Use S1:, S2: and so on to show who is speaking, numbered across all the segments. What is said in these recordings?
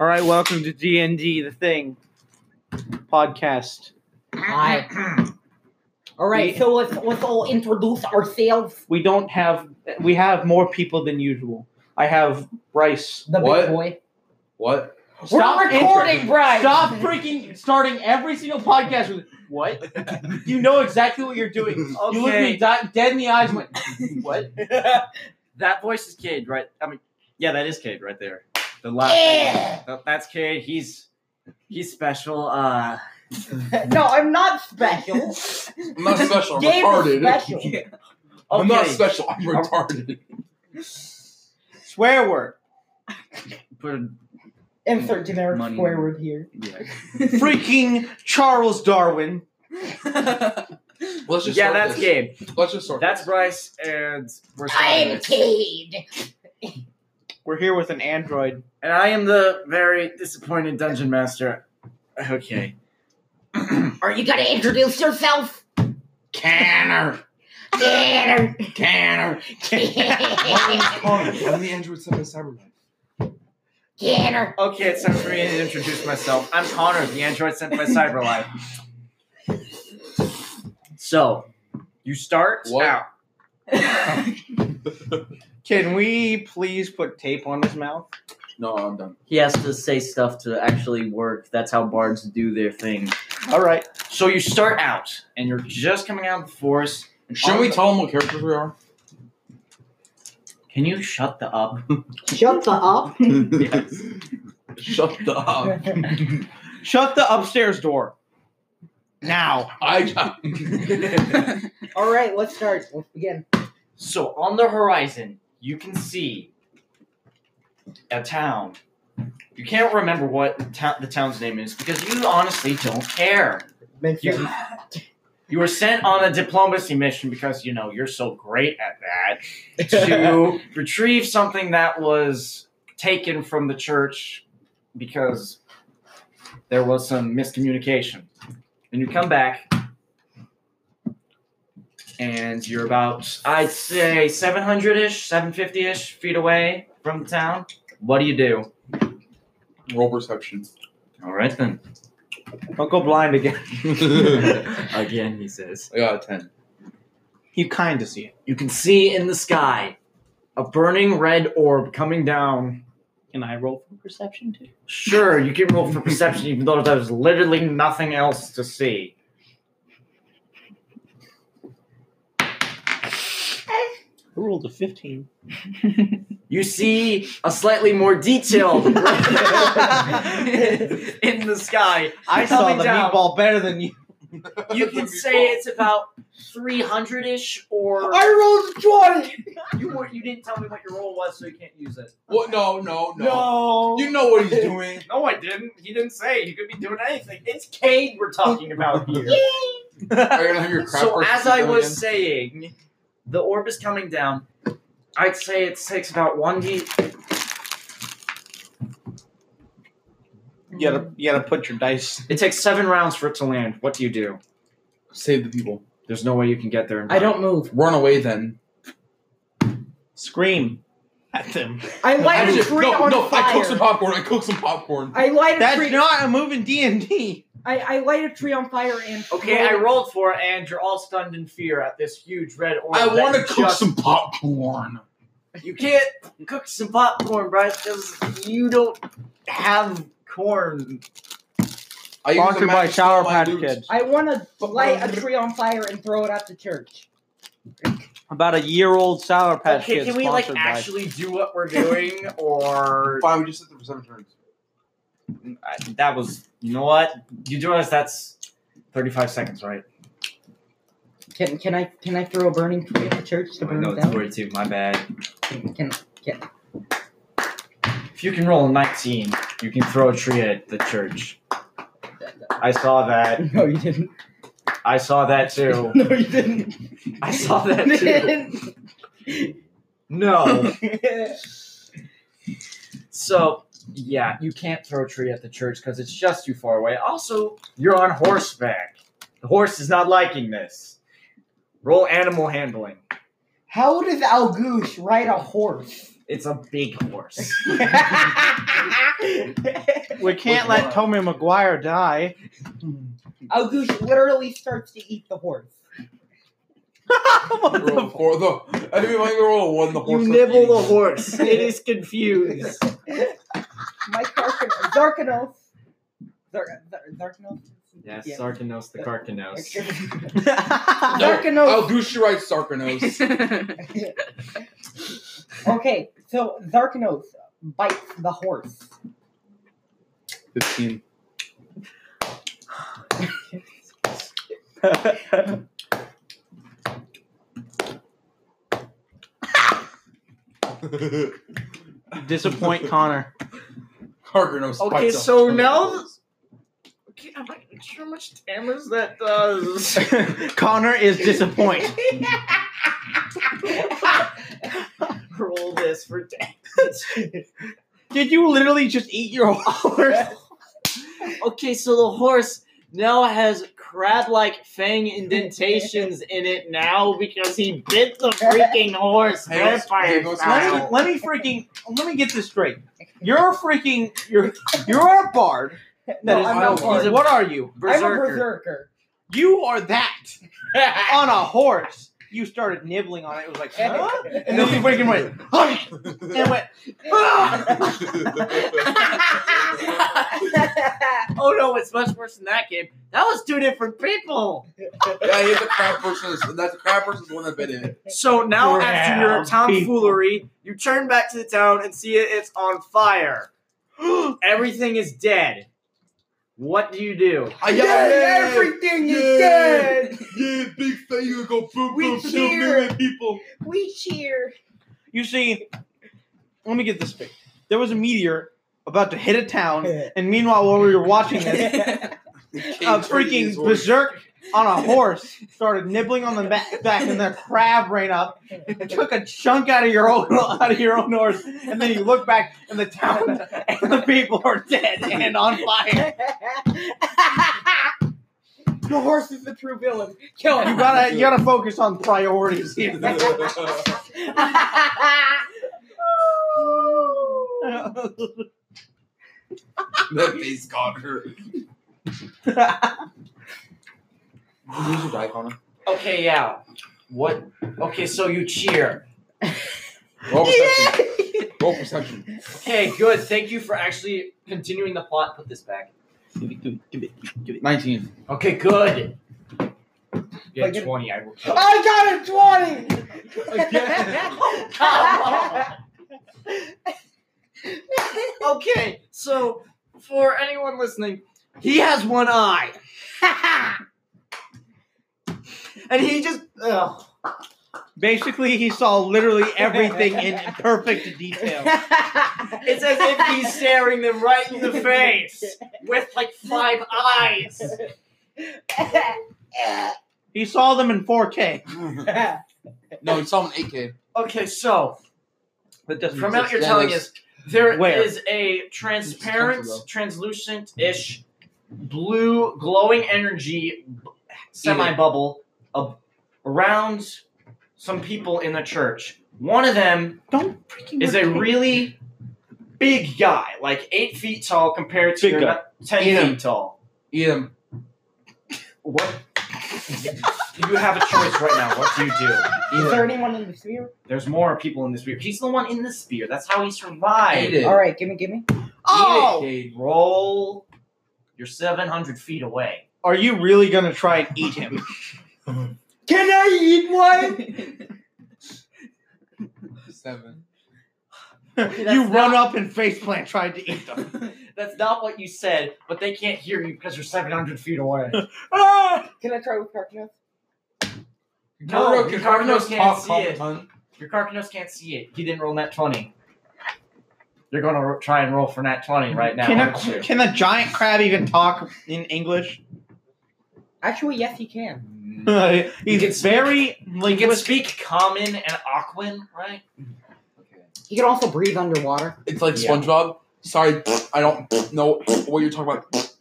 S1: All right, welcome to D and D, the thing podcast.
S2: Hi. All right,
S1: We-
S2: so let's let's all introduce ourselves.
S1: We don't have we have more people than usual. I have Bryce.
S2: The
S3: What?
S2: big boy.
S3: What?
S1: Stop
S2: We're recording,
S1: introdu-
S2: Bryce.
S1: Stop freaking starting every single podcast with what? You know exactly what you're doing. You look me di- dead in the eyes. And went what?
S4: That voice is Cade, right? I mean, yeah, that is Cade right there. The last.
S2: Yeah.
S4: That's Cade. He's he's special. Uh,
S2: no, I'm not special.
S3: I'm not special. I'm
S2: Gabe is
S3: retarded.
S2: special.
S3: I'm not
S4: okay.
S3: special. I'm retarded.
S1: Swear word.
S4: Put a,
S2: Insert generic
S4: Money.
S2: swear word here.
S4: yeah.
S1: Freaking Charles Darwin.
S3: Let's just
S4: yeah,
S3: start
S4: that's
S3: this.
S4: Gabe.
S3: Let's just start.
S4: That's Bryce, and we're starting
S2: I'm
S4: this.
S2: Cade.
S1: We're here with an android.
S4: And I am the very disappointed dungeon master. Okay.
S2: Are you gonna introduce yourself?
S3: Canner.
S2: Tanner.
S3: Canner. I'm the android seven Cyberman.
S2: Tanner.
S4: Okay, it's time for me to introduce myself. I'm Connor, the android sent by Cyberlife. So, you start
S3: What?
S4: out.
S1: Can we please put tape on his mouth?
S3: No, I'm done.
S4: He has to say stuff to actually work. That's how bards do their thing.
S1: All right.
S4: So you start out, and you're just coming out of the forest. and
S3: Should
S4: on
S3: we
S4: the-
S3: tell them what characters we are?
S4: Can you shut the up?
S2: Shut the up.
S4: Yes.
S3: Shut the up.
S1: Shut the upstairs door. Now.
S3: I.
S2: all right, let's start. Let's begin.
S4: so on the horizon, you can see a town. You can't remember what the town- the town's name is because you honestly don't care.
S2: Makes
S4: You-
S2: sense.
S4: You were sent on a diplomacy mission because you know you're so great at that. to retrieve something that was taken from the church because there was some miscommunication. And you come back, and you're about, I'd say, 700 ish, 750 ish feet away from the town. What do you do?
S3: Roll perception.
S4: All right, then.
S1: Don't go blind again.
S3: I
S4: Again, he says.
S3: got a ten.
S1: You kind of see it.
S4: You can see in the sky a burning red orb coming down
S1: Can I roll for perception too?
S4: Sure, you can roll for perception, even though there's literally nothing else to see.
S1: I rolled a 15.
S4: You see a slightly more detailed red in the sky.
S1: I saw
S4: Coming
S1: the
S4: down.
S1: meatball better than you.
S4: You can say it's about 300 ish, or
S2: I rolled a 20.
S4: you, were, you didn't tell me what your roll was, so you can't use it.
S3: What? No, no, no.
S1: No.
S3: You know what he's doing.
S4: No, I didn't. He didn't say. He could be doing anything. It's Cade we're talking about here.
S3: Are you gonna have your crap
S4: so
S3: person
S4: as I
S3: go
S4: was
S3: again?
S4: saying, the orb is coming down. I'd say it takes about one d.
S1: You gotta, you gotta put your dice.
S4: It takes seven rounds for it to land. What do you do?
S3: save the people.
S4: There's no way you can get there. In
S2: I don't move.
S3: Run away then.
S1: Scream at them.
S2: I light
S3: Actually,
S2: a tree
S3: no,
S2: on
S3: no.
S2: fire.
S3: I cooked some popcorn. I cooked some popcorn.
S2: I light a
S1: That's
S2: tree.
S1: not a move in D&D.
S2: I, I light a tree on fire and
S4: Okay, I rolled for it, and you're all stunned in fear at this huge red orb.
S3: I
S4: that
S3: want to
S4: just-
S3: cook some popcorn.
S4: You can't cook some popcorn, Bryce, because you don't have corn.
S3: I use a
S1: Sponsored by
S3: magic spell
S1: Shower
S3: on my
S1: Patch
S3: boots.
S1: Kids.
S2: I want to light a tree on fire and throw it at the church.
S1: About a year old Sour Patch
S4: okay,
S1: Kids
S4: can we like
S1: sponsored by-
S4: actually do what we're doing, or
S3: Fine, we just hit the percent turns.
S4: I- that was you know what you do realize that's thirty-five seconds, right?
S2: Can can I can I throw a burning tree at the church to burn it down?
S4: forty-two. My bad.
S2: Can
S4: If you can roll a nineteen, you can throw a tree at the church. I saw that.
S2: no, you didn't.
S4: I saw that too.
S2: No, you didn't.
S4: I saw that too. No.
S2: Oh.
S4: So yeah, you can't throw a tree at the church because it's just too far away. Also, you're on horseback. The horse is not liking this. Roll animal handling.
S2: How does Al Goosh ride a horse?
S4: It's a big horse.
S2: I
S5: We can't let Tommy Maguire die.
S2: Augush literally starts to eat the horse.
S5: What
S3: Roll
S5: the
S3: a four, though. I think we might roll a one. The
S6: You
S3: horse.
S6: nibble the horse. It is confused.
S2: Mike Zarkin- Zarkanos. Zar- Zar- Zarkanos?
S6: Yes,
S2: Yeah.
S6: Sarkinos the Karkinos.
S5: f-
S2: Zarkanos.
S3: I'll do she writes Sarkonos.
S2: Okay, so Zarkanos bites the horse.
S3: Fifteen.
S5: Disappoint Connor.
S3: Sarkonos.
S4: Okay,
S3: bites a
S4: so
S3: horse.
S4: now- Okay, I'm not sure how much damage that does.
S5: Connor is disappoint.
S4: Roll this for damage.
S5: Did you literally just eat your horse?
S4: Okay, so the horse now has crab-like fang indentations in it now because he bit the freaking horse.
S3: Hey, let's-
S4: Vampire
S3: hey, let's-
S4: style.
S5: let me let me freaking let me get this straight. You're a freaking you're you're a bard.
S2: No,
S5: is
S2: I'm
S3: not
S5: he's a-
S2: bard.
S5: What are you?
S2: I'm a berserker.
S5: You are that on a horse. You started nibbling on it. It was like, huh? and then you freaking went, huh? and it went, ah!
S4: oh no, it's much worse than that game. That was two different people.
S3: yeah, he's a crab person. and That's a crab person's one that bit in it.
S4: So now,
S5: Yeah,
S4: after your
S5: people.
S4: tomfoolery, you turn back to the town and see it, it's on fire. Everything is dead. What do you do?
S3: I
S2: Yay, everything is dead!
S3: Yeah, big failure go boom
S2: We
S3: boom shoot
S2: cheer.
S3: million people.
S2: We cheer.
S5: You see, let me get this straight. There was a meteor about to hit a town, and meanwhile, while we were watching this, a freaking berserk on a horse started nibbling on the back, back and the crab ran up, took a chunk out of your own out of your own horse, and then you look back, and the town and the people are dead and on fire.
S2: The horse is the true villain. Kill
S5: You
S2: him.
S5: gotta you gotta focus on priorities here.
S3: that face got hurt. Use your die, Connor.
S4: Okay, yeah. What? Okay, so you cheer.
S3: Roll perception. Roll perception.
S4: Okay, good. Thank you for actually continuing the plot. Put this back.
S3: Nineteen.
S4: Okay, good. Yeah,
S2: Like it-
S4: 20. I will kill. you.
S2: I got a 20!
S4: okay, so for anyone listening, he has one eye. and he just. Ugh.
S5: Basically, he saw literally everything in perfect detail.
S4: It's as if he's staring them right in the face with like five eyes.
S5: He saw them in 4K.
S3: no, you saw him in eight K.
S4: Okay, so
S5: That doesn't
S4: from
S5: exist.
S4: out you're telling us, there is
S5: Where?
S4: a transparent,
S3: It's
S4: translucent ish, blue, glowing energy semi bubble around some people in the church. One of them
S5: Don't freaking.
S4: is a
S5: repeat.
S4: really big guy, like eight feet tall compared to
S5: Big
S4: your
S5: guy.
S4: nu- ten
S3: Eat him.
S4: feet tall.
S3: Eat him.
S4: What? you have a choice right now. What do you do?
S2: Is there anyone in the sphere?
S4: There's more people in the spear. He's the one in the spear. That's how he survived.
S3: Eat it.
S2: All right, gimme, gimme.
S5: Oh!
S3: Eat it, Cade.
S4: roll. You're 700 feet away.
S5: Are you really gonna try and eat him?
S2: Can I eat one?
S3: Seven.
S5: you
S4: that's
S5: run
S4: not-
S5: up and faceplant tried to eat them.
S4: That's not what you said, but they can't hear you because you're 700 feet away.
S5: Ah!
S2: Can I try with Carcanos?
S4: No,
S3: Cardo-
S4: Cardo
S3: Cardo's
S4: can't
S3: top
S4: see
S3: top
S4: it.
S3: ton.
S4: Your Carcanos can't see it. He didn't roll nat 20. You're going to ro- try and roll for nat 20 right now.
S5: Can
S4: aren't you?
S5: a, can a giant crab even talk in English?
S2: Actually, yes, he can.
S5: Hmm.
S4: You can
S5: He's
S4: speak-
S5: very
S4: You can
S5: linguistic.
S4: speak common and aquan, right?
S2: He can also breathe underwater.
S3: It's like
S4: Yeah.
S3: SpongeBob. Sorry, I don't know what you're talking about.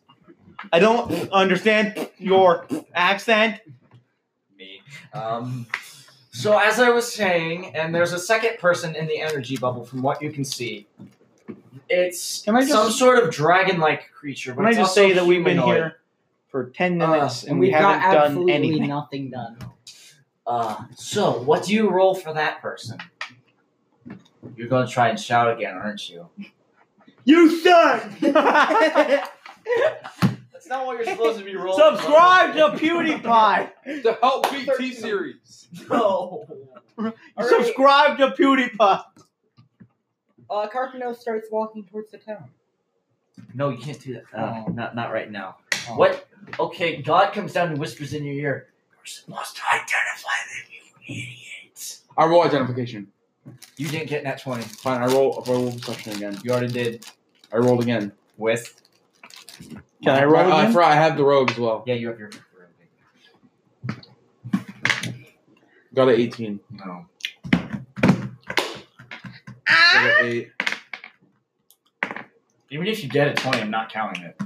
S5: I don't understand your accent.
S4: me. Um, so as I was saying, and there's a second person in the energy bubble from what you can see. It's
S5: Can I just-
S4: some sort of dragon-like creature. But
S5: Can I
S4: it's
S5: just
S4: also
S5: say that we've been
S4: humanoid.
S5: here for ten
S4: Uh,
S5: minutes and
S2: And
S5: we
S2: we've got
S5: haven't done
S2: absolutely
S5: anything.
S2: nothing done.
S4: Uh, so what do you roll for that person? You're gonna try and shout again, aren't you?
S5: You suck.
S2: Uh,
S4: That's not what you're supposed to be rolling.
S5: Subscribe to PewDiePie.
S3: The Help PT series.
S4: No.
S2: All right.
S5: Subscribe to PewDiePie.
S2: Uh, Carcano starts walking towards the town.
S4: No, you can't do that. Uh,
S2: Oh.
S4: Not not right now.
S5: Oh.
S4: What? Okay, God comes down and whispers in your ear. You're supposed to identify them, you idiots.
S1: I roll identification.
S4: You didn't get that twenty
S1: Fine, I roll. I roll perception again. You already did. I rolled again.
S4: with.
S5: Can I
S1: Right,
S5: roll
S1: I,
S5: again?
S1: forgot I have the rogue as well.
S4: Yeah, you have your.
S1: Got an 18.
S4: No.
S1: Got
S5: Ah!
S1: an eight.
S4: Even if you get a twenty, I'm not counting it.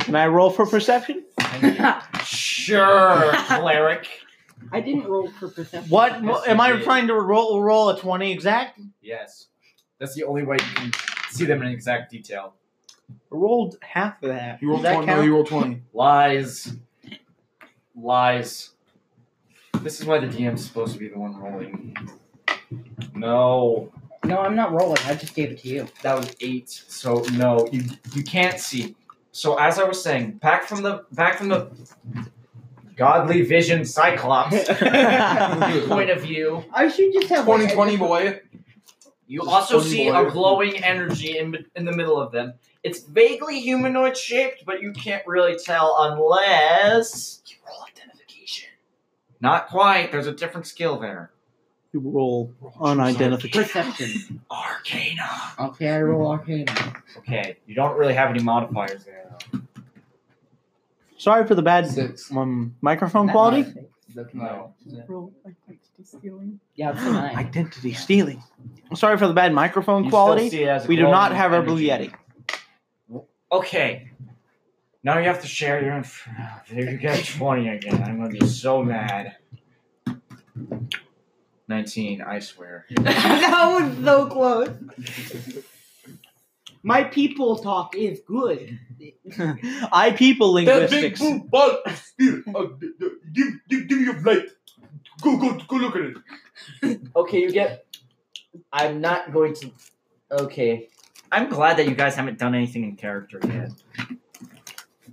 S5: Can I roll for perception?
S4: sure, cleric.
S2: I didn't roll for perception.
S5: What
S4: Yes,
S5: am
S4: you
S5: I
S4: did.
S5: trying to roll? Roll a twenty exact?
S4: Yes, that's the only way you can see them in exact detail.
S5: Rolled half of that.
S1: You rolled
S5: Does that
S1: 20. No,
S5: count?
S1: you rolled 20.
S4: Lies. Lies. This is why the DM's supposed to be the one rolling. No.
S2: No, I'm not rolling. I just gave it to you.
S4: That was eight. So no, you you can't see. So as I was saying, back from the back from the godly vision cyclops point of view,
S2: I should just have like,
S3: 2020 boy.
S4: you
S1: Just
S4: also
S1: one
S4: see
S1: more.
S4: a glowing energy in in the middle of them. It's vaguely humanoid shaped, but you can't really tell unless you roll identification. Not quite. There's a different skill there.
S5: You roll unidentified.
S2: perception.
S4: Arcana.
S2: Okay, I roll arcana.
S4: Okay, you don't really have any modifiers there. Though.
S5: Sorry for the bad
S1: Six.
S5: um, microphone quality.
S1: That's
S4: No.
S2: Yeah, it's a nine.
S5: Identity stealing. Sorry for the bad microphone
S4: You still
S5: quality.
S4: see it as a
S5: We do not
S4: glowing
S5: have our
S4: energy.
S5: Blue Yeti.
S4: Okay. Now you have to share your. Inf- there you got twenty again. I'm gonna be so mad. Nineteen, I swear.
S2: that was so close. My people talk is good.
S5: I people
S3: That big
S5: linguistics.
S3: blue ball of steel. Uh, d- d- give, give, give me your light. Go, go, go look at it.
S4: Okay, you get. I'm not going to. Okay. I'm glad that you guys haven't done anything in character yet. No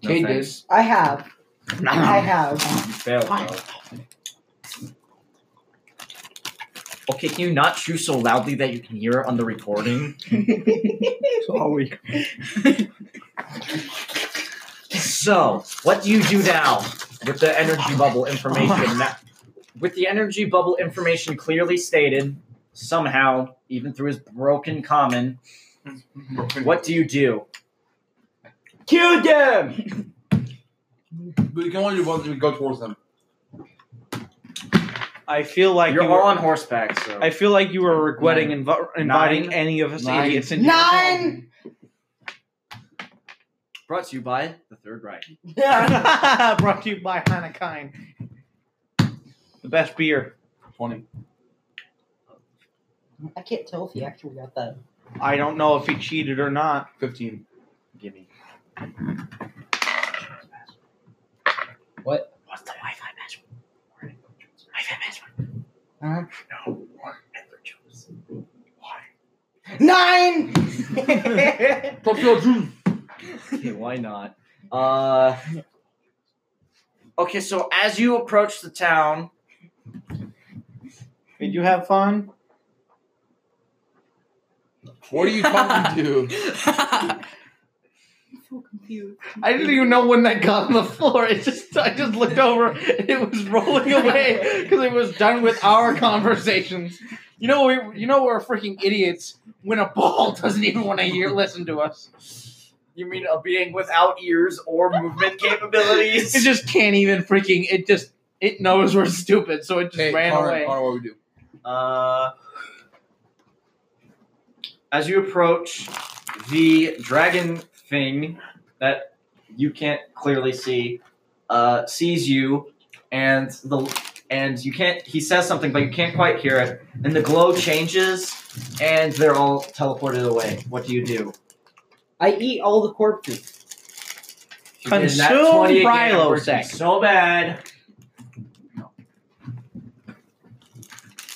S1: Kate did.
S4: thanks.
S2: I have. I have.
S4: You failed, bro. Okay, can you not chew so loudly that you can hear it on the recording?
S5: Sorry.
S4: So, what do you do now with the energy bubble information? that- with the energy bubble information clearly stated, somehow, even through his broken common, what do you do?
S5: Kill them.
S3: But you can only do one thing. we Go towards them.
S5: I feel like
S4: You're
S5: you
S4: all
S5: were,
S4: on horseback, so
S5: I feel like you were regretting inv- inviting
S4: Nine.
S5: any of us
S1: Nine.
S5: idiots into your home.
S2: Nine.
S4: brought to you by the Third Reich.
S5: Brought to you by Hanakine. The best beer.
S1: 20.
S2: I can't tell if he actually got that.
S5: I don't know if he cheated or not.
S1: 15.
S4: Give me.
S2: What?
S4: What's the Wi-Fi password? Wi-Fi password.
S2: Huh?
S4: No one ever chose. Why?
S2: Nine.
S3: Top your juice.
S4: Okay, why not? Uh, okay, so as you approach the town,
S5: Did you have fun?
S1: What are you talking to?
S2: I'm so confused.
S5: I didn't even know when that got on the floor. It just I just looked over and it was rolling away because it was done with our conversations. You know we you know we're freaking idiots when a ball doesn't even want to hear listen to us.
S4: you mean a being without ears or movement capabilities?
S5: It just can't even freaking it just it knows we're stupid, so it just
S1: Hey,
S5: ran
S1: Connor,
S5: away.
S1: Connor, what we do?
S4: Uh, as you approach the dragon thing that you can't clearly see, uh, sees you, and the and you can't. He says something, but you can't quite hear it. And the glow changes, and they're all teleported away. What do you do?
S2: I eat all the corpses.
S4: You did that
S5: Consume
S4: 20 again, it worked
S5: Prilosec.
S4: So bad.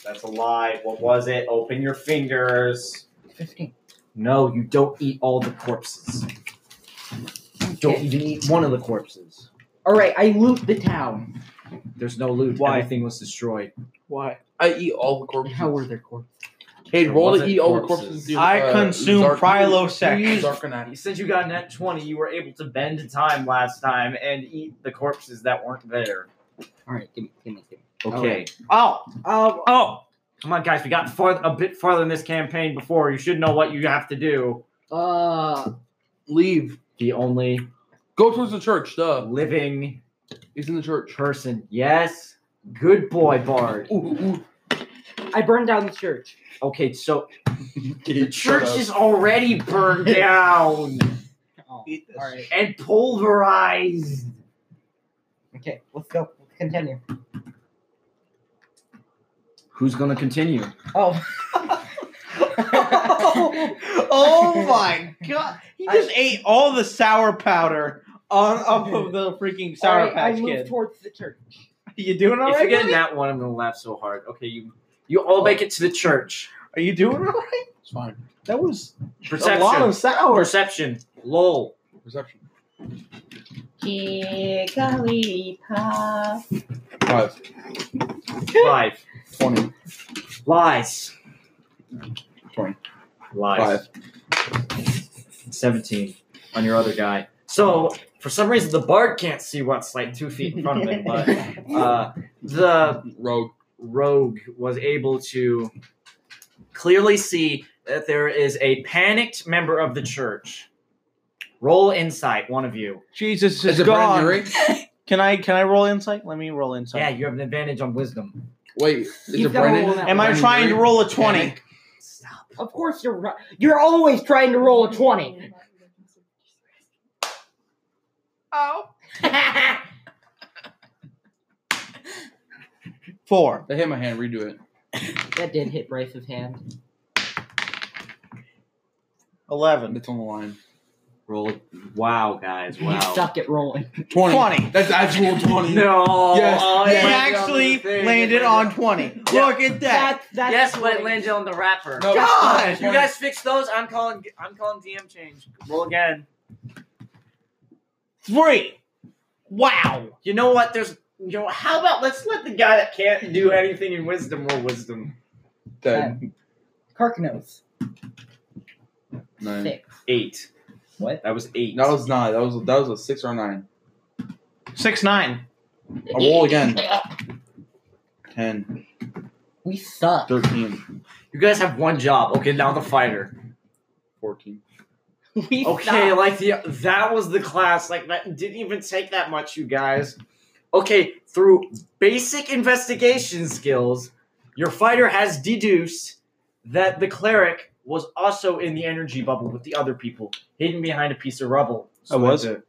S4: That's a lie. What was it? Open your fingers.
S2: Fifteen.
S4: No, you don't eat all the corpses. You don't even eat one of the corpses.
S2: All right, I loot the town.
S4: There's no loot.
S1: Why?
S4: Everything was destroyed.
S5: Why?
S1: I eat all the corpses.
S2: How were their corpses?
S1: Hey,
S6: Or
S1: roll
S6: was
S1: to
S6: it
S1: eat all the
S6: corpses?
S1: corpses. dude,
S5: I
S1: uh,
S5: consume
S1: Zark-
S5: Prilosec.
S1: You use Zarkonite.
S4: Since you got net 20, you were able to bend time last time and eat the corpses that weren't there.
S2: All right, give me, give me, give me.
S4: Okay.
S5: Oh,
S2: Oh,
S5: oh,
S4: Come on, guys. We got far- a bit farther in this campaign before. You should know what you have to do.
S2: uh,
S1: Leave.
S4: The only
S1: Go towards the church. Duh.
S4: living
S1: He's in the church.
S4: person. Yes. Good boy, Bard.
S1: Ooh, ooh,
S2: I burned down the church.
S4: Okay, so
S1: ooh.
S4: the church is already burned down
S2: Oh,
S5: Eat this.
S2: all right.
S4: and pulverized.
S2: Okay, let's go. Let's continue.
S4: Who's gonna continue?
S2: Oh.
S5: oh, oh my god! He just ate all the sour powder on up of the freaking sour
S2: All right, I
S5: patch
S2: moved
S5: kid.
S2: towards the church.
S5: you doing all
S4: If
S5: right?
S4: you're getting
S5: buddy?
S4: that one, I'm gonna laugh so hard. Okay, you you all make it to the church.
S5: Are you doing all right?
S1: It's fine.
S5: That was a lot
S4: Perception. Oh.
S5: of sour.
S4: Perception. Lol.
S1: Perception.
S2: Jigglypuff.
S1: Five.
S4: Five.
S1: Twenty.
S4: Lies.
S1: Twenty.
S4: Lies.
S1: Five.
S4: 17 on your other guy. So, for some reason, the bard can't see what's like two feet in front of him, but uh, the
S1: Rogue.
S4: rogue was able to clearly see that there is a panicked member of the church. Roll insight, one of you.
S5: Jesus
S1: Is
S5: is
S1: it brand
S5: gone.
S1: new ring?
S5: Can I can I roll insight? Let me roll insight.
S4: Yeah, you have an advantage on wisdom.
S1: Wait, is
S2: You've
S1: it
S2: got all
S1: Brandon?
S2: that
S5: Am I
S1: Brandon
S5: trying to
S1: Drake?
S5: roll a twenty?
S1: Panic.
S4: Stop.
S2: Of course you're right. You're always trying to roll a 20.
S5: Oh. Four.
S1: They hit my hand. Redo it.
S2: That did hit Bryce's hand.
S5: Eleven.
S1: It's on the line.
S4: Roll. Wow, guys.
S2: You suck at rolling.
S1: Twenty.
S5: 20.
S1: That's actual twenty.
S4: No.
S1: Yes,
S4: Oh,
S5: It
S1: yes.
S4: yeah,
S5: actually
S4: the thing.
S5: landed on twenty.
S4: Yeah.
S5: Look at that.
S2: that's
S4: Yes, when it
S2: great.
S4: landed on the wrapper.
S1: No,
S5: God!
S1: it's
S4: You
S1: not
S4: guys fix those. I'm calling. I'm calling DM change. Roll again.
S5: Three. Wow.
S4: You know what? There's. You know. How about let's let the guy that can't do anything in wisdom roll wisdom.
S1: 20. Dead.
S2: Carcanos.
S1: Nine.
S2: Six.
S4: Eight.
S2: What?
S4: That was eight.
S1: That was nine. That was that was a six or a nine.
S5: Six nine.
S1: I roll again. Ten.
S2: We suck.
S1: Thirteen.
S4: You guys have one job. Okay, now the fighter.
S1: Fourteen.
S2: We
S4: Okay, like the that was the class. Like that didn't even take that much, you guys. Okay, through basic investigation skills, your fighter has deduced that the cleric was also in the energy bubble with the other people, hidden behind a piece of rubble.
S5: I was?
S4: the,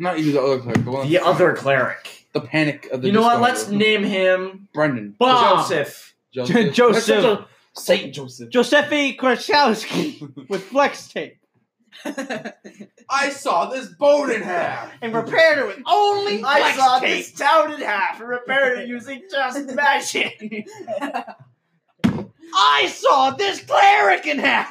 S1: Not even the other cleric. The, one,
S4: the other cleric.
S1: the panic of the.
S4: You know what?
S1: disco
S4: Let's
S1: hero.
S4: name him
S1: Brendan.
S5: Bob.
S4: Joseph.
S1: Joseph.
S5: Joseph.
S1: Saint Joseph.
S5: Giuseppe Krasowski with flex tape
S1: I saw this boat in half.
S5: and repaired it with only flex tape.
S4: town in half and repaired it using just magic.
S5: I saw this cleric in half,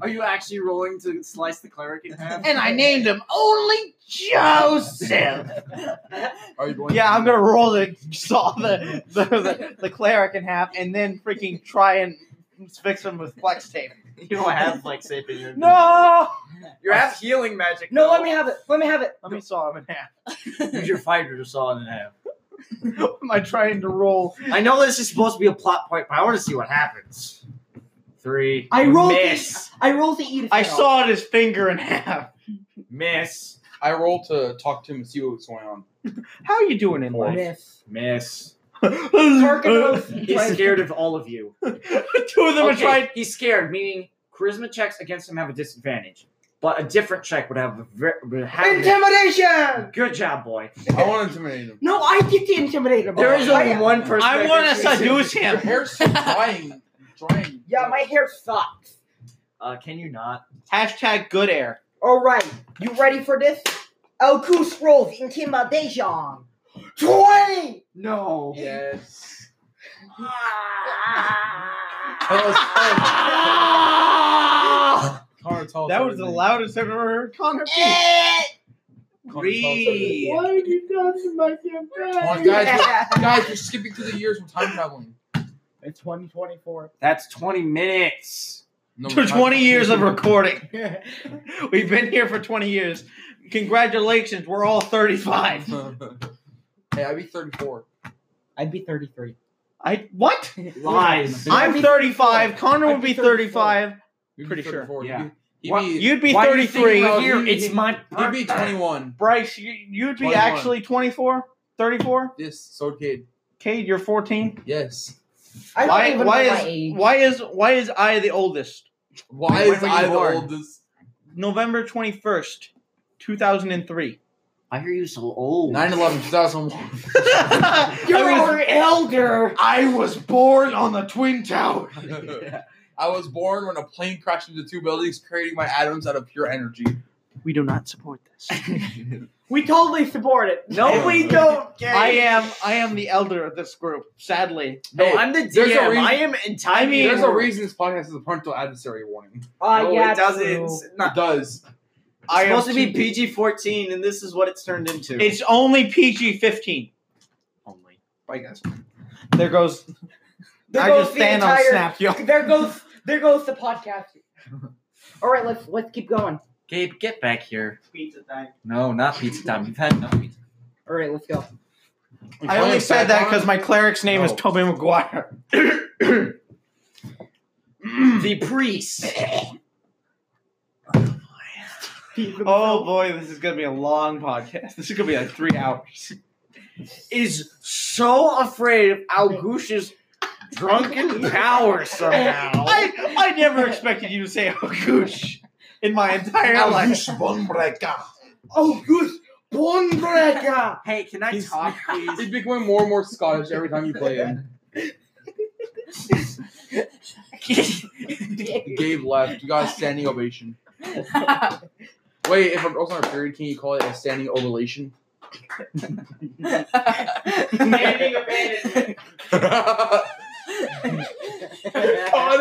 S4: Are you actually rolling to slice the cleric in half?
S5: and I named him only Joseph.
S1: Are you going?
S5: Yeah, I'm gonna roll to saw the the, the the cleric in half, and then freaking try and fix him with flex tape.
S4: You don't have like safe in your
S5: No,
S4: You have healing magic.
S2: No, let me have it. Let me have it.
S5: let me saw him in half.
S4: Use your fighter to saw it in half.
S5: Am I trying to roll?
S4: I know this is supposed to be a plot point, but I want to see what happens. Three.
S2: I rolled
S4: miss.
S2: I rolled E to eat. a
S5: I
S2: fail.
S5: sawed his finger in half.
S4: Miss.
S1: I roll to talk to him and see what's going on.
S5: How you doing in life?
S2: Miss.
S4: Miss.
S2: Carcanos.
S4: He's scared of all of you.
S5: Two of them are trying.
S4: He's scared, meaning charisma checks against him have a disadvantage. but a different check would have. a ver- Would have
S2: Intimidation!
S4: good job, boy.
S3: I want to intimidate him.
S2: No, I get to intimidate him.
S4: There is
S2: Oh, I-
S4: only one person.
S5: I
S4: that
S5: want to
S4: can choose.
S5: seduce
S3: Your
S5: him.
S3: hair's so drying. drying.
S2: Yeah, my hair sucks.
S4: Uh, can you not?
S5: Hashtag good air.
S2: All right, you ready for this? El Cus rolls intimidation. Twenty.
S5: No.
S3: Oh, Yes.
S7: Connor told
S5: That was the loudest I've ever heard Connor be.
S4: Read.
S2: Why did you talk to my
S3: on, guys, Guys, we're skipping through the years. We're time traveling.
S2: It's 2024.
S4: That's twenty minutes.
S3: No,
S5: For
S3: we're time-
S5: 20 years of recording. We've been here for 20 years. Congratulations, we're all 35.
S3: hey, I'd be 34.
S2: I'd be 33.
S5: I what?
S4: Lies.
S5: I'm 35. Connor
S2: I'd
S5: would
S2: be
S5: be 35.
S3: You'd
S5: Pretty
S3: be
S5: sure.
S3: 34.
S4: Yeah.
S3: You'd be,
S4: What-
S3: you'd be,
S5: You'd be
S4: Why do you think
S5: 33.
S4: we're
S3: Well,
S4: here?
S3: you-
S4: It's my
S3: you'd be 21.
S5: Bryce, you, you'd be
S3: 21.
S5: actually 24, 34.
S3: Yes, so kid.
S5: Cade, you're 14.
S3: Yes.
S2: I don't
S5: Why?
S2: even
S5: Why
S2: know my
S5: is
S2: age.
S5: why is why is I the oldest?
S3: Why
S4: When
S3: is
S4: were you
S3: I the
S4: born?
S3: oldest?
S5: November 21st, 2003.
S4: I hear you so old.
S3: 9 11 2001.
S5: I
S2: You're
S5: was-
S2: our elder.
S5: I was born on the Twin Tower.
S3: I was born when a plane crashed into two buildings, creating my atoms out of pure energy.
S5: We do not support this.
S2: We totally support it.
S4: No,
S2: we don't. Gary.
S5: I am I am the elder of this group, sadly.
S4: no,
S3: Hey,
S4: I'm the
S3: there's a
S4: DM.
S3: reason-
S4: I am entitled.
S5: I mean-
S3: There's a reason this podcast is a parental adversary warning.
S2: Uh,
S4: No,
S2: yeah,
S4: it doesn't.
S2: true.
S4: It's
S3: It
S4: not.
S3: does.
S4: It's
S5: I am
S4: supposed to be
S5: too-
S4: PG-14, and this is what it's turned into.
S5: It's only PG fifteen.
S4: only.
S5: Bye guys. There goes
S2: There
S5: I
S2: goes
S5: just
S2: the
S5: Thanos
S2: entire-
S5: snap, yo.
S2: There goes there goes the podcast. All right, let's let's keep going.
S4: Gabe, get back here.
S5: Pizza time.
S4: No, not pizza time. You've had enough pizza.
S2: All right, let's go.
S5: I only said that because my cleric's name is
S3: No.
S5: Toby McGuire.
S4: the priest.
S5: Oh boy, this is gonna be a long podcast. This is gonna be like three hours.
S4: is so afraid of Algush's drunken power somehow.
S5: I, I never expected you to say Hokush in my entire life.
S2: Oh, good. Bonbrega.
S4: hey, can I
S3: He's-
S4: talk, please?
S3: He's becoming more and more Scottish every time you play him. Gabe left. You got a standing ovation. Wait, if I'm also on a period, can you call it a standing ovation? Connor,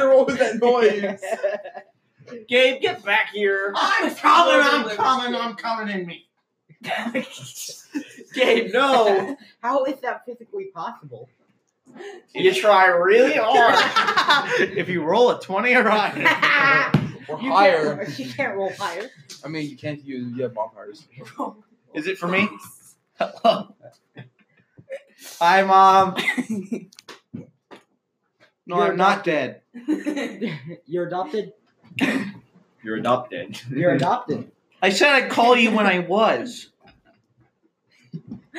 S3: what was that noise?
S4: Gabe, get back here.
S5: I'm
S3: coming, I'm coming,
S5: I'm coming in me.
S4: Gabe, no.
S2: How is that physically possible?
S4: You try really hard.
S5: if you roll a 20 or higher.
S3: We're
S2: You
S3: higher.
S2: Can't, she can't roll higher.
S3: I mean, you can't use you have bonfires.
S5: Is it for me? Hi, Mom. No,
S2: You're
S5: I'm not dead.
S2: You're adopted.
S4: You're adopted.
S2: You're adopted.
S5: I said I'd call you when I was.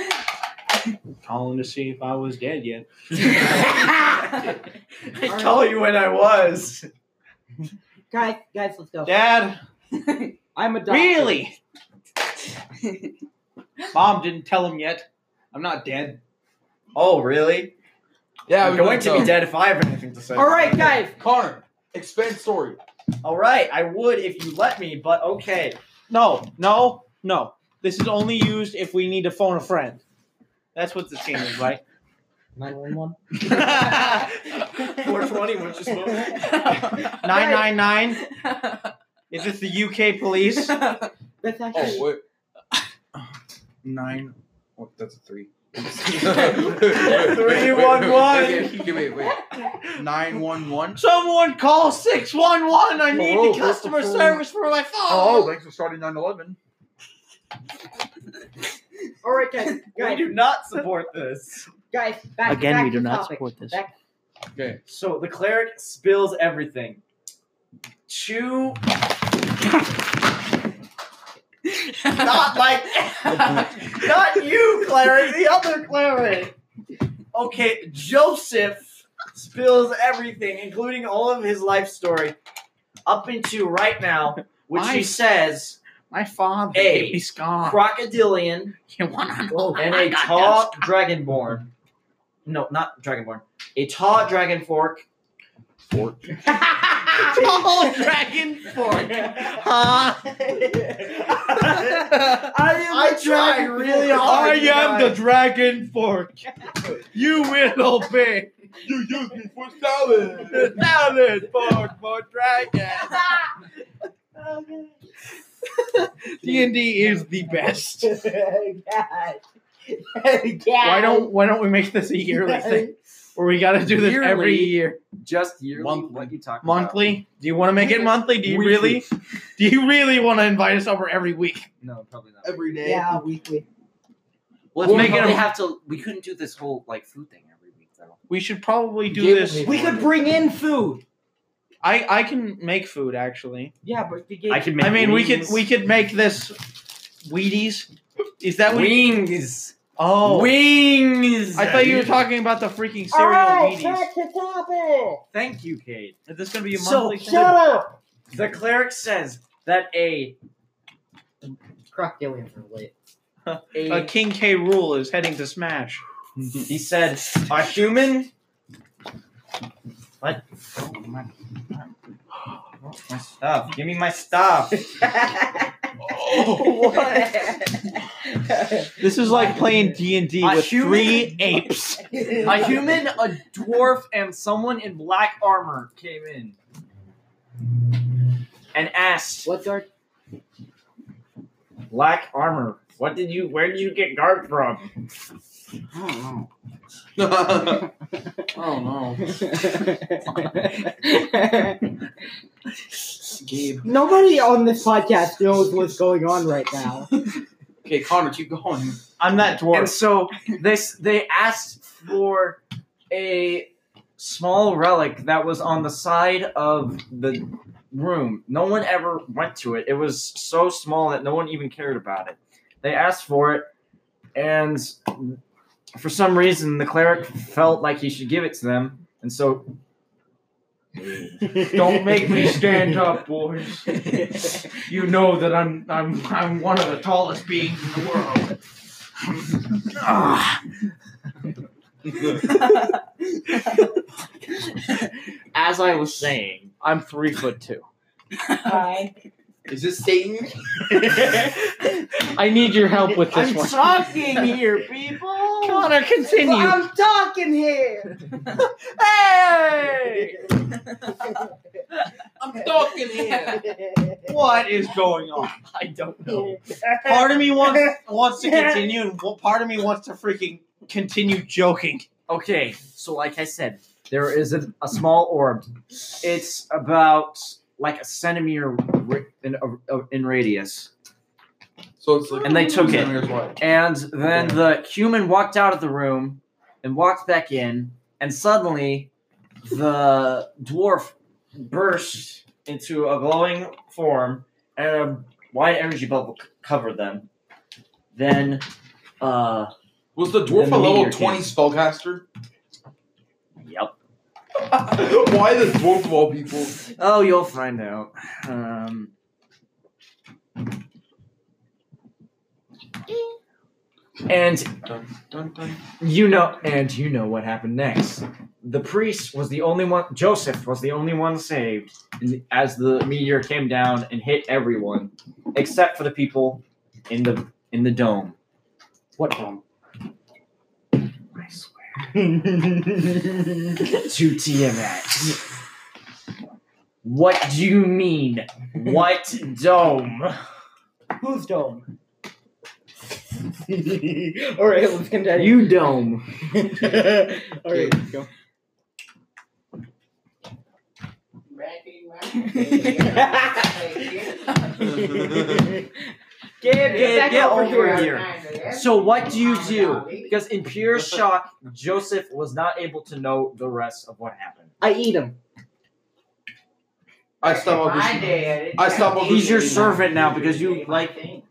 S5: Calling to see if I was dead yet.
S4: I told you when I was.
S2: Guys, guys, let's go.
S5: Dad,
S2: I'm adopted.
S5: really? Mom didn't tell him yet. I'm not dead.
S4: Oh, really?
S3: Yeah,
S4: I'm
S3: we
S4: going
S3: wouldn't
S4: to be
S3: know.
S4: dead if I have anything to say.
S2: All right, guys.
S3: Connor, expand story.
S4: All right, I would if you let me, but okay.
S5: No, no, no. This is only used if we need to phone a friend. That's what this game is, right?
S2: 911.
S4: 420, which is what-
S5: 999? Is this the UK police?
S2: That's
S3: Oh,
S2: actually.
S3: what? Nine. Oh, that's a three.
S4: Three, one, one.
S3: Wait, wait, wait, wait, wait. Nine one one.
S5: Someone call 611. I need
S3: Hello,
S5: the
S3: what's the
S5: customer
S3: phone?
S5: service for my phone.
S3: Oh, thanks for starting nine eleven.
S2: All right, guys.
S4: We
S2: Guys,
S4: do not support this.
S2: guys. Back,
S5: Again,
S2: back
S5: we do
S2: to
S5: not
S2: topic.
S5: support this.
S2: Back-
S4: So the cleric spills everything. Chew. not like. not you, cleric, the other cleric. Okay, Joseph spills everything, including all of his life story, up into right now, which
S5: Why?
S4: she says
S5: My father
S4: Hey.
S5: gave me scone.
S4: crocodilian
S5: You wanna know?
S4: and a tall dragonborn. No, not dragonborn. A tall dragon fork.
S5: Tall dragon fork. Huh?
S2: I am
S4: I tried really hard.
S5: I am the dragon fork. You will obey.
S3: You use me for salad.
S5: The salad fork for dragon. D and D is the best. Why don't Why don't we make this a yearly thing? Where we got to do this every
S6: Yearly.
S5: year,
S6: Just yearly.
S3: Monthly.
S6: What you talking
S5: monthly. Do you want to make it monthly? Do you
S6: Weekly.
S5: really? Do you really want to invite us over every week?
S6: about? No, probably not.
S3: Every day.
S2: Yeah, weekly.
S4: Let's
S5: We'll
S4: make it.
S5: probably
S4: have to. We couldn't do this whole like food thing every week though.
S5: We should probably do
S3: Give
S5: this.
S3: me-
S2: We could bring in food.
S5: I I can make food actually.
S2: Yeah, but we
S4: I could make.
S5: I mean, we could we could make this Wheaties. Is that what?
S6: Wings.
S5: oh,
S6: Wings.
S5: I thought you were talking about the freaking
S2: All
S5: cereal
S2: right,
S5: Wheaties.
S2: back to topic.
S4: Thank you, Kate.
S5: Is this gonna be a
S4: So,
S5: monthly thing?
S2: Shut up.
S4: The cleric says that a
S2: Crocodilians are lit.
S4: a
S5: A King K rule is heading to Smash.
S4: he said a human. What? Oh, my- my stuff. Give me my stuff.
S5: This is like playing D and D
S4: A
S5: with
S4: human-
S5: three apes.
S6: a human, a dwarf, and someone in black armor came in.
S4: and asked
S2: What guard?
S4: black armor. What did you? Where did you get guard from?
S3: oh no. Gabe.
S2: Nobody on this podcast knows what's going on right now.
S3: Okay, Connor, keep going.
S5: I'm that
S4: And
S5: dwarf.
S4: so this they asked for a small relic that was on the side of the room. No one ever went to it. It was so small that no one even cared about it. They asked for it and for some reason the cleric felt like he should give it to them. And so
S5: Don't make me stand up, boys. You know that I'm I'm I'm one of the tallest beings in the world. Ah.
S4: as I was saying,
S5: I'm three foot two.
S2: Hi.
S3: Is this Satan?
S5: I need your help with this
S4: I'm
S5: one.
S4: talking here, people.
S5: Connor, continue.
S2: I'm talking here.
S5: Hey!
S3: I'm talking here.
S5: What is going on?
S4: I don't
S5: Part of me wants wants to continue, and well, part of me wants to freaking continue joking.
S4: Okay, so like I said, there is a, a small orb. It's about like a centimeter ri- in, uh, in radius.
S3: So it's like
S4: And they took it.
S3: Here's why.
S4: And then the human walked out of the room and walked back in, and suddenly the dwarf burst into a glowing form, and a wide energy bubble c- covered them. Then, uh,
S3: Was the dwarf a
S4: The
S3: level
S4: meteor
S3: 20 spellcaster?
S4: yep.
S3: Why the dwarf of all people?
S4: Oh, you'll find out. Um, and
S3: Dun, dun.
S4: You know, and you know what happened next. The priest was the only one. Joseph was the only one saved in- as the meteor came down and hit everyone, except for the people in the in the dome. What dome? I swear. to Tiamat. What do you mean? What dome?
S2: Who's dome? All right, let's continue.
S4: You dome.
S2: All right.
S3: go.
S4: Get, get
S2: over
S4: over here. So what do you do? Because in pure shock, Joseph was not able to know the rest of what happened.
S2: I eat him.
S3: I stop all this. I stop all this.
S4: He's your servant now because you like.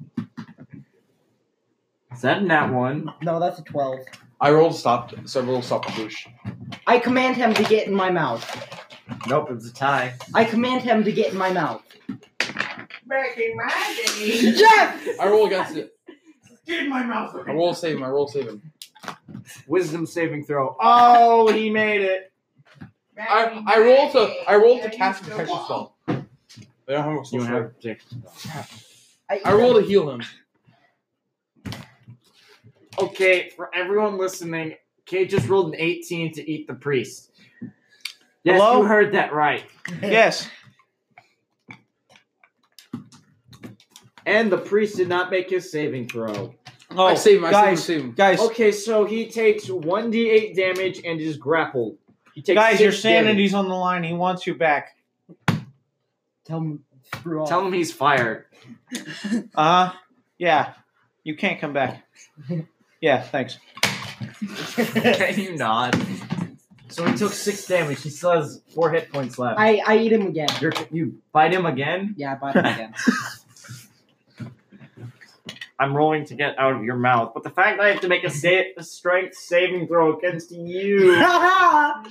S4: Is that in that one?
S2: No, that's a twelve.
S3: I rolled stop several stop push.
S2: I command him to get in my mouth.
S4: Nope, it's a tie.
S2: I command him to get in my mouth.
S4: Back in my day.
S2: Jeff!
S3: I roll against it.
S4: Get my mouth
S3: I roll save him. I roll save him.
S5: Wisdom saving throw. Oh, he made it.
S3: I, I roll to I roll to cast protection spell. They don't have a
S4: You
S3: spell.
S4: have to.
S3: I roll to heal him.
S4: Okay, for everyone listening, Kate just rolled an 18 to eat the priest. Yes,
S5: Hello?
S4: you heard that right.
S5: Yes.
S4: And the priest did not make his saving throw.
S5: Oh,
S3: I save him. I
S5: guys,
S3: save him.
S5: guys,
S4: Okay, so he takes 1d8 damage and is grappled. He takes
S5: guys,
S4: six
S5: your
S4: damage.
S5: sanity's on the line. He wants you back.
S2: Tell him. Screw off.
S4: Tell him he's fired.
S5: Uh huh. Yeah. You can't come back. Yeah, thanks.
S4: Can you not? So he took six damage. He still has four hit points left.
S2: I, I eat him again.
S4: You're, you bite him again?
S2: Yeah, I bite him again.
S4: I'm rolling to get out of your mouth, but the fact that I have to make a, sa- a strength saving throw against you.
S2: Ha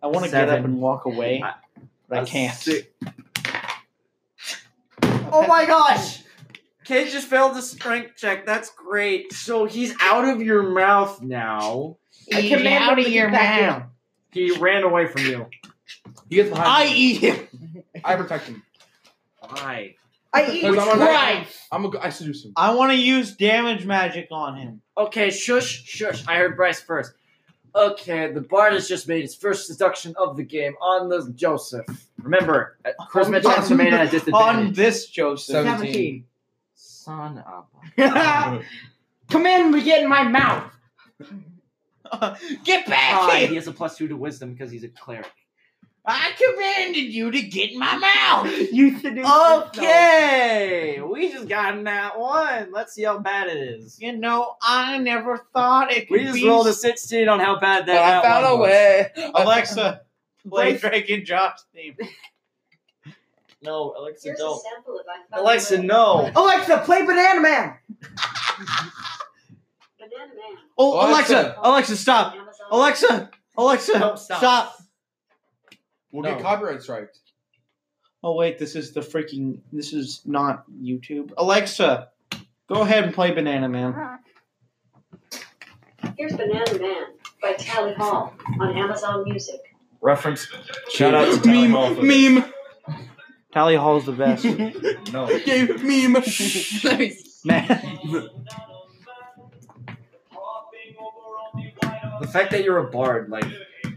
S5: I want to get up
S4: Seven.
S5: and walk away,
S4: I-
S5: but I
S4: a
S5: can't.
S4: si-
S2: Oh my gosh!
S4: Kid just failed the strength check. That's great. So he's out of your mouth now.
S2: I command him to get back in.
S4: He ran away from you.
S3: He gets
S5: I
S3: behind.
S5: eat him.
S3: me. I protect him.
S4: Why?
S2: I eat
S3: Cause I'm a-
S2: Christ!
S3: I'm a. I seduce him.
S5: I want to use damage magic on him.
S4: Okay, shush, shush. I heard Bryce first. Okay, the bard has just made his first seduction of the game on the Joseph. Remember, uh, charisma checks are made at a
S5: On
S4: disadvantage.
S5: this Joseph.
S3: Seventeen.
S4: Son of a-
S2: command him to get in my mouth!
S5: get back
S4: Hi,
S5: here!
S4: Ah, He has a plus two to wisdom because he's a cleric.
S5: I commanded you to get in my mouth.
S2: You seduce
S4: Okay, we just got that one. Let's see how bad it is.
S5: You know, I never thought it could
S4: We just
S5: be.
S4: rolled a 16 on how bad that,
S3: But I
S4: that
S3: found
S4: one
S3: a
S4: was.
S3: way.
S5: Alexa, play
S4: Bryce-
S5: Dragon Josh theme.
S4: No, Alexa,
S7: Here's
S4: don't.
S7: a sample of my phone
S4: Alexa,
S7: book.
S4: no.
S2: Alexa, play Banana Man!
S7: Banana Man,
S5: Oh, Alexa.
S3: Alexa.
S5: Alexa, stop.
S7: Amazon.
S5: Alexa, Alexa,
S4: No,
S5: stop.
S4: stop.
S3: We'll
S4: No.
S3: get copyright striked.
S5: Oh, wait, this is the freaking. This is not YouTube. Alexa, go ahead and play Banana Man.
S7: Here's Banana Man by Tally Hall on Amazon Music.
S4: Reference. Shout out to Tally Hall for
S3: meme. Meme.
S5: Tally Hall's the best.
S4: No.
S3: Yeah, meme.
S5: Man.
S4: The fact that you're a bard, like,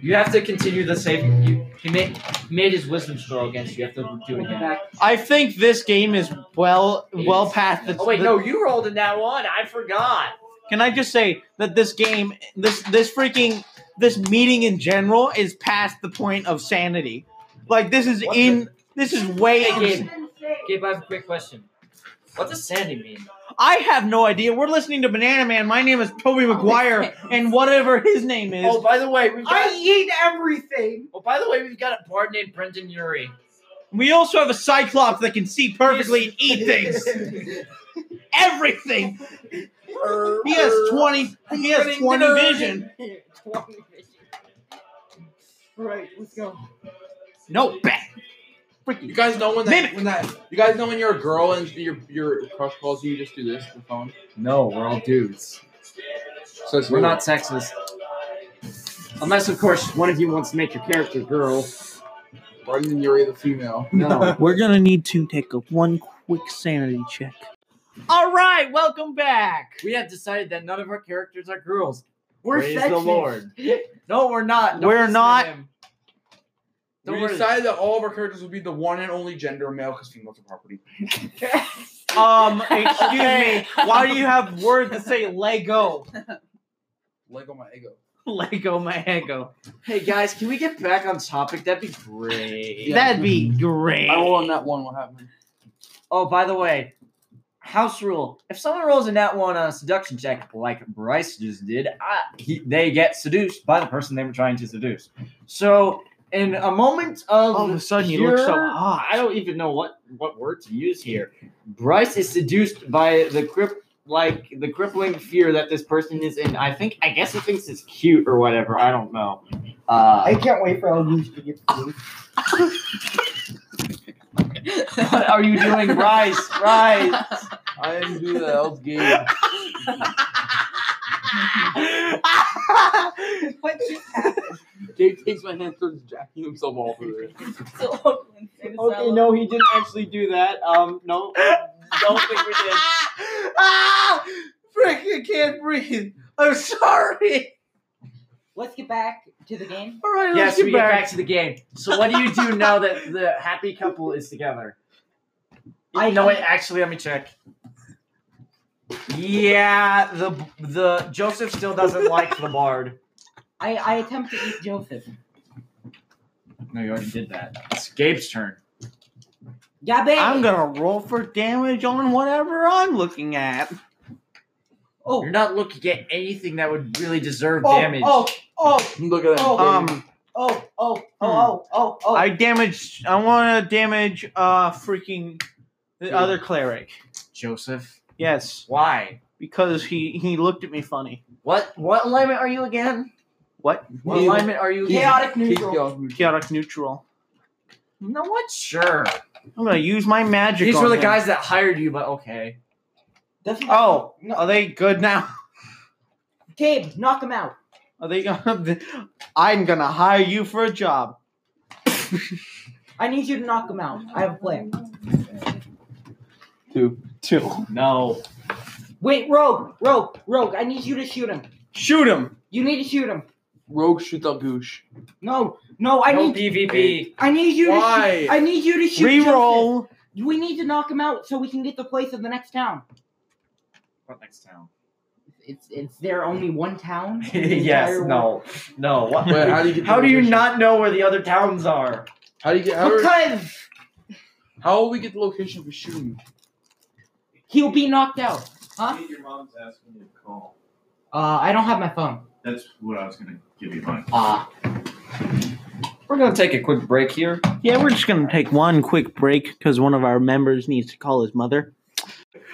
S4: you have to continue the same. You, he made he made his wisdom throw against you. You have to do it again.
S5: I think this game is well well past the.
S4: Oh wait,
S5: the-
S4: no, you rolled in that one. I forgot.
S5: Can I just say that this game, this this freaking this meeting in general is past the point of sanity. Like this is
S4: What the-
S5: in this is way
S4: Gabe,
S5: again.
S4: Gabe, I have a quick question. What does Sandy mean?
S5: I have no idea. We're listening to Banana Man. My name is Toby McGuire, and whatever his name is.
S4: Oh, by the way, we've
S2: I eat everything!
S4: oh, by the way, we've got a bard named Brendan Yuri.
S5: We also have a Cyclops that can see perfectly and eat things. Everything. He has twenty. He has twenty vision.
S2: Right, let's go.
S5: No bet.
S3: You guys know when that, when that you guys know when you're a girl and your your crush calls you, you just do this on the phone.
S4: No, we're all dudes.
S3: So it's
S4: We're not sexist. Unless, of course, one of you wants to make your character girl.
S3: Brendan Yuri the female.
S4: No.
S5: We're gonna need to take a one quick sanity check. All right, welcome back.
S4: we have decided that none of our characters are girls.
S2: We're
S4: Praise
S2: sexist.
S4: the Lord. No, we're not. Don't
S5: We're
S4: listen to
S5: not.
S4: him. Don't
S3: We
S4: worry.
S3: decided that all of our characters would be the one and only gender male because females are property.
S5: Um, excuse me. Why do you have words that say Lego?
S3: Lego my ego.
S5: Lego my ego.
S4: Hey guys, can we get back on topic? That'd be great.
S3: Yeah.
S5: That'd be great.
S3: I roll on that one. What happened?
S4: Oh, by the way, house rule: if someone rolls a nat one on a seduction check, like Bryce just did, I, he, they get seduced by the person they were trying to seduce. So, in a moment of
S5: All of a sudden, you look so
S4: pure-
S5: hot.
S4: I don't even know what what word to use here. Bryce is seduced by the crip like the crippling fear that this person is in. I think I guess he thinks it's cute or whatever. I don't know.
S2: I
S4: Uh,
S2: can't wait for all these to get
S4: What are you doing? Rise, rise.
S3: I didn't do that. I was gay.
S8: What just happened?
S3: Gabe takes my hand, starts jacking himself off of it.
S8: So Oakland City
S6: Okay, no, he didn't actually do that. Um, no, don't think we did.
S5: ah! Frick, I can't breathe. I'm sorry.
S8: Let's get back to the game.
S5: All right,
S4: yes,
S5: let's get
S4: we
S5: back.
S4: get back to the game. So, what do you do now that the happy couple is together? I know it. Actually, let me check. Yeah, the the Joseph still doesn't like the bard.
S8: I, I attempt to eat Joseph.
S4: No, you already did that. It's Gabe's turn.
S8: Gabe.
S5: I'm gonna roll for damage on whatever I'm looking at.
S8: Oh,
S4: You're not looking at anything that would really deserve
S2: Oh,
S4: damage.
S2: oh, oh,
S3: Look at that.
S2: Oh.
S5: Um,
S2: oh, oh, oh, oh, oh, oh.
S5: I damage. I want to damage. Uh, freaking the other cleric.
S4: Joseph,
S5: Yes,
S4: why?
S5: because he he looked at me funny.
S4: What what alignment are you again?
S5: What?
S4: What
S3: Neither.
S4: alignment are you? Again?
S2: Chaotic
S3: Keep
S2: neutral.
S3: going.
S5: Chaotic neutral.
S4: You know what? Sure.
S5: I'm gonna use my magic.
S4: These
S5: on
S4: were the
S5: him.
S4: guys that hired you, but okay.
S2: Doesn't-
S5: Oh,
S2: no.
S5: are they good now?
S2: Gabe, knock him out.
S5: Are they gonna? I'm gonna hire you for a job.
S2: I need you to knock him out. I have a plan.
S5: Two.
S4: No.
S2: Wait, Rogue, Rogue, Rogue. I need you to shoot him.
S5: Shoot him.
S2: You need to shoot him.
S3: Rogue shoots up Goosh.
S2: No, no. I
S4: no
S2: need,
S4: PvP.
S2: I need you to
S3: Why?
S2: shoot. I need you to shoot. Joseph.
S5: Reroll.
S2: We need to knock him out so we can get the place of the next town.
S4: What next town?
S2: It's it's there only one town. in the
S4: yes.
S2: entire world?
S4: No. No. What?
S3: Wait, how do you get?
S4: How
S3: the
S4: do you
S3: location?
S4: not know where the other towns are?
S3: How do you get? How, are-
S2: Because
S3: how will we get the location for shooting?
S2: he'll be knocked out. Huh?
S9: Your mom's asking you to call.
S2: Uh, I don't have my phone.
S9: That's what I was gonna give you mine.
S2: Uh,
S4: We're gonna take a quick break here.
S5: Yeah, we're just gonna take one quick break because one of our members needs to call his mother.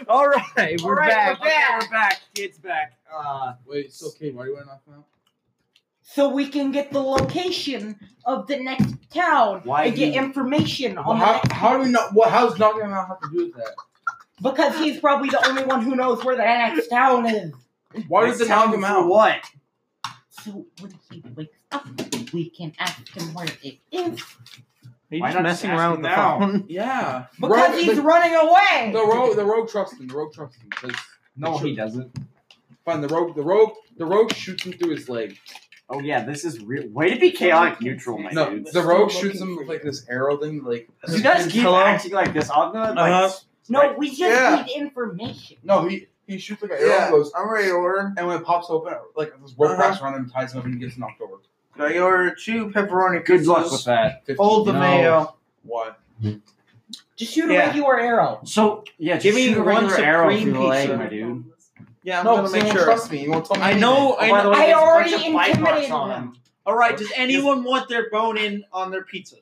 S5: All right, we're back.
S4: we're back. Kids back. Uh,
S3: Wait, it's okay. Why do you want to knock him out?
S2: so we can get the location of the next town
S4: Why
S2: and
S4: do
S2: get
S4: you-
S2: information
S3: Well,
S2: on the
S3: how,
S2: next
S3: how do we not? What? How's knocking him out have to do with that?
S2: because he's probably the only one who knows where the next town is.
S3: Why does it knock him out?
S4: What?
S2: So when he wakes up, we can ask him where it is.
S5: Are you
S4: Why
S5: just
S4: not
S5: messing
S4: just
S5: around
S4: ask
S5: with the
S4: him now?
S5: phone?
S3: Yeah.
S2: Because
S3: Rogue-
S2: he's
S3: the,
S2: running away.
S3: the rogue. The rogue trusts him. The rogue trusts him. 'cause-
S4: No, he doesn't.
S3: Fine. The rogue. The rogue. The rogue shoots him through his leg.
S4: Oh yeah, this is real. Way to be chaotic neutral, my
S3: No,
S4: dudes.
S3: the
S2: Still
S3: rogue
S2: looking
S3: shoots him
S2: for
S3: with
S2: you.
S3: like this arrow thing. Like
S4: You guys keep
S5: Hello?
S4: acting like this. I'm gonna like.
S5: Uh-huh.
S2: no, we just
S3: Yeah.
S2: need information.
S3: no, he he shoots like an arrow.
S9: Yeah.
S3: and Goes,
S9: I'm ready to order.
S3: and when it pops open, like this rope
S9: Uh-huh.
S3: wraps around him, ties him up, and he gets knocked over.
S9: Can I order two pepperoni
S4: Good luck with that.
S3: 15.
S5: Old the
S4: No.
S5: mayo.
S3: Why?
S2: Just shoot a
S5: Yeah.
S2: regular arrow.
S4: So yeah,
S5: Give
S4: give
S5: me
S4: me a
S5: one
S4: regular arrow
S5: supreme
S4: through the leg,
S5: pizza.
S4: my dude.
S5: Yeah, I'm
S3: no,
S5: gonna
S3: because he
S5: make
S3: won't
S5: sure.
S3: trust me. He won't tell me.
S5: I
S3: anything.
S5: know.
S4: Oh,
S5: I
S4: by the
S5: know.
S4: way,
S2: I
S4: there's a bunch
S2: already
S4: of bite marks
S2: intimidated
S4: on
S2: him.
S5: All right, does anyone want their bone in on their pizza?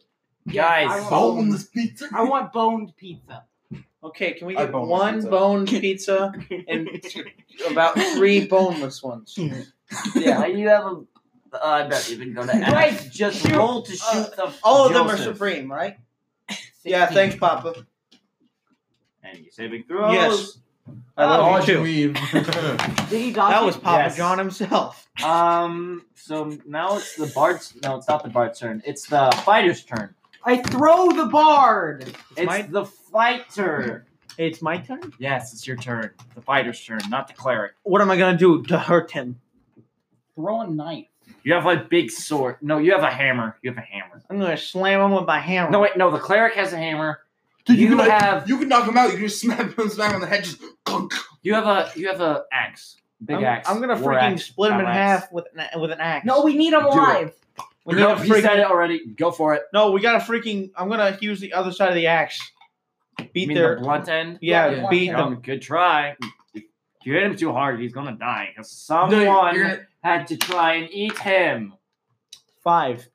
S4: Guys,
S2: I
S3: Bone
S2: want,
S3: this pizza.
S2: I want boned pizza.
S5: Okay, can we
S3: I
S5: get
S3: bone
S5: one
S3: pizza.
S5: bone pizza and about three boneless ones?
S4: yeah, you have a. Uh, I bet you can go to
S2: Guys,
S4: Just
S2: shoot.
S4: roll to shoot
S5: Uh,
S4: the.
S5: All of them are
S4: Joseph.
S5: supreme, right? Yeah,
S2: 16.
S5: thanks, Papa.
S4: And you saving throws.
S5: Yes. I love
S3: Dodge
S5: you too.
S3: weave.
S2: Did he dodge
S5: That
S2: it?
S5: was Papa
S4: Yes.
S5: John himself.
S4: Um. So now it's the bard's. No, it's not the bard's turn. It's the fighter's turn.
S2: I throw the bard.
S4: It's, the fighter.
S5: It's my turn.
S4: Yes, it's your turn. The fighter's turn, not the cleric.
S5: What am I gonna do to hurt him?
S2: Throw a knife.
S4: You have a big sword. No, you have a hammer. You have a hammer.
S5: I'm gonna slam him with my hammer.
S4: No, wait. No, the cleric has a hammer.
S3: Dude, you,
S4: You
S3: can,
S4: have
S3: you can knock him out. You can just smack him, smack him on the head. Just clunk.
S4: you have a you have a axe. Big
S5: I'm,
S4: axe.
S5: I'm gonna
S4: war
S5: freaking
S4: axe,
S5: split him in
S4: battle axe.
S5: half with an, with an axe.
S2: No, we need him
S3: Do it.
S2: alive.
S5: we
S4: no,
S5: gotta
S4: he said
S5: freaking,
S4: it already. Go for it.
S5: no, we gotta freaking. I'm gonna use the other side of the axe.
S4: You
S5: Beat
S4: mean
S5: their
S4: the blunt end.
S5: yeah,
S3: Yeah.
S5: beat
S4: Yeah,
S5: them.
S4: Good try. If you hit him too hard, he's gonna die. 'cause
S3: No,
S4: someone
S3: you're gonna-
S4: had to try and eat him.
S5: Five.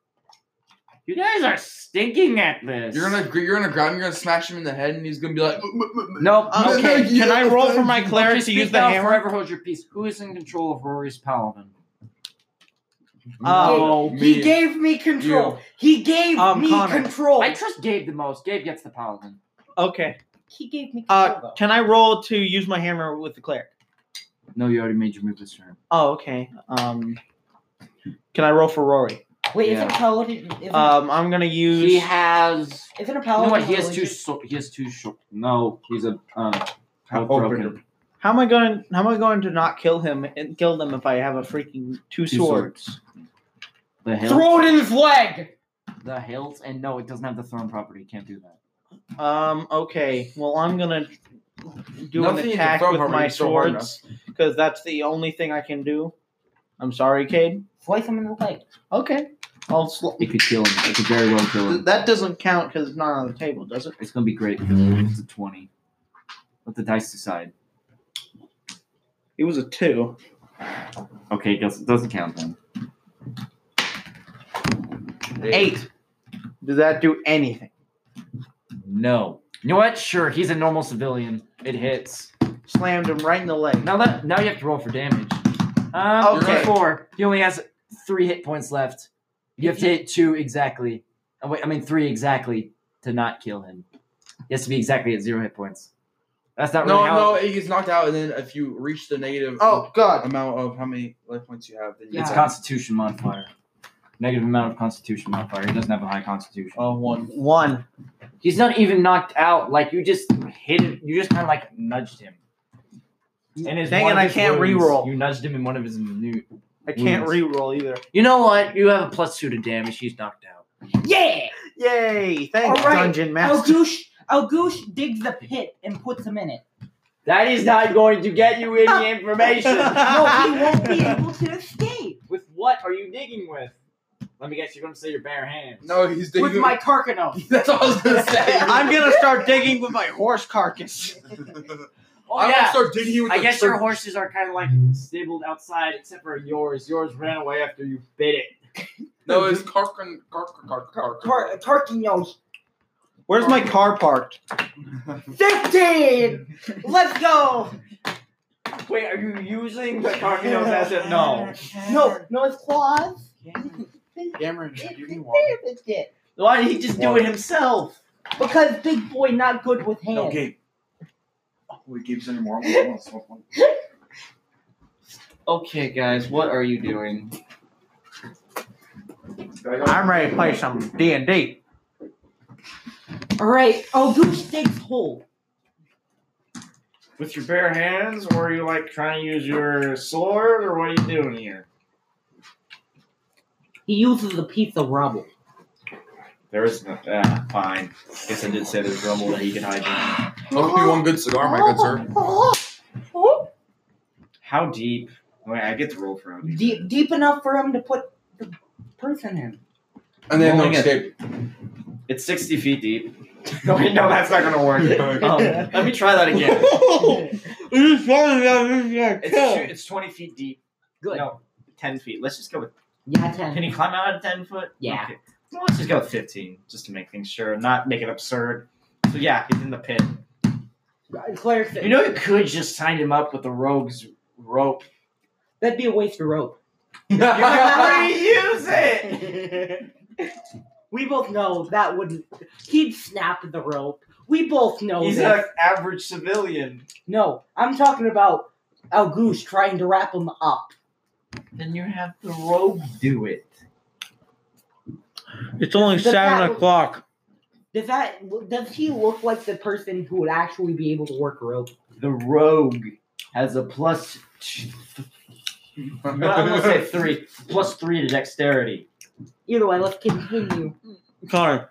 S4: You guys are stinking at this.
S3: You're gonna you're gonna grab him. You're gonna smash him in the head, and he's gonna be like, "Mm, mm, mm, mm."
S4: nope.
S5: Uh,
S3: no,
S5: okay,
S3: you-
S5: can I roll for my
S3: Okay,
S5: cleric
S4: Just
S5: to
S4: speak
S5: use the
S4: now,
S5: hammer?
S4: Forever hold your peace. Who is in control of Rory's paladin?
S5: Oh,
S3: Me.
S2: He gave me control. He gave
S5: Um,
S2: me
S5: Connor.
S2: control.
S4: I trust Gabe the most. Gabe gets the paladin.
S5: Oh, Okay.
S8: He gave me control,
S5: Uh,
S8: though.
S5: can I roll to use my hammer with the cleric?
S4: No, you already made your move this turn.
S5: Oh, okay. Um, can I roll for Rory?
S8: Wait,
S4: yeah.
S8: isn't paladin?
S2: Mhm.
S8: Isn't,
S5: Um, I'm gonna use.
S4: He has.
S8: isn't a
S4: You know
S8: paladin?
S4: what? He has two.
S8: religious?
S4: So, he has two. Short, no, he's a. Uh,
S3: How
S4: broken.
S5: How am I going? How am I going to not kill him and kill them if I have a freaking two,
S4: Two
S5: swords?
S4: The hilt.
S6: Throw it in his leg.
S4: The hilt, and no, it doesn't have the throne property. Can't do that.
S5: Um. Okay. Well, I'm gonna do
S3: Nothing
S5: an
S3: you can
S5: attack
S3: throw
S5: with
S3: hard,
S5: my
S3: it's so hard
S5: swords because that's the only thing I can do. I'm sorry, Cade.
S8: Slice him in the leg.
S5: Okay. I'll. Sl-
S4: It could kill him. It could very well kill him.
S5: that doesn't count because it's not on the table, does it?
S4: It's gonna be great because it's a twenty. Let the dice decide.
S5: It was a two.
S4: Okay, it doesn't, doesn't count then.
S5: Eight. Does that do anything?
S4: No. You know what? Sure, he's a normal civilian. It hits.
S5: Slammed him right in the leg.
S4: Now that now you have to roll for damage. Um,
S5: Okay.
S4: Four. He only has three hit points left. You have to hit two exactly. Oh, wait, I mean three exactly to not kill him. He has to be exactly at zero hit points. That's not really
S3: No,
S4: how.
S3: no, it gets knocked out, and then if you reach the negative
S5: Oh God.
S3: amount of how many life points you have, then you
S4: It's
S3: attack.
S4: Constitution modifier. Negative amount of Constitution modifier. He doesn't have a high Constitution.
S3: Uh, one.
S5: Oh, One.
S4: He's not even knocked out. Like you just hit him. You just kind of like nudged him. And his
S5: Dang
S4: one
S5: it,
S4: of
S5: I
S4: his
S5: can't
S4: wounds,
S5: re-roll.
S4: You nudged him in one of his new.
S5: I can't
S4: Wounds.
S5: re-roll either.
S4: You know what? You have a plus two to damage. He's knocked out.
S8: Yeah.
S5: Yay! Thanks,
S8: All right.
S5: Dungeon Master.
S8: Algush, Algush digs the pit and puts him in it.
S4: That is not going to get you any information.
S8: No, he won't be able to escape.
S6: With what are you digging with? Let me guess. You're gonna say your bare hands.
S3: No, he's digging.
S6: With my carcano.
S3: That's all I was gonna say.
S5: I'm gonna start digging with my horse carcass.
S6: Oh
S3: I'm gonna
S6: yeah.
S3: start digging you with
S6: I
S3: the
S6: guess your
S3: turd.
S6: horses are kind of like stabled outside, except for yours. Yours ran away after you bit it.
S3: No, it's Karkin. Karkin. Karkin.
S2: Car- Carquinhos.
S5: Where's my car parked?
S2: 15! Let's go!
S6: Wait, are you using the Carcano's asset? No.
S2: No, no, it's claws.
S3: Cameron,
S2: It's
S3: give me
S2: there,
S3: one.
S2: it's it.
S6: Why did he just do it himself?
S2: Because big boy not good with hands.
S9: No, Gabe. Wait, Gabe's in more. I want to swap one.
S4: okay, guys, what are you doing?
S5: I'm ready to play some D and D.
S8: All right,
S2: oh,
S8: Algush digs hole.
S4: With your bare hands, or are you like trying to use your sword, or what are you doing here?
S8: He uses a piece of rubble.
S4: There is no. Ah, fine. Guess I did say there's rumble that he could hide. in.
S3: Smoke me one good cigar, my good sir.
S4: Oh. How deep? Wait, I get to roll for how deep.
S2: Deep, deep enough for him to put the person in.
S3: Oh. And then no
S4: Rolling it.
S3: escape.
S4: It's 60 feet deep. No, wait, no, that's not gonna work. Um, let me try that again. It's, two- it's 20 feet deep.
S8: Good.
S4: No, 10 feet. Let's just go with.
S8: Yeah, ten.
S4: Can you climb out at 10 foot?
S8: Yeah.
S4: Okay. Well, let's just go with 15, just to make things sure, not make it absurd. So, yeah, he's in the pit.
S2: Claire said,
S4: You know, you could just sign him up with the rogue's rope.
S8: That'd be a waste of rope.
S4: You could reuse it!
S8: We both know that wouldn't. He'd snap the rope. We both know
S4: He's
S8: this.
S4: an average civilian.
S8: no, I'm talking about Algush trying to wrap him up.
S4: Then you have the rogue do it.
S5: It's only
S2: The
S5: seven
S2: bat-
S5: o'clock.
S2: Does that does he look like the person who would actually be able to work rope?
S4: The rogue has a plus. T- I'm gonna say three. Plus three to dexterity.
S2: Either way, let's continue.
S5: Connor,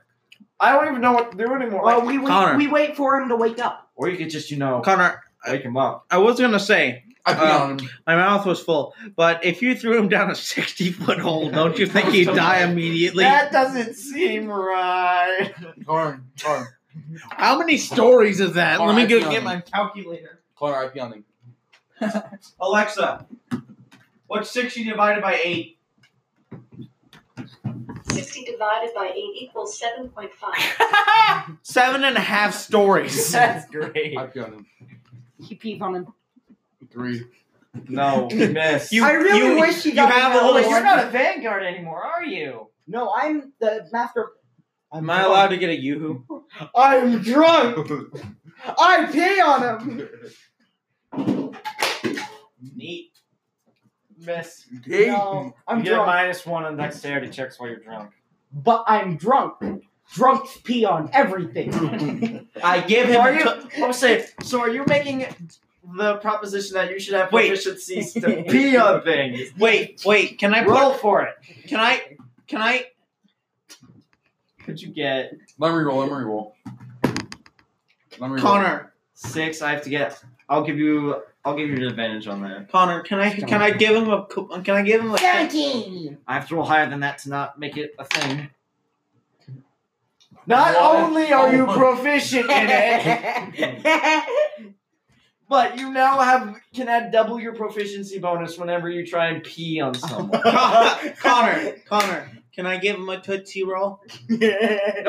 S4: I don't even know what to do anymore.
S2: Well, we
S5: Connor.
S2: wait, we wait for him to wake up.
S4: or you could just, you know,
S5: Connor,
S4: wake him up.
S5: I was gonna say
S3: I pee
S5: Uh,
S3: on him.
S4: Um,
S5: my mouth was full, but if you threw him down a sixty foot hole, don't you think he'd die immediately?
S4: doesn't seem right.
S3: Connor, Connor,
S5: How many stories is that? Let me
S3: Alright,
S5: go
S3: yeah.
S5: get my calculator.
S3: Connor, I pee on him.
S5: Alexa, what's sixty divided by eight?
S7: 60 divided by 8 equals 7.5.
S5: Seven and a half stories.
S4: That's great.
S3: I pee on him.
S2: He pees on him.
S3: Three.
S4: No, miss.
S5: You-
S2: I really
S5: you-
S2: wish he
S5: you
S2: got
S5: have
S2: an
S5: a
S2: hour.
S5: little-
S4: not a vanguard anymore, are you?
S2: No, I'm the master. I'm
S5: Am I allowed to get a yoo-hoo?
S2: I'm drunk. I pee on him.
S4: Neat.
S6: Miss.
S2: No, I'm
S4: you get a
S2: drunk.
S4: minus one on dexterity checks while you're drunk.
S2: but I'm drunk. Drunks pee on everything.
S5: I give him.
S6: Are
S5: a
S6: you?
S5: to-
S6: I'm saying. So are you making the proposition that you should have
S5: Wait.
S6: proficiencies to pee on things?
S5: wait, wait. Can I
S6: Roll
S5: roll?
S6: for it.
S5: Can I? Can I?
S6: Could you get
S3: Let me roll. Let me roll. Let me roll.
S5: Connor,
S6: six? I have to get. I'll give you. I'll give you an advantage on that.
S5: Connor, can I? Can I give him a? co- Can I give him a?
S2: Seventeen.
S6: I have to roll higher than that to not make it a thing.
S4: Not
S3: What?
S4: only are you
S3: Oh.
S4: proficient in it,
S6: but you now have can add double your proficiency bonus whenever you try and pee on someone.
S5: Connor, Connor, can I give him a tootsie roll?
S6: no,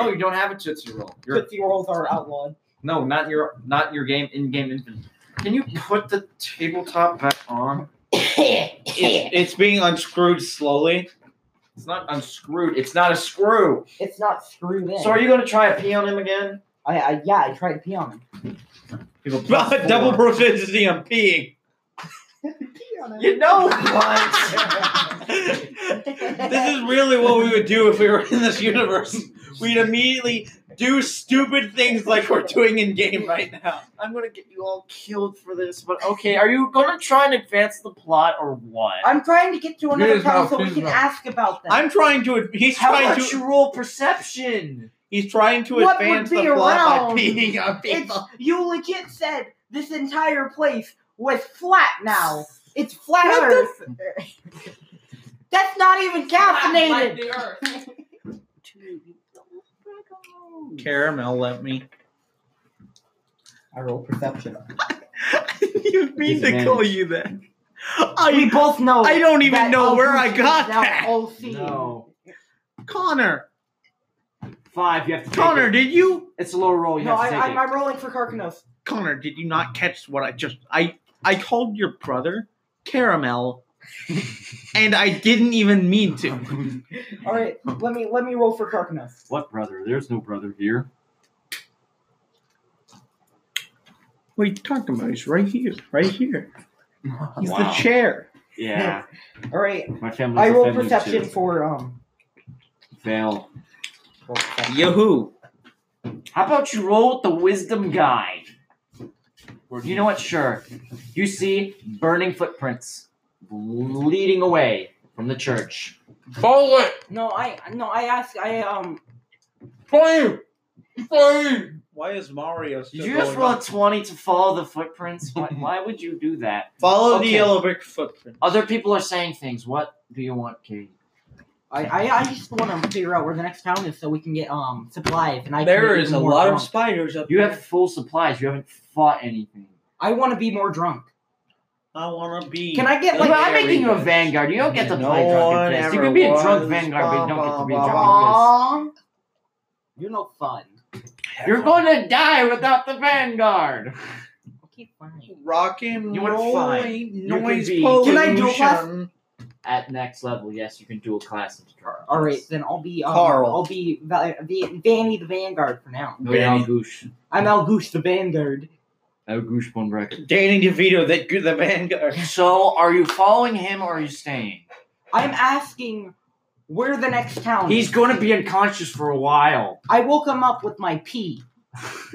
S6: you don't have a tootsie roll. You're,
S2: Tootsie rolls are outlawed.
S6: no, not your not your game in game infant. Can you put the tabletop back on?
S5: It's,
S2: it's
S5: it's being unscrewed slowly.
S6: It's not unscrewed. It's not a screw.
S2: not screwed in.
S6: So are you going to try and pee on him again?
S2: I, I, yeah, I tried to pee on him.
S6: People
S5: Double proficiency on peeing.
S6: You know what?
S5: this is really what we would do if we were in this universe. We'd immediately do stupid things like we're doing in game right now.
S6: I'm going to get you all killed for this. But okay, are you going to try and advance the plot or what?
S2: I'm trying to get to
S3: Clear
S2: another
S3: his
S2: town
S3: mouth,
S2: so
S3: clear
S2: we
S3: his
S2: can
S3: mouth.
S2: ask about that.
S5: I'm trying to. He's
S6: How
S5: trying
S6: about
S5: to.
S6: you roll perception?
S5: He's trying to
S2: What would
S5: advance the
S2: be
S5: plot by
S2: around?
S5: peeing on
S2: it's,
S5: people.
S2: you legit said this entire place was flat now. It's flat
S5: What
S2: Earth. That's not even caffeinated.
S5: Caramel, let me.
S2: I roll perception.
S5: you mean to call you that? I
S2: we both know.
S5: I don't even
S2: that
S5: know where
S2: Elvis
S5: I got
S2: is now
S5: that.
S2: all seeing.
S5: Connor,
S6: Five, you have to take
S5: Connor,
S6: it.
S5: did you?
S6: It's a low
S4: Oh,
S6: roll, you
S2: No,
S6: have
S2: I,
S6: to
S2: I'm,
S6: take
S2: I'm rolling for Carcanos.
S5: Connor, did you not catch what I just? I I called your brother caramel, and I didn't even mean to.
S2: All right, let me let me roll for Carcanos.
S6: it. What brother? There's no brother here.
S5: What are you talking about? He's right here, right here. He's
S6: Wow.
S5: the chair.
S6: Yeah.
S2: All right,
S6: My family.
S2: I roll perception for um.
S6: Fail.
S5: Yahoo!
S6: How about you roll with the wisdom guy? You know what? Sure. You see burning footprints leading away from the church.
S3: Follow it.
S2: No, I no, I asked. I um.
S3: Flame. Flame.
S5: Why is Mario? Still
S6: Did you just
S5: going
S6: roll
S5: on?
S6: a 20 to follow the footprints? Why, why would you do that?
S5: Follow the
S6: Okay.
S5: yellow brick footprint.
S6: Other people are saying things. What do you want, Katie?
S2: I, I, I just want to figure out where the next town is so we can get um supplies and I. can
S5: There
S2: get
S5: is
S2: even
S5: a
S2: more
S5: lot of
S2: drunk.
S5: spiders up
S6: You
S5: there.
S6: have full supplies. You haven't fought anything.
S2: I want to be more drunk.
S5: I want to be.
S2: Can I get
S5: Like,
S6: But
S2: like?
S6: I'm
S5: there
S6: making
S5: he
S6: you a
S5: goes.
S6: vanguard. You don't get to play
S5: No one
S6: drunken fist. You
S5: ever
S6: can be a
S5: was.
S6: drunk vanguard, but you don't get to be a
S5: Bah, bah,
S6: drunken
S2: Aww. You're no fun.
S6: fist. You're going to die without the vanguard.
S2: Okay, fine.
S5: rock and
S6: You want
S5: roll
S6: fine.
S5: ain't
S6: You could
S5: noise
S6: be-
S5: pollution?
S2: Can I do a class?
S6: At next level, yes, you can do a class into drunk.
S2: All right, then I'll be um,
S5: Carl.
S2: I'll be Va- Va- Vanny the Vanguard for now.
S6: No, you're Al Goosh.
S2: I'm Al Goosh the Vanguard.
S6: Al Goosh one record.
S5: Danny DeVito, that good the vanguard.
S6: So, are you following him or are you staying?
S2: I'm asking where the next town.
S6: He's
S2: is.
S6: going to be unconscious for a while.
S2: I woke him up with my pee.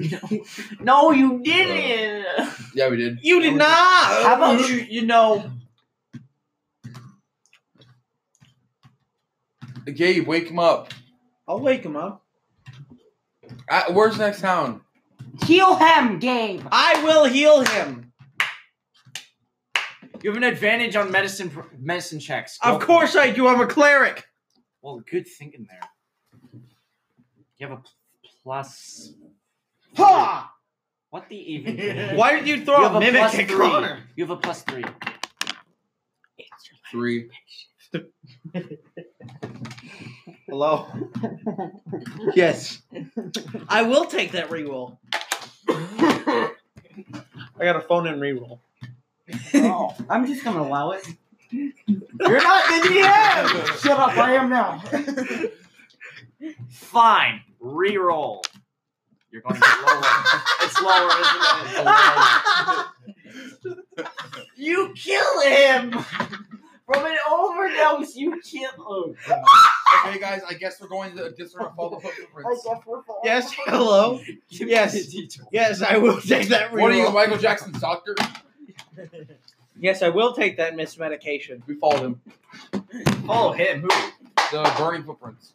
S6: No, you didn't.
S3: Yeah, we did.
S5: You did not.
S6: How about you? You know,
S3: Gabe, wake him up.
S5: I'll wake him up.
S3: Uh, where's next town?
S2: Heal him, game.
S5: I will heal him.
S6: you have an advantage on medicine pr- medicine checks. Go
S5: Of course I do. I'm a cleric.
S6: Well, good thinking there. You have a pl- plus.
S2: Ha!
S6: What the even?
S5: Why did you
S6: You
S5: throw
S6: have
S5: a mimic
S6: plus
S5: at
S6: three.
S5: Connor?
S6: You have a plus three.
S3: Three.
S5: Hello. yes. I will take that reroll. I got a phone in reroll.
S2: Oh, I'm just gonna allow it.
S5: You're not the DM.
S2: Shut up! I am now.
S6: Fine.
S4: reroll. You're going to get lower. it's lower, isn't it? It's lower.
S8: you kill him from an overdose. You kill him.
S3: Okay, guys, I guess we're going to just sort of follow the footprints.
S5: Yes, hello. Yes, yes, I will take that.
S3: What are you,
S5: reroll.
S3: Michael Jackson's doctor?
S5: Yes, I will take that mis medication.
S3: We followed him.
S4: Follow him. Who?
S3: The burning footprints.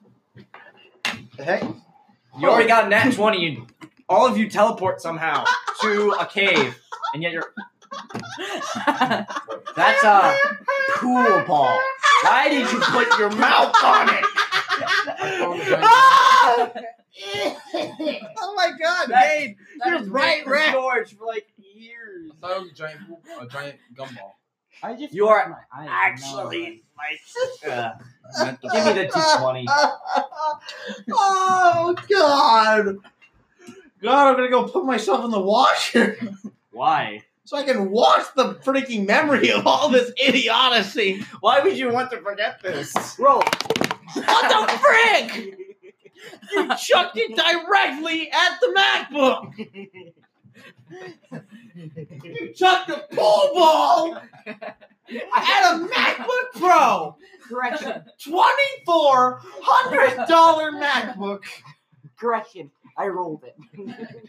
S4: You already got a nat 20. You, all of you teleport somehow to a cave, and yet you're. uh,
S6: That's a cool ball.
S4: Why did you put your mouth on it?
S3: Found the
S4: Ah!
S3: giant-
S5: Oh my god,
S4: That-
S5: Dave,
S4: That
S5: You're
S4: is
S5: right,
S4: been in
S5: Rat.
S4: storage for like years.
S3: I thought it was a giant, a giant gumball.
S1: I just
S4: You are
S1: I
S4: Actually, my
S6: uh,
S4: sister.
S3: Meant to-
S4: Give me the d20.
S5: oh god. God, I'm gonna go put myself in the washer
S4: Why?
S5: so I can wash the freaking memory of all this idiocy.
S4: Why would you want to forget this?
S5: Roll. What the frick? You chucked it directly at the MacBook. You chucked a pool ball at a MacBook Pro.
S8: Correction.
S5: Twenty-four hundred dollar MacBook.
S8: Correction. I rolled it.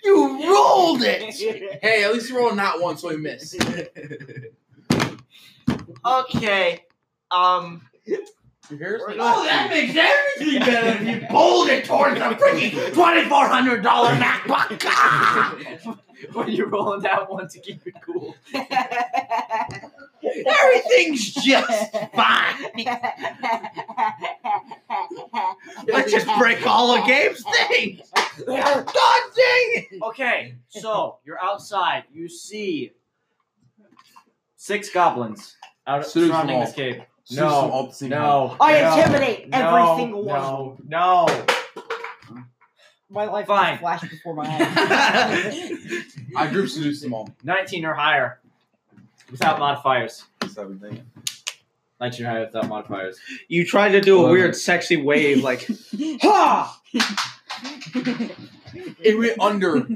S5: You rolled it.
S3: Hey, at least you rolled not one, so we missed.
S4: Okay. Um.
S3: Here's the-
S5: Oh, that makes everything better if you bowled it towards the freaking twenty-four hundred dollar MacBook. Ah!
S4: When you're rolling that one to keep it cool.
S5: Everything's just fine. Let's just break all of game's things. God dang it!
S4: Okay, so you're outside. You see six goblins out
S3: Sue's
S4: surrounding
S3: small.
S4: this cave.
S3: Sue's
S4: No,
S3: some obscene-
S4: No,
S2: I
S4: Oh, no,
S2: intimidate
S4: no,
S2: every single one.
S4: No, no.
S2: My life
S4: Fine.
S2: flashed before my eyes.
S4: eyes.
S3: I group seduced them all.
S4: 19 or higher without modifiers.
S9: Seventeen.
S4: 19 or higher without modifiers.
S5: You tried to do a
S3: Love
S5: weird, sexy wave, like, ha!
S3: It went under.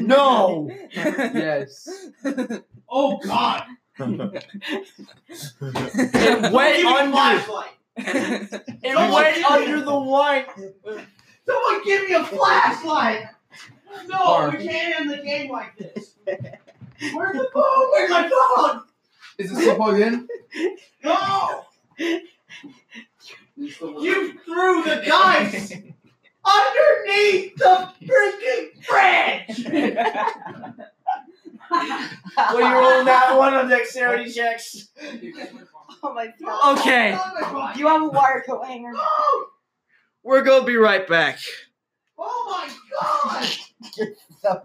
S5: No!
S3: yes.
S5: Oh God!
S4: It went under.
S5: flashlight.
S4: It went under the wine.
S5: Someone give me a flashlight! No,
S3: Barb.
S5: we can't end the game like this. Where's the phone? Where's my phone?
S3: Is it still plugged in?
S5: No! You threw the dice underneath the freaking bridge!
S4: Will you roll that one on dexterity checks?
S2: oh my god.
S4: Okay,
S2: Do you have a wire coat hanger?
S4: we're gonna be right back.
S5: Oh my god!
S2: So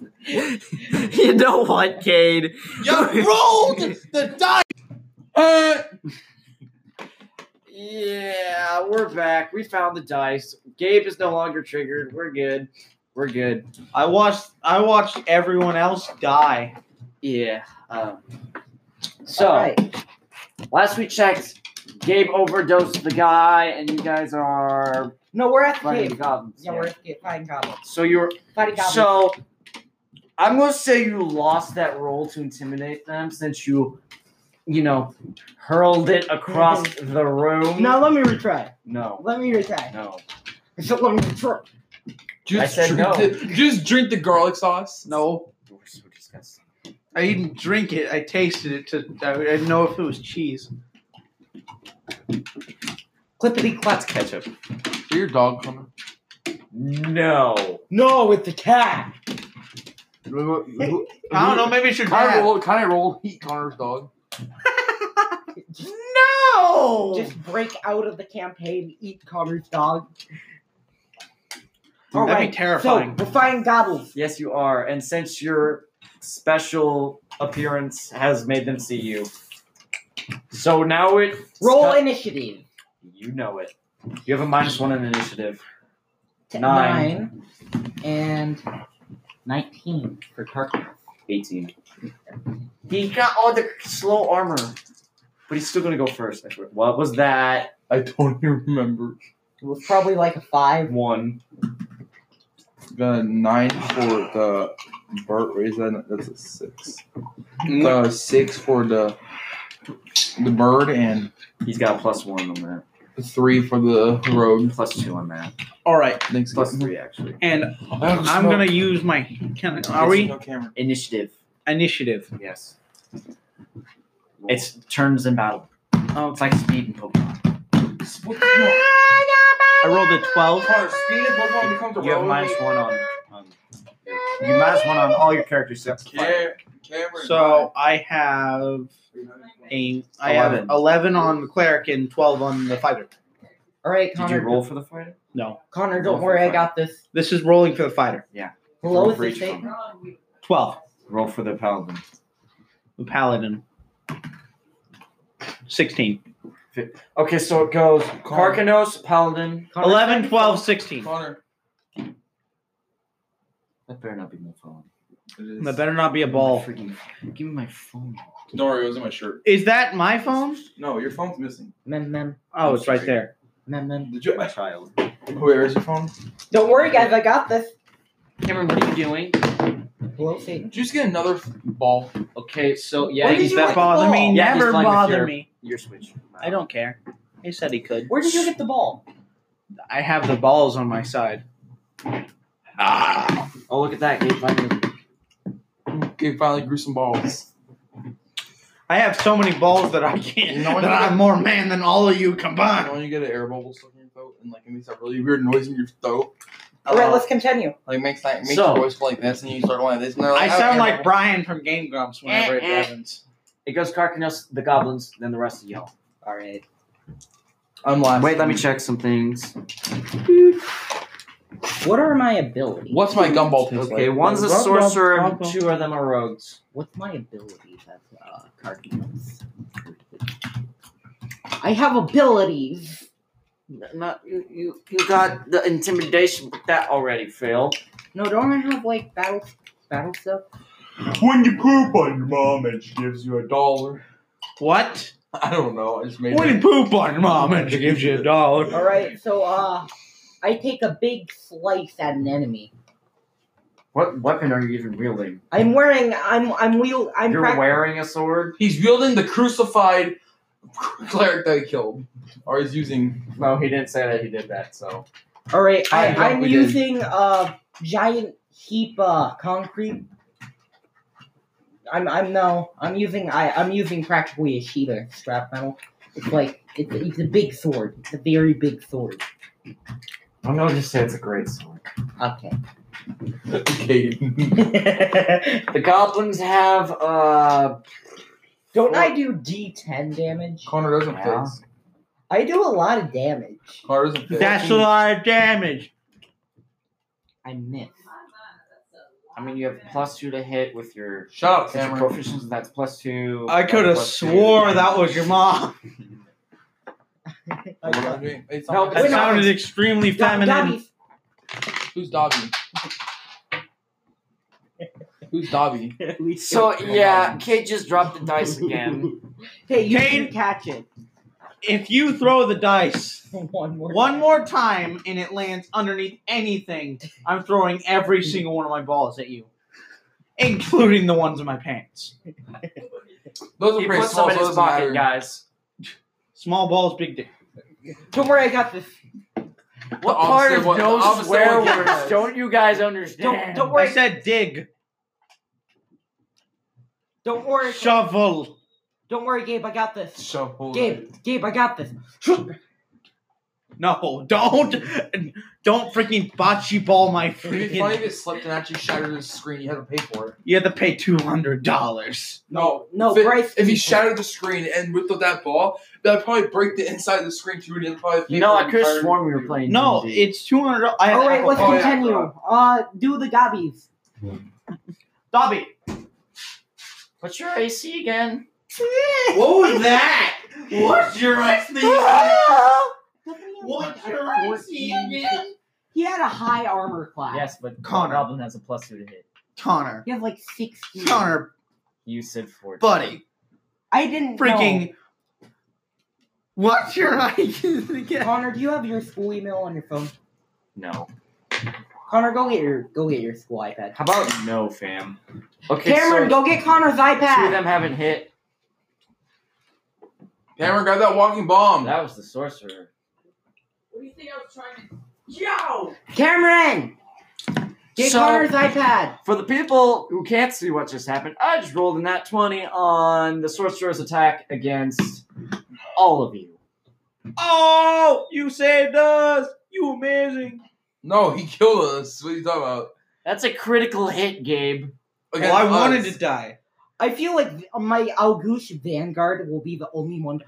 S2: dumb.
S4: you know what, Cade?
S5: You rolled the dice!
S3: Uh,
S4: Yeah, we're back. We found the dice. Gabe is no longer triggered. We're good. We're good.
S5: I watched I watched everyone else die.
S4: Yeah. Um, so
S2: All right.
S6: Last we checked, Gabe overdosed the guy, and you guys are
S2: No, we're at the
S6: fighting the
S2: cave.
S6: goblins.
S2: Yeah, we're at the cave. Fighting goblins.
S6: So you're
S2: Fighting goblins.
S6: so. I'm gonna say you lost that roll to intimidate them since you, you know, hurled it across the room.
S2: now let me retry.
S6: no,
S2: Let me retry.
S6: no.
S2: So let me retry.
S3: Just
S6: said
S3: drink
S6: no.
S3: The, just drink the garlic sauce.
S5: No.
S6: We're so disgusting.
S5: I didn't drink it. I tasted it to I I didn't know if it was cheese.
S2: Clippity clap.
S4: ketchup.
S3: Is your dog coming?
S4: No.
S2: No, it's the cat.
S5: I don't know, maybe it should
S3: Can I
S5: grab.
S3: roll? Can I roll heat Connor's dog?
S2: No!
S5: Oh.
S2: Just break out of the campaign, eat Connor's dog. All
S5: That'd
S2: right.
S5: be terrifying.
S2: So, we're fighting goblins.
S4: Yes, you are. And since your special appearance has made them see you, so now it
S2: Roll initiative.
S4: You know it. You have a minus one in initiative.
S2: T-
S4: Nine.
S2: nine And
S6: 19 for Tarkin. 18.
S4: He got all the slow armor, but he's still gonna go first. I swear. What was that?
S3: I don't even remember.
S2: It was probably like a five.
S10: One.
S3: The nine for the Burt Raisin. That's a six. The six for the the bird and
S4: He's got a plus one on that.
S3: the three for the road.
S4: Plus two on that.
S5: All right,
S3: Thanks.
S4: Plus three, actually.
S5: and I'm gonna use my. Can I, are we
S3: No camera.
S4: Initiative.
S5: initiative?
S4: Yes. It's turns in battle.
S5: Oh,
S4: It's like speed in Pokemon.
S5: I rolled a twelve.
S3: Connor, speed of Pokemon becomes a
S4: You have
S3: road.
S4: minus one on. on you minus one on all your characters. except for fire.
S3: Cam- Cameron.
S5: So I have a I have
S4: Eleven.
S5: eleven on the cleric and twelve on the fighter.
S2: All right,
S4: Did you
S2: Connor.
S4: roll for the fighter?
S5: No,
S2: Connor, don't worry, I got this.
S5: this is rolling for the fighter.
S2: How low
S3: Roll
S2: is
S3: for
S2: this
S3: each
S2: thing?
S5: Twelve,
S4: Roll for the paladin.
S5: the paladin. Sixteen.
S4: Okay, so it goes Carcanos, Paladin.
S2: Connor,
S5: Eleven, twelve, sixteen.
S3: Connor.
S4: That better not be my phone.
S5: That better not be a ball.
S4: Freaking, give me my phone.
S3: Don't worry, it was in my shirt.
S5: Is that my phone?
S3: No, your phone's missing.
S2: Mem, mem,
S5: Oh, it's right there.
S2: mem, mem.
S3: Did you?
S4: My child.
S3: Where is your phone?
S2: Don't worry, guys, I got this.
S4: Cameron, what are you doing?
S2: Hello, Satan.
S3: Did you just get another f- ball?
S4: Okay, so
S2: Where
S4: yeah,
S2: did
S4: he's
S2: you
S4: that
S2: like-
S5: Bother me?
S4: Yeah, he's
S5: Never
S4: playing with
S5: bother
S4: your-
S5: me.
S4: your switch.
S5: I don't care. He said he could.
S2: Where did you get the ball?
S5: I have the balls on my side.
S3: Ah.
S4: Oh, look at that. Gabe Vine-
S3: Okay, finally grew some balls.
S5: I have so many balls that I can't.
S3: You know what?
S5: that I'm more man than all of you
S3: You know
S5: combined.
S3: when you get an air bubble stuck in your throat and like it makes that really weird noise in your throat?
S2: All right, let's continue.
S3: Like makes like makes
S4: So-
S3: your voice go like this and you start going like this. And they're
S5: I
S3: like,
S5: sound
S3: "Oh, air
S5: like
S3: bubble."
S5: Brian from Game Grumps whenever it happens.
S4: It goes Carcanos, the goblins, then the rest of y'all.
S2: All right.
S3: I'm last.
S4: Wait, let me check some things.
S2: What are my abilities?
S3: What's my gumball taste
S4: Okay,
S3: like?
S4: one's a
S3: Rub, rub,
S4: sorcerer,
S3: rub,
S4: and
S3: rub.
S4: two of them are rogues.
S2: What's my abilities as uh, Cardinals? I have abilities.
S4: Not you. You, you got the intimidation, but that already failed.
S2: No, don't I have like battle battle stuff?
S11: When you poop on your mom and she gives you a dollar.
S5: What?
S3: I don't know. I just made.
S5: When you
S3: it.
S5: poop on your mom and she gives you a dollar.
S2: All right, so uh, I take a big slice at an enemy.
S4: What weapon are you even wielding?
S2: I'm wearing. I'm. I'm wheel. I'm.
S4: You're
S2: prac-
S4: wearing a sword?
S3: He's wielding the crucified cleric that he killed, or he's using.
S4: No, he didn't say that he did that, so.
S2: All right, I,
S3: I don't-
S2: I'm
S3: we did.
S2: using a giant heap uh, concrete. I'm. I'm no. I'm using. I. I'm using practically a sheet of strap metal. It's like it's. It's a big sword. It's a very big sword.
S4: I'm gonna just say it's a great sword.
S2: Okay.
S3: Caden.
S4: The goblins have, uh.
S2: Don't I do D10 damage?
S3: Connor doesn't
S4: Yeah.
S3: face.
S2: I do a lot of damage.
S3: Connor doesn't face.
S5: That's a lot of damage.
S2: I miss.
S4: I mean, you have plus two to hit with your.
S3: Shut up,
S4: Since your
S3: Cameron.
S4: proficiency, that's plus two.
S5: I could have
S4: Plus two.
S5: swore that was your mom.
S3: We're not doing- It's
S4: No,
S3: not-
S4: but-
S5: That
S2: We're not-
S5: sounded extremely feminine.
S2: Dobby's-
S3: Who's Dobby? Who's Dobby?
S4: So, yeah, Kate just dropped the dice again.
S2: Hey, you
S5: Kane-
S2: can catch it.
S5: If you throw the dice
S2: One more.
S5: one
S2: time.
S5: more time and it lands underneath anything, I'm throwing every single one of my balls at you, including the ones in my pants.
S3: Those are
S4: he
S3: pretty
S4: puts
S3: small, so it
S4: them in his
S3: doesn't matter.
S4: pocket, guys.
S5: Small balls, big dick.
S2: Don't worry, I got this.
S4: What
S3: The
S4: part
S3: opposite
S4: of
S3: one- the
S4: those
S3: opposite
S4: swear
S3: one gets
S4: words
S3: us.
S4: don't you guys
S2: Don't
S4: understand?
S2: don't
S5: I
S2: worry.
S5: said dig,
S2: Don't worry.
S5: shovel.
S2: Don't worry, Gabe. I got this.
S3: Shuffle.
S2: Gabe, Gabe, I got this.
S5: No, don't, don't freaking bocce ball my
S3: It'd be
S5: freaking.
S3: funny if it slipped and actually shattered his screen. You had to pay for it.
S5: You have to pay two hundred dollars.
S3: No,
S2: No,
S3: if, it-
S2: Bryce.
S3: if he shattered the screen and whipped up that ball, that'd probably break the inside of the screen too, and it'd probably.
S4: You
S3: pay
S4: know,
S3: for
S4: I
S3: the
S4: could have
S3: entire-
S4: sworn we were playing.
S5: No,
S4: D&D.
S5: it's two hundred.
S2: All right, let's
S3: Oh, yeah.
S2: continue. Uh, do the gobbies.
S5: Dobby.
S4: What's your AC again?
S5: What was that? What's your AC? What's your AC again?
S2: He had a high armor class.
S4: Yes, but
S5: Connor.
S4: Goblin has a plus two to hit.
S5: Connor.
S2: He had like sixty.
S5: Connor,
S4: You said four.
S5: buddy.
S2: I didn't know.
S5: Freaking What's your ID again?
S2: Connor, do you have your school email on your phone?
S4: No.
S2: Connor, go get your go get your school iPad.
S4: How about no, fam? Okay,
S2: Cameron,
S4: so
S2: go get Connor's
S4: two of
S2: iPad.
S4: them haven't hit.
S3: Cameron, grab that walking bomb.
S4: That was the sorcerer.
S7: What do you think I was trying to? Yo!
S2: Cameron, get
S4: So-
S2: Connor's iPad.
S4: For the people who can't see what just happened, I just rolled a nat 20 on the sorcerer's attack against all of you.
S5: Oh, you saved us. You amazing.
S3: No, he killed us. What are you talking about?
S4: That's a critical hit, Gabe.
S5: Well, Oh, I
S3: Against
S5: wanted
S3: us.
S5: to die.
S2: I feel like th- my Augush Vanguard will be the only one.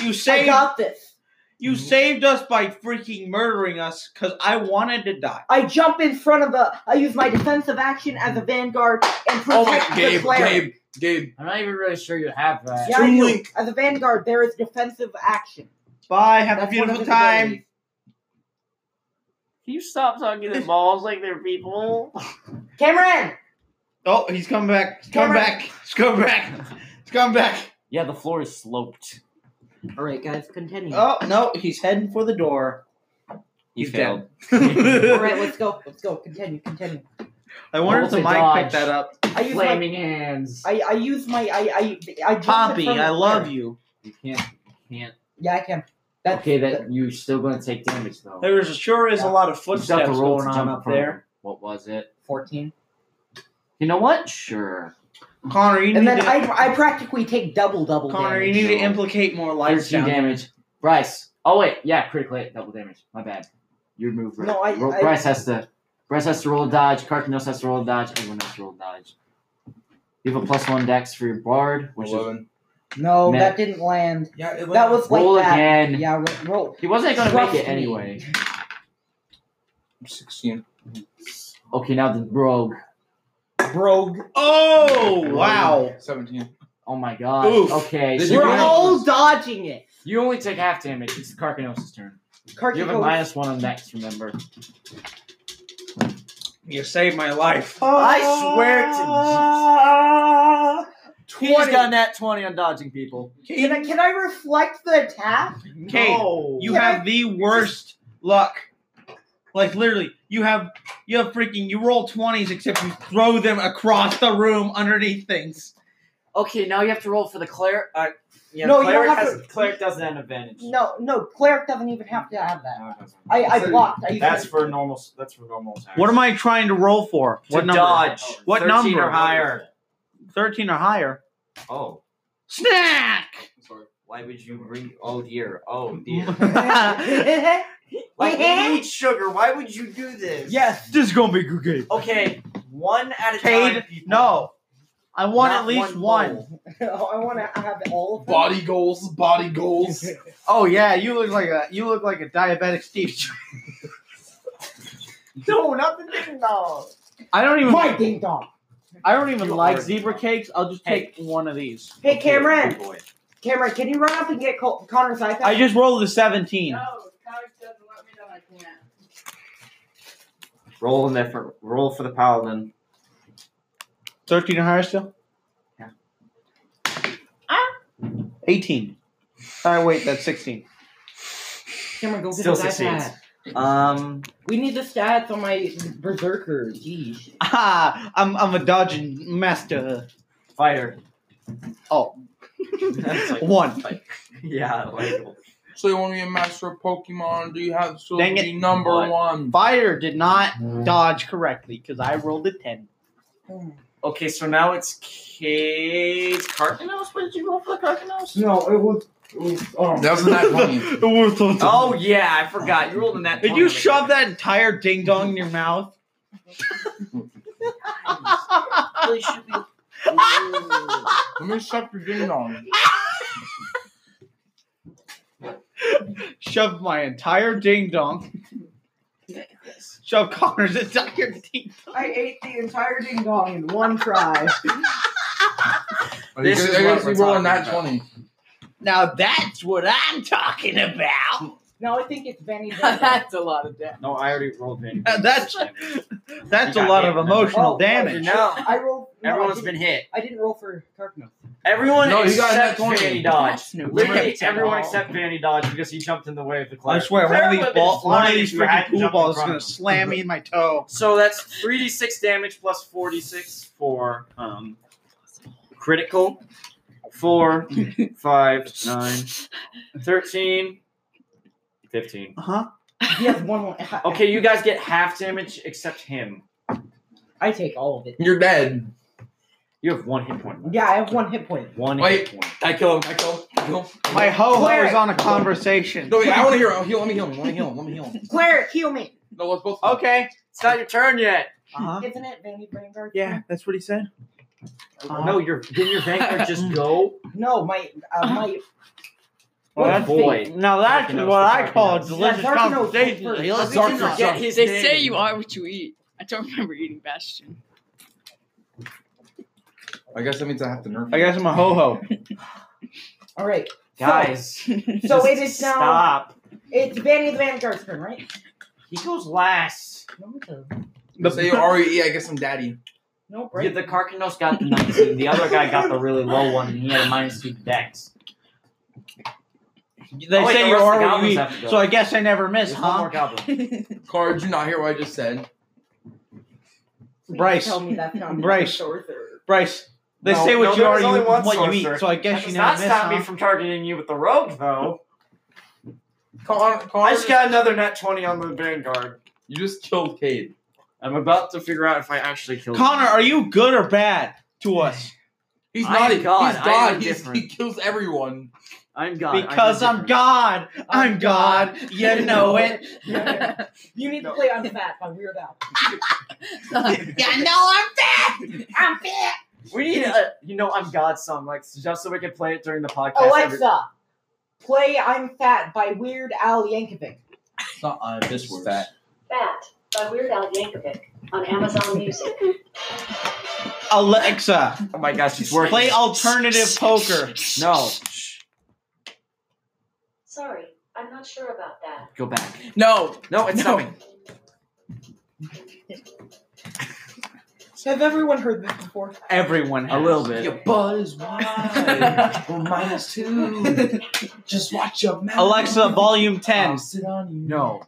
S5: You
S2: I
S5: saved
S2: got this.
S5: you
S4: Mm-hmm.
S5: saved us by freaking murdering us because I wanted to die.
S2: I jump in front of the. I use my defensive action as a Vanguard and
S3: Oh my,
S2: protect the
S3: Gabe,
S2: player.
S3: Gabe, Gabe.
S4: I'm not even really sure you have that.
S2: Yeah, I
S3: Toon
S2: do.
S3: Link.
S2: As a Vanguard, there is defensive action.
S5: Bye. Have a
S2: That's one of
S5: beautiful
S2: his
S5: time.
S2: abilities.
S4: Can you stop talking to balls like they're people?
S2: Cameron,
S5: Oh, he's come back. He's come
S2: Cameron.
S5: back. He's come back. He's come back.
S4: Yeah, the floor is sloped.
S2: All right, guys, continue.
S5: Oh, no. He's heading for the door.
S6: He
S5: He's
S6: failed.
S2: All
S5: I
S2: right, let's go. Let's go. Continue. Continue.
S5: wonder if the mic
S4: Multi-dodge.
S5: picked that up.
S2: I use my.
S4: Flaming hands.
S2: I, I use my. I. I. I jump in
S5: Poppy,
S2: front of
S5: I
S2: the
S5: love
S2: player.
S5: you.
S6: You can't. you Can't.
S2: Yeah, I can. That's,
S4: Okay, that you're still gonna take damage though.
S5: There is sure is a lot of
S4: You still have
S5: footsteps
S4: to roll
S5: going
S4: to
S5: on
S4: jump
S5: up
S4: further.
S5: there.
S6: What was it?
S2: fourteen.
S6: You know what? Sure.
S5: Connor, you
S2: And
S5: need
S2: then
S5: to.
S2: I. I practically take double double
S5: Connor, you
S2: damage.
S5: need to
S6: Sure.
S5: implicate more lights
S4: 13
S5: down.
S4: damage. Bryce. Oh wait, yeah, critical hit, double damage. My bad. Your move. Bryce.
S2: No, I-
S6: Ro-
S2: I-
S6: Bryce has to. Bryce has to roll a dodge. Carcanos has to roll a dodge. Everyone has to roll a dodge. You have a plus one dex for your bard, which is
S3: Eleven.
S2: No,
S6: Matt.
S2: that didn't land.
S3: Yeah, it
S2: That was like
S6: roll
S2: that.
S6: again.
S2: Yeah, ro- roll.
S6: He wasn't gonna make
S2: Trust
S6: it
S2: me.
S6: anyway.
S3: sixteen.
S6: Okay, now the rogue.
S2: Brogue.
S5: Oh, wow.
S3: Seventeen.
S6: Oh my god.
S5: Oof.
S6: Okay,
S3: Did
S6: so
S3: you
S6: you
S2: We're
S3: roll-
S6: only,
S2: all dodging it.
S6: you only take half damage. It's Carcanos' turn. You have a
S2: Karkiko-
S6: minus one on next, remember?
S5: You saved my life.
S2: Oh,
S4: I
S5: to
S4: swear He's got that 20 on dodging people.
S2: Can I, can I reflect the attack?
S5: Kate, you
S2: Can
S5: have the worst luck. Like literally, you have you have freaking you roll twenties except you throw them across the room underneath things.
S6: Okay, now you have to roll for the cleric. Uh,
S4: Yeah,
S2: No, you
S4: cleric,
S2: don't have
S4: has, cleric doesn't have advantage.
S2: No, no, cleric doesn't even have to have that.
S4: No, it doesn't.
S2: I, I blocked. I used
S4: that's for normal. That's for normal attacks.
S5: What am I trying to roll for?
S4: To
S5: what number?
S4: dodge.
S5: What
S4: 13
S5: number?
S4: Oh, or higher?
S5: Thirteen or higher.
S6: oh,
S5: Snack.
S6: why would you bring? Oh dear. Oh
S4: Like we
S2: Yeah.
S4: need sugar. Why would you do this?
S5: yes, this is gonna be a good game.
S4: Okay, one at a time.
S5: Oh, Cade,
S4: people.
S5: no, I want
S4: Not
S5: at least
S4: one
S5: one.
S4: goal.
S2: Oh, I want to have all of them.
S3: Body goals. Body goals.
S5: Oh yeah, you look like a you look like a diabetic Steve. Jobs.
S2: No, not the ding dong.
S5: I don't even
S2: My ding dong.
S5: I don't even
S4: You
S5: like
S4: are-
S5: zebra cakes. I'll just
S4: Hey.
S5: take one of these.
S2: Hey, Cameron.
S4: Good boy.
S2: Cameron, can you run up and get Col- Connor's iPad?
S5: I just rolled a seventeen.
S7: No, Alex doesn't let me know I can't.
S4: Roll an effort. Roll for the paladin.
S5: 13 or higher still?
S4: Yeah.
S5: 18. All right, wait, that's 16.
S2: Cameron, go get
S4: Still
S2: his
S4: succeeds.
S2: iPad.
S4: Um,
S2: We need the stats on my berserker. Jeez.
S5: Ah, I'm, I'm a dodging master.
S4: fighter.
S5: Oh.
S4: That's like-
S5: One.
S4: yeah, like
S3: So you want to be a master of Pokemon? Do you have so
S5: Dang it.
S3: be number
S4: What?
S3: one?
S5: Fire did not dodge correctly because I rolled a 10.
S4: Okay, so now it's Kate Carcanos. What did you roll for the Carcanos?
S2: No, it was. It was oh.
S3: That was not funny.
S4: Oh yeah, I forgot. You rolled in that.
S5: Did you shove that entire ding dong in your mouth?
S3: Let me suck your ding dong.
S5: Shoved my entire ding dong. Shove Connor's entire ding
S2: I ate the entire ding dong in one try.
S3: I
S4: This
S3: guess-
S4: is
S3: I
S4: what
S3: guess
S4: we're
S3: you roll a
S4: talking
S3: nat
S4: about.
S3: twenty.
S5: Now that's what I'm talking about.
S2: no, I think it's Benny. Benny.
S4: That's a lot of damage. No, I already rolled in.
S5: Uh, that's- That's
S4: You
S5: a
S4: got
S5: lot
S4: hit,
S5: of
S4: remember?
S5: emotional
S2: Oh,
S5: damage.
S4: No,
S2: I rolled. No, I
S4: everyone's
S2: didn't-
S4: been hit.
S2: I didn't roll for Carcanos.
S6: Everyone
S3: No, he got
S6: except
S3: net 20.
S6: Vanny Dodge.
S4: Snoop.
S6: Literally
S4: Snoop.
S6: everyone except Vanny Dodge because he jumped in the way of the
S5: I
S6: clutch.
S5: swear, one of
S6: There
S5: these
S6: would've been
S5: ball, one of
S6: flying
S5: these
S6: if you
S5: freaking
S6: hadn't
S5: pool
S6: jumped in
S5: balls is
S6: front
S5: gonna
S6: of him.
S5: slam me in my toe.
S6: So that's 3d6 damage plus 46 for um, critical. 4, 5, 9, 13, 15.
S5: Uh huh.
S2: He has one more.
S6: Okay, you guys get half damage except him.
S2: I take all of it.
S3: You're dead.
S6: You have one hit point. left.
S2: Yeah, I have one hit point.
S6: One
S3: Wait.
S6: hit point.
S3: I kill him. I kill him. I kill him.
S5: My ho ho
S2: Cleric.
S5: is on a conversation.
S3: No, wait, I want to hear him. Heal, let me heal him. Let me heal him. Let me heal him.
S2: Cleric, heal me.
S3: No, let's both.
S5: Okay.
S6: It's not your turn yet.
S5: Uh huh.
S2: Isn't it Vanny Brainguard?
S5: Yeah, that's what he said. Uh-huh.
S6: No, you're didn't your Vanguard just go?
S2: No, my uh, my
S5: Well,
S6: What a
S5: that's-
S6: boy.
S5: Now that's
S6: Fucking
S5: what I
S6: knows.
S5: call a
S6: Yeah,
S5: delicious
S2: Dark knows
S5: conversation.
S2: first.
S5: Hey, let's
S3: Dark
S5: do that.
S3: forget-
S7: They say you are what you eat. I don't remember eating Bastion.
S3: I guess that means I have to nerf.
S5: I guess I'm a ho
S6: Oh,
S5: ho.
S2: all right. So-
S6: Guys.
S2: so
S6: just
S2: it is now-
S6: Stop.
S2: It's Vanny the Vanguard's turn, right?
S6: He goes last.
S2: No, it's a-
S3: You say R E E. I guess I'm daddy.
S2: no,
S4: Yeah,
S2: right?
S4: the Carcanos got the 19. The other guy got the really low one, and he had a minus 2 dex.
S5: They
S4: Oh, wait,
S5: say
S4: the
S5: you are
S4: rest of the
S5: what
S4: goblins
S5: you
S4: have to
S5: eat,
S4: go.
S5: so I guess I never miss,
S4: There's one more
S5: huh?
S4: goblin.
S3: Car, did you not hear what I just said?
S2: Please
S5: Bryce.
S2: Tell me that's not
S5: Bryce.
S2: Sorcerer.
S5: Bryce, they
S6: No,
S5: say
S6: no,
S5: what you
S6: there
S5: are,
S6: was
S5: you
S6: only
S5: eat
S6: one
S5: what you
S6: sorcerer.
S5: eat, so I guess
S6: That
S5: you
S6: does
S5: never
S6: not
S5: miss,
S6: stop
S5: huh?
S6: me from targeting you with the rogue, though.
S3: Car, car.
S6: I just got another nat 20 on the Vanguard.
S3: You just killed Cade.
S6: I'm about to figure out if I actually killed
S5: Connor, are you good or bad to us?
S3: He's
S6: I
S3: not
S6: am
S3: a He's
S6: God. I am
S3: God. He's, he
S6: different.
S3: kills everyone.
S6: I'm God. I'm
S5: Because I'm
S6: different.
S5: God. I'm God. You know it.
S2: You need to play on Fat by Weird Al.
S7: yeah, no, I'm fat.
S2: I'm fat.
S6: We need a, you know, I'm God song, like, just so we can play it during the podcast. every-
S2: Alexa, play "I'm Fat" by Weird Al Yankovic.
S3: It's not uh,
S12: This works.
S3: Fat.
S13: Fat by Weird Al Yankovic on Amazon Music.
S5: Alexa,
S6: Oh my gosh, it's working.
S5: play alternative poker.
S6: No,
S13: Sorry, I'm not sure about that.
S6: go back.
S3: No,
S6: No, it's
S3: No.
S6: coming.
S2: Have everyone heard this before?
S5: Everyone
S6: A
S5: has.
S6: little bit.
S3: your butt is wide. We're minus two. Just watch your mouth.
S5: Alexa, volume
S6: Um,
S5: 10.
S3: I'll sit on you.
S6: No.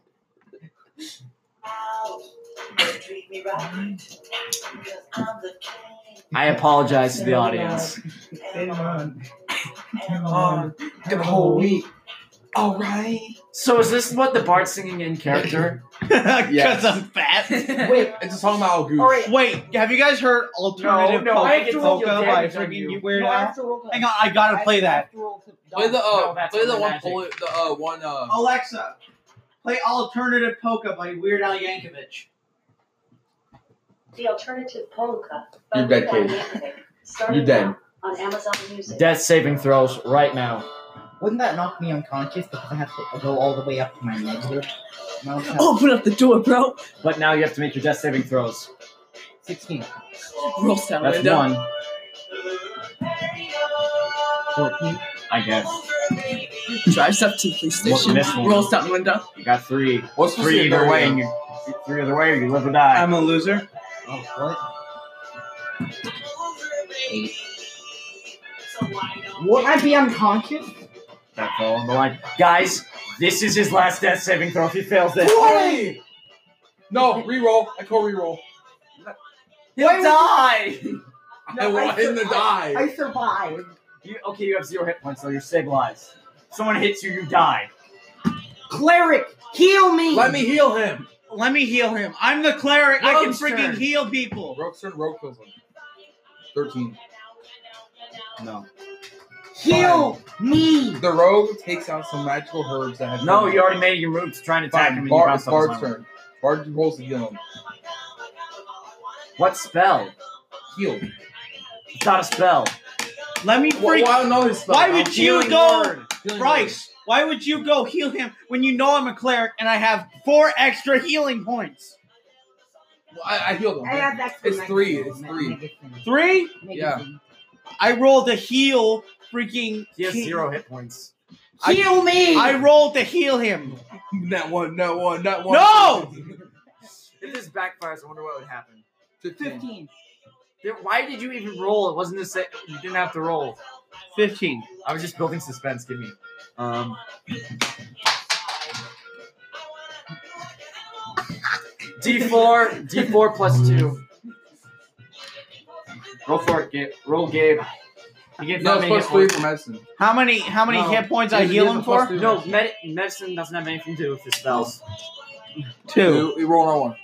S13: Ow. Treat me right. Because I'm the king.
S6: I apologize to the audience.
S13: And on. And on.
S3: Um, get a whole week. All right.
S6: So is this what the Bart's singing in character?
S5: Because
S3: Yes.
S5: I'm fat.
S2: Wait,
S3: It's a song about Al Goose.
S2: all right.
S5: Wait, have you guys heard alternative
S6: No, no, I
S5: poker,
S6: get to
S5: poker
S6: do
S5: by
S6: damage on
S5: freaking
S6: you.
S5: you weird
S2: no, I
S5: ass?
S2: have to roll to-
S5: Hang on, I gotta
S2: I-
S5: play
S2: I
S5: that.
S2: have to roll to-
S3: Play the uh,
S6: No, that's
S3: play the
S6: only
S3: one
S6: magic.
S3: bullet, the uh one uh.
S5: Alexa, play alternative poker by Weird Al Yankovic.
S13: The alternative polka by
S3: You're dead,
S13: Weird Al
S3: Kate.
S13: Yankovic. Starting
S3: You're dead.
S13: now on Amazon Music.
S6: Death saving throws right now.
S2: Wouldn't that knock me unconscious because I have to go all the way up to my negative? No, it's not.
S3: Oh.
S7: Open up the door, bro.
S6: But now you have to make your death saving throws.
S2: 16.
S7: Roll sound.
S6: That's
S3: Window.
S6: one,
S2: 14.
S6: I guess.
S7: Drives up to the police
S6: What,
S7: station.
S6: miss one?
S7: Rolls down the window.
S6: You got three.
S3: What's supposed to
S6: Three
S3: be a
S6: either way,
S3: variant?
S6: and you three either way, or you live or die.
S5: I'm a loser.
S2: Oh, what? Would I be unconscious?
S6: That fell on the line. Guys, this is his last death saving throw. If he fails this,
S3: Wait! No, reroll. I call reroll.
S6: he'll die.
S3: I want him to die.
S2: I survived.
S6: You, okay, you have zero hit points, so you're stabilized. Someone hits you, you die.
S2: Cleric, heal me!
S3: Let me heal him.
S5: Let me heal him. I'm the cleric. I can
S6: Rogue's
S5: freaking
S6: turn.
S5: heal people.
S3: Rogue turn. Rogue kills him. Thirteen.
S6: No.
S2: Heal me!
S3: The rogue takes out some magical herbs that have.
S6: No, you already made your move to try and attack
S3: Fine.
S6: him. and
S3: Bard,
S6: you
S3: it's
S6: bounced off his
S3: Bard's
S6: armor.
S3: turn. Bard rolls to heal him.
S6: What spell?
S3: Heal.
S6: It's not a spell.
S5: Let me
S3: Well,
S5: freak.
S3: well, I don't know his spell.
S5: Why would you
S6: Healing
S5: go,
S6: word.
S3: Healing
S5: Bryce? Why would you go heal him when you know I'm a cleric and I have four extra healing points?
S3: word. Well, I, I healed him.
S2: I have that
S3: It's three, it's three.
S5: Three?
S3: Yeah.
S5: I rolled to heal freaking.
S6: He has
S5: King-
S6: zero hit points.
S2: Heal me!
S5: I rolled to heal him.
S3: Not one, not one, not one.
S5: No!
S6: If this backfires, I wonder what would happen.
S3: 15.
S2: 15.
S6: There- Why did you even roll? It wasn't to say you didn't have to roll.
S5: 15.
S6: I was just building suspense. Give me. Um. D4, D4 plus two. Roll for it, Gabe. Roll, Gabe. You get
S3: No,
S6: how
S3: it's
S6: many
S3: plus
S6: hit
S3: three
S6: points?
S3: for medicine.
S5: How many how many
S6: No.
S5: hit points I
S3: He
S5: heal
S3: has a
S5: him
S3: plus
S5: for?
S3: three.
S6: No, med- medicine doesn't have anything to do with the spells.
S5: Two.
S3: You, you roll on one.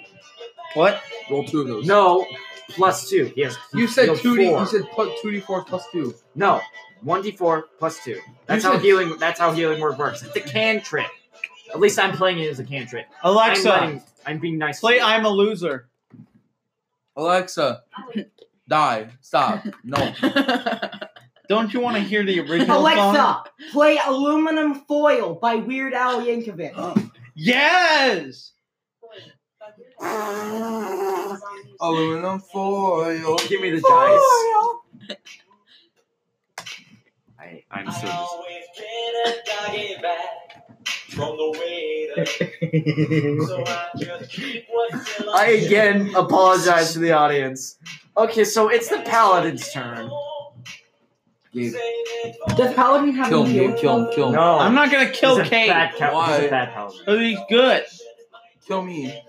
S5: What?
S3: Roll two of those.
S6: No, plus two. Yes.
S3: You said two D.
S6: four.
S3: You said plus two D four plus two.
S6: No, one d4 plus two. That's
S3: You
S6: how
S3: said-
S6: healing. That's how healing word works. It's a cantrip. At least I'm playing it as a cantrip. I'm,
S5: Alexa,
S6: letting- I'm being nice. to
S5: play
S6: you.
S5: I'm a loser.
S3: Alexa, die. Stop. No.
S5: Don't you want to hear the original song?
S2: Alexa, play Aluminum Foil by Weird Al Yankovic.
S5: Yes.
S3: Aluminum foil.
S6: Give me the dice. I, I'm so. dis-
S3: uh,
S6: I again apologize to the audience. Okay, so it's the paladin's turn.
S3: Gabe,
S2: Does Paladin have
S3: kill
S2: any
S3: him. Gabe,
S2: healing?
S3: kill him. Kill him.
S6: No,
S5: I'm not gonna kill
S6: He's a
S5: Kate.
S6: Bad cal- he's
S3: Why?
S6: a bad paladin.
S5: Oh, he's good.
S3: Kill me.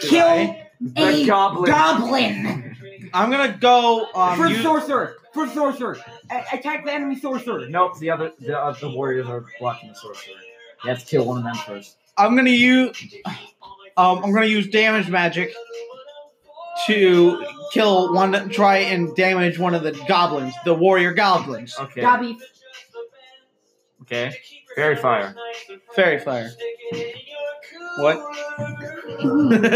S2: Kill
S6: The
S2: a
S6: goblin.
S2: goblin
S5: I'm gonna go. Um,
S2: for
S5: use-
S2: sorcerer. For sorcerer, A- attack the enemy sorcerer.
S6: Nope, the other the, uh, the warriors are blocking the sorcerer. You have to kill one of them first.
S5: I'm gonna use. Um, I'm gonna use damage magic to kill one. Try and damage one of the goblins, the warrior goblins.
S6: Okay.
S2: Gobby,
S6: Okay. Fairy fire.
S5: Fairy fire. What? Twenty.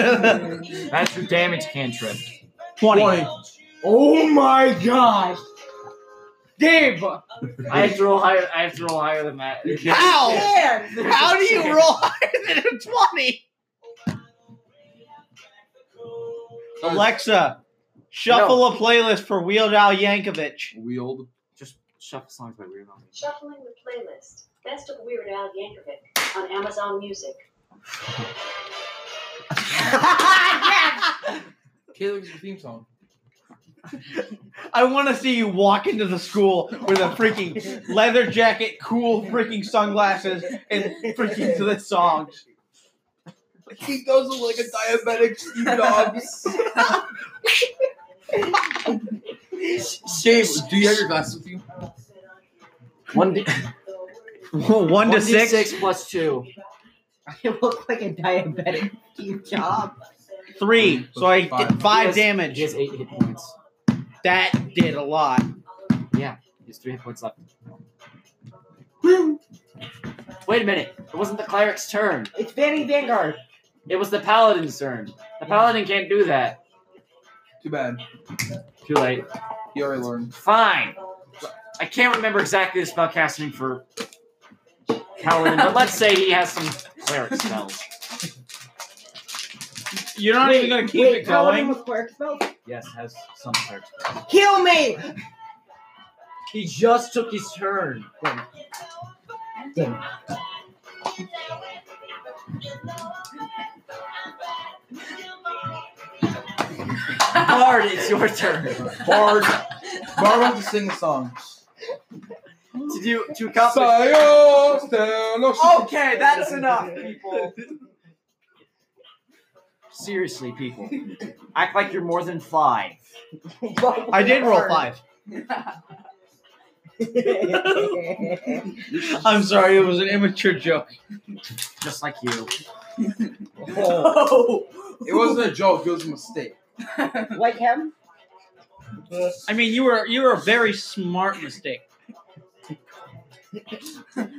S6: That's your damage cantrip.
S2: Oh my gosh. Dave!
S6: I have to roll higher. I have to roll higher than that.
S5: How?
S2: Man!
S5: How do you roll higher than a twenty? Alexa, shuffle a playlist for Wheeled Al Yankovic.
S3: Wield.
S6: Just shuffle songs by Weird Al.
S13: Shuffling with playlist. Best of Weird Al Yankovic on Amazon Music.
S3: Caleb's theme song.
S5: I want to see you walk into the school with a freaking leather jacket, cool freaking sunglasses, and freaking to the songs.
S3: He does look like a diabetic Steve Jobs. Gabe, do you have your glasses with you?
S6: One d
S5: One to six.
S6: six plus two.
S2: I look like a diabetic Steve Jobs.
S5: Three. So I
S3: Five.
S5: did five
S6: Yes.
S5: damage.
S6: He has eight hit points.
S5: That did a lot.
S6: He has three hit points left. Wait a minute. It wasn't the cleric's turn.
S2: It's Vanny Vanguard.
S6: It was the paladin's turn. The paladin can't do that.
S3: Too bad.
S6: Too late.
S3: You already learned.
S6: Fine. I can't remember exactly the spell casting for paladin, but let's say he has some cleric spells.
S5: You're not even gonna keep
S2: Wait,
S5: it
S2: Paladin
S5: going.
S2: with cleric spells?
S6: Yes, has some cleric spells.
S2: Kill me!
S6: He just took his turn. Bard, it's your turn.
S3: Bard. Bard wants to sing a song.
S6: To do to accomplish.
S3: Oh,
S6: Okay, that's enough, people. Seriously, people. Act like you're more than five.
S5: I did roll five. I'm sorry, it was an immature joke.
S6: Just like you.
S2: Oh,
S3: It wasn't a joke. It was a mistake.
S2: like him?
S5: I mean, you were you were a very smart mistake.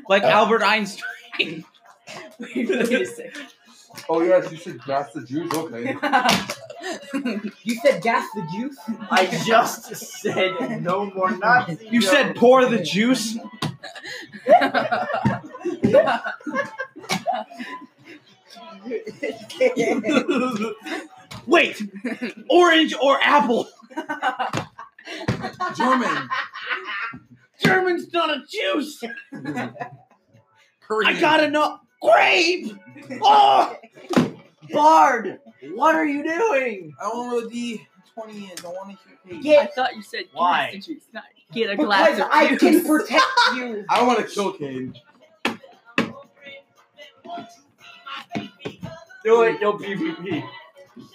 S5: Like
S6: Uh,
S5: Albert Einstein.
S3: Oh yes, you said that's the Jews. Okay.
S2: You said gas the juice?
S6: I just said no more Nazis.
S5: You said pour the juice. Oh, Wait, orange or apple?
S3: German.
S5: German's not a juice.
S3: Korean.
S5: I gotta know. Grape. Oh, Bard. What are you doing?
S3: I want to be 20 inch. I want to hear hate.
S14: I thought you said
S4: Why?
S14: Get, juice, not get a glass
S2: Because
S14: of
S2: I
S14: juice.
S2: can protect you.
S3: I want to kill Cade.
S4: Do it, no PvP.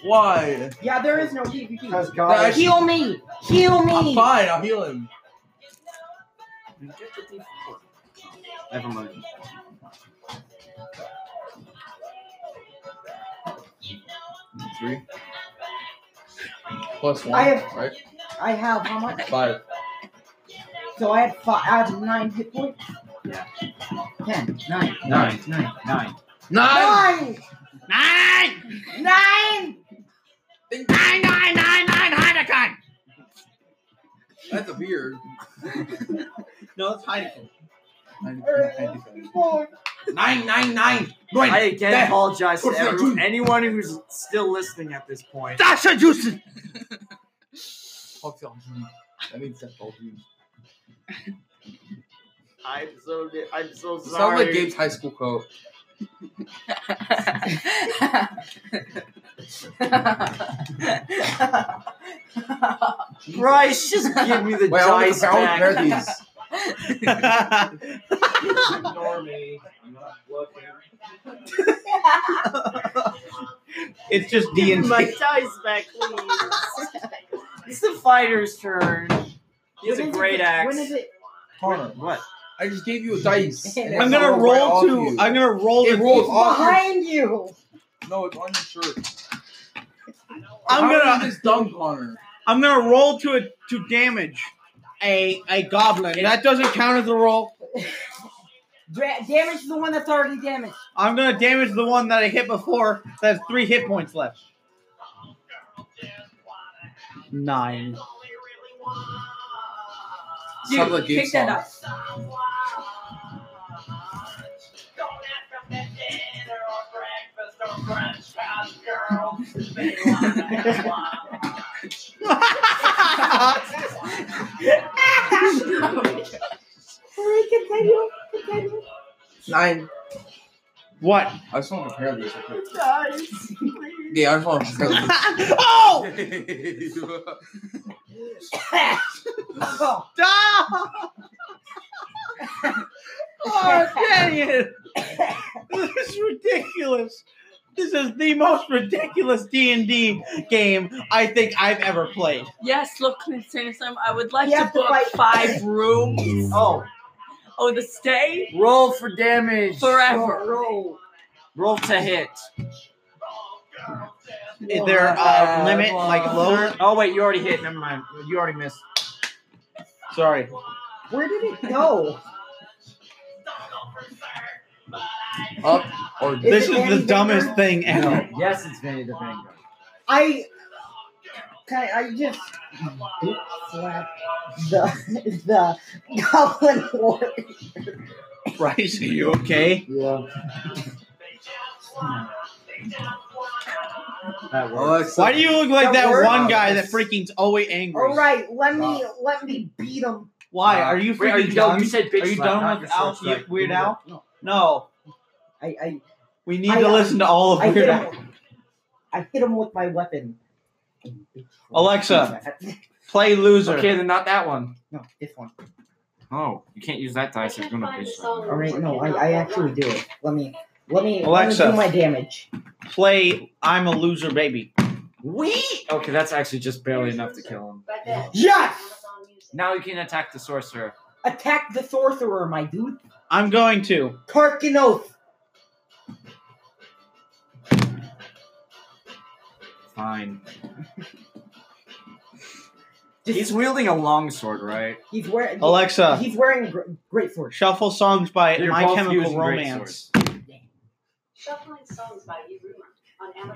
S3: Why?
S2: Yeah, there is no PvP.
S4: Because God.
S2: Heal me! Heal
S3: I'm
S2: me!
S3: fine. I'll heal him.
S6: Never mind.
S3: Three. Plus one,
S2: I have-
S3: right?
S2: I have how much?
S3: Five.
S2: So I had five. I have nine hit points.
S6: Yeah.
S2: Ten. Nine.
S6: Nine. Nine. Nine.
S3: Nine!
S2: Nine.
S14: Nine!
S2: Nine.
S14: Nine, nine, nine, nine, Heineken!
S3: That's a beard.
S5: No, it's Heineken.
S2: Four.
S3: Nine, nine, nine. Nine.
S4: I again
S3: Damn.
S4: apologize to
S3: What's that
S4: everyone,
S3: dude?
S4: anyone who's still listening at this point.
S5: Dasha Juices!
S3: Fuck y'all, Jimmy. That means that's all you.
S4: I'm so I'm so sorry.
S3: Sound like Gabe's high school coat.
S4: Bryce, just give me the
S3: Wait, I want
S4: dice
S3: to compare, I wanna compare
S4: back.
S3: these.
S4: Ignore me. I'm not looking.
S5: It's just D and
S14: My
S5: D.
S14: dice back, please.
S4: It's the fighter's turn. He has a
S2: When is it-
S4: great axe.
S2: When is it?
S3: Connor,
S4: What?
S3: I just gave you a dice. and it
S5: I'm
S3: fell
S5: gonna
S3: right
S5: roll
S3: off
S5: to.
S3: you.
S5: I'm gonna roll
S3: It
S5: to.
S3: rolled
S2: It's
S3: off your-
S2: behind you.
S3: No, it's on your shirt.
S5: I'm
S3: How
S5: gonna-
S3: is this dumb, Connor.
S5: I'm gonna roll to a, to damage a a goblin. That doesn't count as a roll.
S2: Dra- damage the one that's already damaged.
S5: I'm gonna damage the one that I hit before. That has three hit points left. Nine.
S3: Sounds like Gabe's
S2: Pick that
S3: song.
S2: up.
S3: Nine.
S5: What?
S3: I just want to compare these. Real quick. Yeah, I just want to
S5: oh!
S3: compare these.
S2: Oh,
S5: Ah! oh, dang it! This is ridiculous. This is the most ridiculous D and D game I think I've ever played.
S14: yes, look, Clintonisim, I would like
S2: You
S14: to
S2: have to
S14: book
S2: fight-
S14: five rooms.
S4: Oh,
S14: Oh, the stay
S4: roll for damage.
S14: forever.
S2: Oh, roll.
S4: Roll to hit.
S5: Is there a limit, like low?
S4: Oh wait, you already hit. Never mind. You already missed.
S5: Sorry.
S2: Where did it go?
S3: Up or down?
S5: This is
S2: it
S5: the
S2: Vanny
S5: dumbest
S2: Vanguard?
S5: thing ever.
S6: Yes, it's Vinny the Vanguard.
S2: I. Okay, I just boot slapped the the goblin warrior.
S5: Bryce, are you okay?
S3: Yeah.
S6: That works.
S3: Alexa.
S5: Why do you look like
S2: That
S5: that
S2: works.
S5: one guy that freaking's always angry?
S2: All right, let me let me beat him.
S5: Why are you freaking
S6: Uh, Wait, are you
S5: done?
S6: done? You said bitch
S5: Are you
S6: slap, not
S5: done with
S6: your sword
S5: Al,
S6: strike.
S5: Weird
S6: You
S5: Al?
S6: were-
S5: No.
S2: I I,
S5: We need
S2: I,
S5: to
S2: uh,
S5: listen to all of
S2: I
S5: Weird
S2: hit
S5: Al.
S2: him. I hit him with my weapon.
S5: Alexa, play loser.
S6: Okay, then not that one.
S2: No, this one.
S6: Oh, you can't use that dice. It's gonna bitch slap.
S2: All right, no, I, I actually do it. Let me let me
S5: Alexa.
S2: let me do my damage.
S5: Play I'm a loser, baby.
S6: We? Okay, that's actually just barely enough to kill him.
S2: Yes,
S6: Now you can attack the sorcerer.
S2: attack the sorcerer, my dude.
S5: I'm going to.
S2: Karkin oath.
S6: Fine.
S2: Just-
S6: He's wielding a longsword, right?
S2: He's wearing
S5: Alexa,
S2: He's wearing a gr- great sword.
S5: shuffle songs by
S6: You're
S5: My
S6: both
S5: Chemical
S6: using great
S5: Romance.
S13: Shuffling songs by Yves Rumor on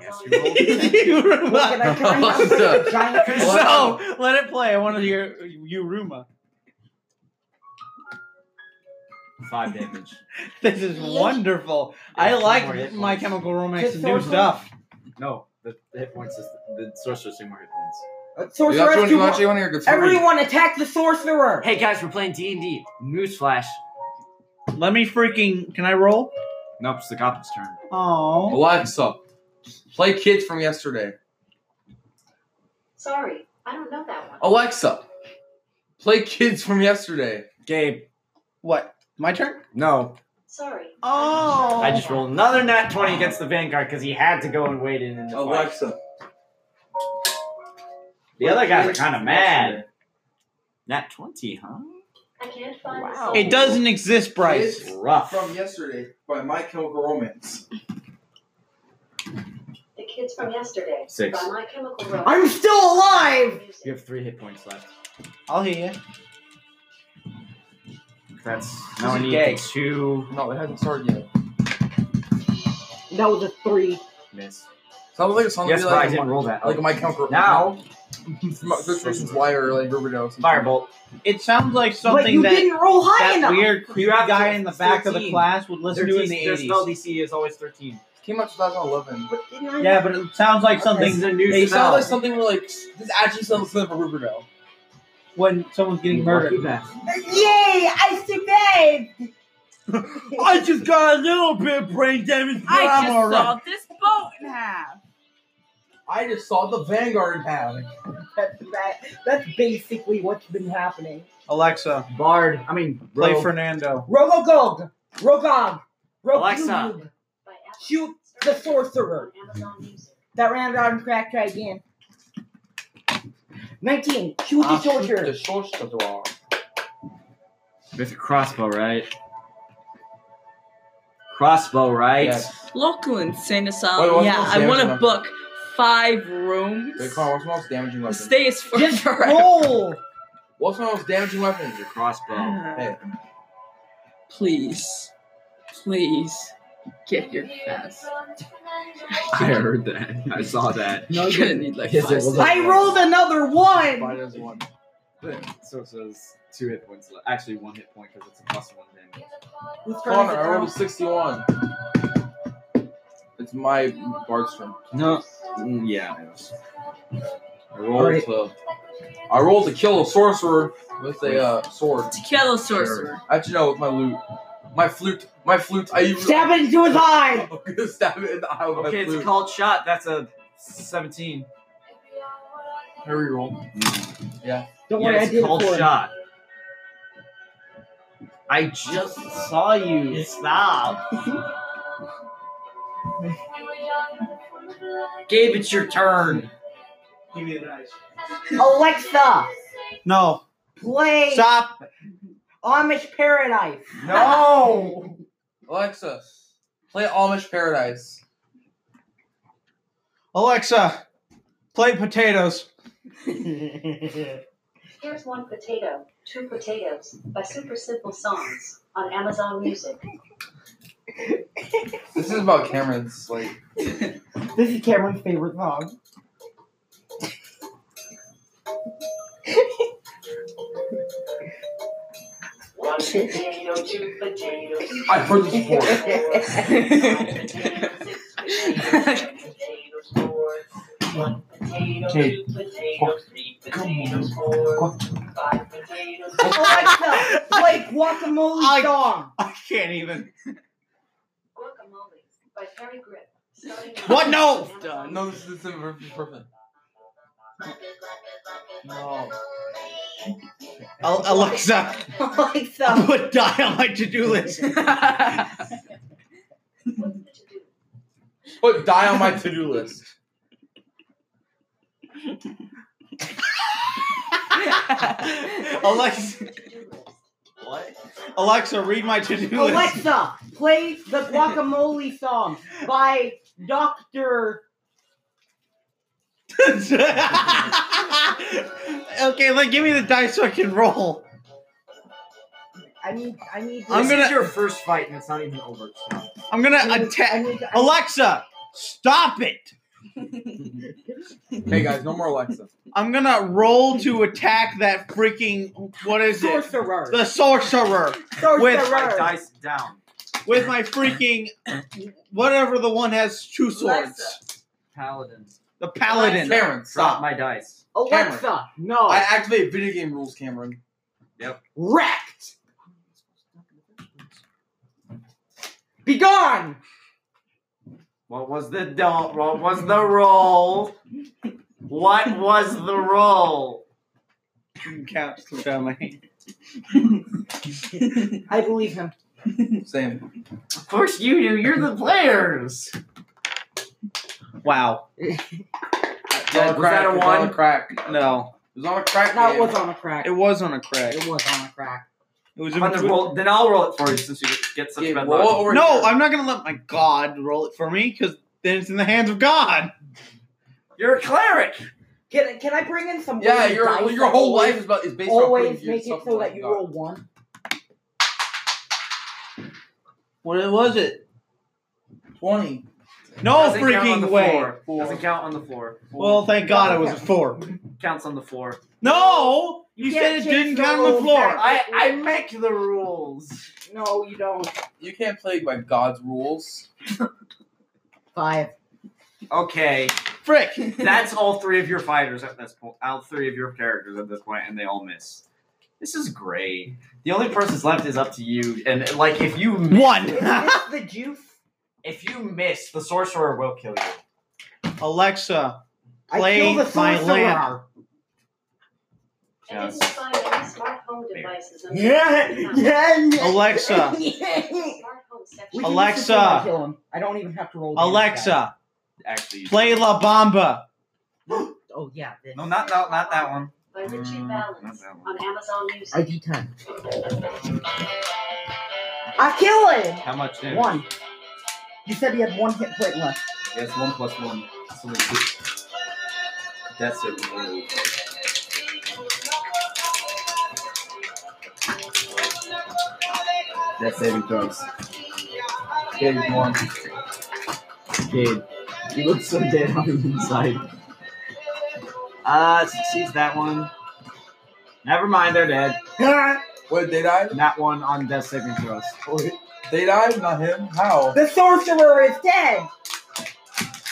S6: Yes,
S13: Amazon.
S6: you rolled a ten.
S2: Well, can I, can I have a giant
S5: so let it play. I want to hear Yuruma.
S6: Five damage.
S5: This is wonderful. I
S6: Yeah, more
S5: like
S6: hit
S5: My
S6: points.
S5: Chemical Romance
S2: Just
S5: new
S2: so-
S5: stuff.
S6: No, the, the hit points is the sorcerer's two more hit points.
S2: Uh,
S3: You actually,
S2: Sorceress,
S3: you
S2: you
S3: actually want to hear a good story?
S2: everyone attack the sorcerer.
S6: Hey guys, we're playing D and D. Newsflash.
S5: Let me freaking. Can I roll?
S6: Nope, it's the goblin's turn.
S5: Oh.
S3: Alexa, Play Kids from Yesterday.
S13: Sorry, I don't know that one.
S3: Alexa, play Kids from Yesterday.
S6: Gabe.
S5: What? My turn?
S6: No.
S13: Sorry.
S5: Oh.
S6: I just rolled another nat 20 against the Vanguard because he had to go and wait in. in the
S3: Oh,
S6: fight.
S3: Alexa.
S6: The other guys are kind of mad. Nat 20, huh?
S13: I can't find the
S6: Wow.
S13: song.
S5: It doesn't exist, Bryce.
S3: Kids
S6: Rough.
S3: from Yesterday by My Chemical Romance.
S13: The Kids from Yesterday.
S6: Six.
S13: By My Chemical Romance.
S2: I'm still alive!
S13: Music.
S6: You have three hit points left.
S5: I'll hear you.
S6: That's
S3: This
S6: now I
S3: is
S6: need
S3: gay.
S6: two
S3: No, it hasn't started yet.
S2: That was a three.
S6: miss.
S3: Sounds like a song
S6: Yes,
S3: that
S6: but I
S3: like,
S6: didn't roll that.
S3: like My Chemical
S6: now,
S3: Frustration's Liar or like Riverdale.
S6: Oh, Firebolt.
S5: It sounds like
S2: But
S5: something
S2: you
S5: that
S2: didn't roll high
S5: that
S2: enough.
S5: weird creepy
S6: have to-
S5: guy in the back of the
S6: 13.
S5: class would listen to in
S6: 13,
S5: the
S6: their
S5: eighties.
S6: spell DC is always 13.
S3: Came out 2011.
S2: But didn't I-
S5: Yeah, but it sounds like
S6: This
S5: something
S6: is a new
S3: It
S6: spell.
S3: sounds like something where like this actually sounds like a Riverdale.
S5: when someone's getting murdered.
S2: Yay! I survived!
S5: I just got a little bit of brain damage, but
S14: I
S5: I'm
S14: just
S5: all right.
S14: saw this boat in half.
S3: I just saw the Vanguard have.
S15: That's, that, that's basically what's been happening.
S5: Alexa,
S6: Bard. I mean,
S5: play
S6: rogue.
S5: Fernando.
S15: Rogogog! Rogog! Rogug.
S6: Alexa.
S13: By Apple.
S15: Shoot the sorcerer.
S13: On Amazon Music.
S15: That round on crack, try again. 19. Shoot the
S3: I'll shoot
S15: sorcerer.
S3: The sorcerer.
S4: With a crossbow, right? Crossbow, right?
S3: Yes.
S14: Lachlan sent us
S3: Wait,
S14: out.
S3: what's
S14: Yeah,
S3: most
S14: I want to
S3: damaging
S14: book five rooms.
S3: Wait, Connor, what's my most damaging
S14: The
S3: weapon?
S14: stay is for
S15: Just
S14: forever.
S15: roll.
S3: What's my most damaging weapon?
S4: Your crossbow.
S3: Hey,
S14: Please, please get your fast.
S4: I heard that. I saw that.
S14: You're gonna need like
S4: Yes,
S14: five.
S4: yes.
S2: I rolled another one!
S3: mine is one.
S4: So it says two hit points left. Actually, one hit point because it's a plus one damage.
S2: Whose turn
S3: Connor,
S2: is it
S3: I
S2: now?
S3: rolled a 61. It's my bard's turn.
S4: No. Mm, yeah. It was.
S3: I rolled
S15: Alright.
S3: a. I rolled to kill a sorcerer with a uh, sword.
S14: To kill a sorcerer.
S3: Actually, no, with my loot. My flute. My flute. I even.
S2: Stab it into his eye!
S3: I'm gonna stab it in the eye with
S6: Okay,
S3: my
S6: it's a
S3: flute.
S6: called shot. That's a 17.
S3: I reroll.
S4: Mm.
S15: Don't
S6: Yeah,
S15: worry, I
S6: it's
S15: did it
S6: called
S15: for him.
S6: shot. I just saw you. Stop. Gabe, it's your turn.
S2: Alexa,
S5: No.
S2: play
S5: Stop.
S2: Amish Paradise.
S6: No.
S3: Alexa, play Amish Paradise.
S5: Alexa, play potatoes.
S13: Here's one potato, two potatoes by Super Simple Songs on Amazon Music.
S3: This is about Cameron's like.
S15: This is Cameron's favorite song.
S16: One potato, two potatoes.
S3: I've heard this before.
S2: Alexa, play Guacamole
S5: I-
S2: Song.
S5: I can't even.
S13: Guacamole by Terry Grip.
S5: What? No.
S3: No, this is perfect. No.
S5: Al- Alexa,
S2: Alexa,
S5: put die on my to-do list.
S13: What's the to-do?
S3: Put die on my to-do list.
S5: Alexa,
S13: To-do list.
S5: Alexa, read my to-do list.
S2: Alexa, play the Guacamole Song by Doctor.
S5: okay, like give me the dice so I can roll.
S15: I need, I need.
S5: I'm
S6: this
S5: gonna-
S6: is your first fight, and it's not even over. Stop.
S5: I'm gonna
S15: I need- I
S5: attack.
S15: need- I need-
S5: Alexa, stop it.
S3: Hey guys, no more Alexa.
S5: I'm gonna roll to attack that freaking what is it?
S2: Sorcerer.
S5: The sorcerer with-
S6: Like,
S2: Sorcerer.
S6: dice down.
S5: with my freaking whatever the one has two swords.
S4: Paladin.
S5: The paladin.
S3: Cameron,
S6: Drop
S3: stop.
S6: my dice.
S2: Alexa, no.
S3: I activate video game rules, Cameron.
S2: Wrecked. Be gone.
S4: What was the do- What was the roll? What was the roll?
S5: Caps to family.
S2: I believe him.
S3: Same.
S4: Of course you do. You're the players.
S5: Wow.
S4: was that a
S3: It was on a
S4: one?
S3: crack. It
S5: No,
S3: was on a crack.
S2: That
S3: game.
S2: was on a crack.
S5: it was on a crack.
S2: It was on a crack.
S5: It was.
S4: I'm gonna roll- then I'll roll it for you since you get such
S3: Yeah,
S4: bad
S3: roll
S4: luck.
S3: over
S5: no,
S3: here.
S5: I'm not gonna let my God roll it for me because then it's in the hands of God.
S4: You're a cleric.
S2: Can, can I bring in some?
S3: Yeah,
S2: weighted
S3: your
S2: dice
S3: your
S2: that
S3: whole
S2: always-
S3: life is about is based
S2: Always
S3: off
S2: make it so that you roll one.
S5: What was it?
S3: twenty.
S5: No
S4: Doesn't count on the
S5: freaking way.
S4: floor. Doesn't count on the floor.
S5: Well, thank God it was a four.
S4: Counts on the floor.
S5: No, you, said
S2: can't
S5: it
S2: change
S5: didn't
S2: the
S5: count on the
S2: rules
S5: floor.
S2: back.
S4: I I make the rules.
S2: No, you don't.
S3: You can't play by God's rules.
S2: Five.
S4: Okay,
S5: Frick.
S4: that's all three of your fighters at this point. All three of your characters at this point, and they all miss. This is great. The only person's left is up to you, and like if you miss,
S5: One.
S2: Is the juice?
S4: if you miss, the sorcerer will kill you.
S5: Alexa,
S2: I
S5: play
S2: kill the
S5: my
S2: sorcerer.
S5: lamp.
S13: I didn't
S4: Yes.
S13: find any smart home devices. under the
S2: Yeah,
S13: house.
S2: yeah, yeah.
S5: Alexa.
S2: Yeah.
S13: Smart home section.
S2: We can
S5: Alexa.
S2: just assume I kill him. I don't even have to roll. damage die.
S5: Alexa,
S4: Actually, you-
S5: play La Bamba.
S2: Oh yeah. This.
S4: No, not no, not that one.
S13: By Richie
S4: Mm, not
S13: Valens
S4: that one.
S13: on Amazon Music.
S2: ID ten. I kill
S4: How much
S2: him.
S4: damage?
S2: One. You said he had one hit point left.
S4: Yes, one plus one. So we- That's it.
S3: That's saving throws. Game one.
S6: Gabe, you look so dead on the inside.
S4: Uh, succeeds that one. Never mind, they're dead.
S3: Wait, they died?
S4: That one on death saving throws.
S3: They died? Not him. How?
S2: The sorcerer is dead.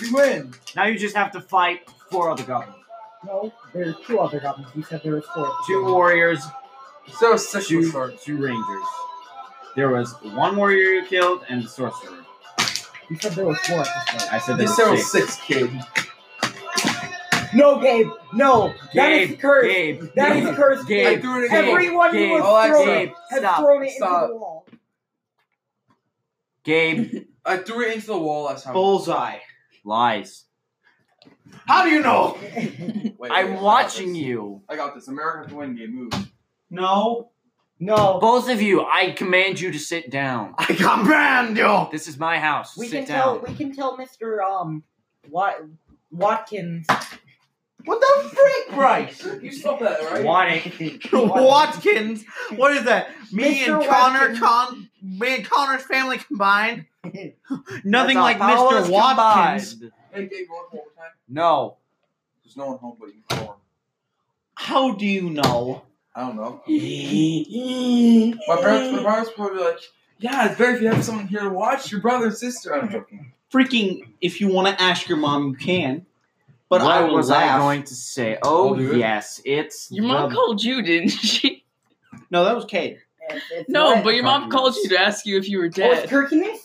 S3: You win.
S4: Now you just have to fight four other goblins.
S2: No, there's two other goblins. You said there was four.
S4: Two warriors,
S3: So such a
S4: two,
S3: short.
S4: two rangers. There was one warrior you killed and the sorcerer.
S2: You said there was four. at this point.
S4: I said
S3: They
S4: there
S3: said it
S4: were
S3: was
S4: six.
S3: six kid.
S2: No, Gabe. No. that is
S4: Gabe,
S2: the curse.
S4: Gabe,
S2: That is the curse.
S3: I
S4: Gabe,
S3: threw it again.
S2: Everyone
S4: Gabe,
S2: who was
S3: Alexa,
S2: thrown
S4: Gabe,
S2: has
S4: stop,
S2: thrown it
S3: stop.
S2: into the wall.
S4: Gabe,
S3: I threw it into the wall last time.
S5: Bullseye.
S4: lies.
S5: How do you know?
S3: Wait, wait, I
S4: I'm
S3: got
S4: watching
S3: this.
S4: you.
S3: I got this. America to win game. Move.
S5: No.
S2: No.
S6: Both of you, I command you to sit down.
S4: Ah.
S5: I comprehend you.
S6: This is my house.
S2: We
S6: sit
S2: can tell.
S6: down.
S2: We can tell Mr. Um, Wat- Watkins.
S5: What the frick, Bryce?
S3: You saw that, right?
S4: Wanting.
S5: Watkins. What is that? Me
S2: Mr.
S5: and Connor,
S2: Watkins.
S5: Con, me and Connor's family combined. Nothing like
S4: That's all powers
S5: Mr. Watkins.
S4: combined.
S3: Hey, Gabe, roll one more time.
S4: No.
S3: There's no one home but you. Hold on.
S5: How do you know?
S3: I don't know. My parents, my parents probably be like, yeah, it's better if you have someone here to watch your brother and sister. I'm joking.
S5: Freaking, if you want to ask your mom, you can. But
S6: what
S5: I will
S6: was
S5: laugh.
S6: I going to say? Oh
S3: I'll do it.
S6: yes, it's
S14: Your mom
S6: the-
S14: called you, didn't she?
S5: No, that was Kate.
S2: It's- it's
S14: No,
S2: what-
S14: but your mom called you to ask you if you were
S2: Oh, it's
S14: dead.
S2: Kirkiness?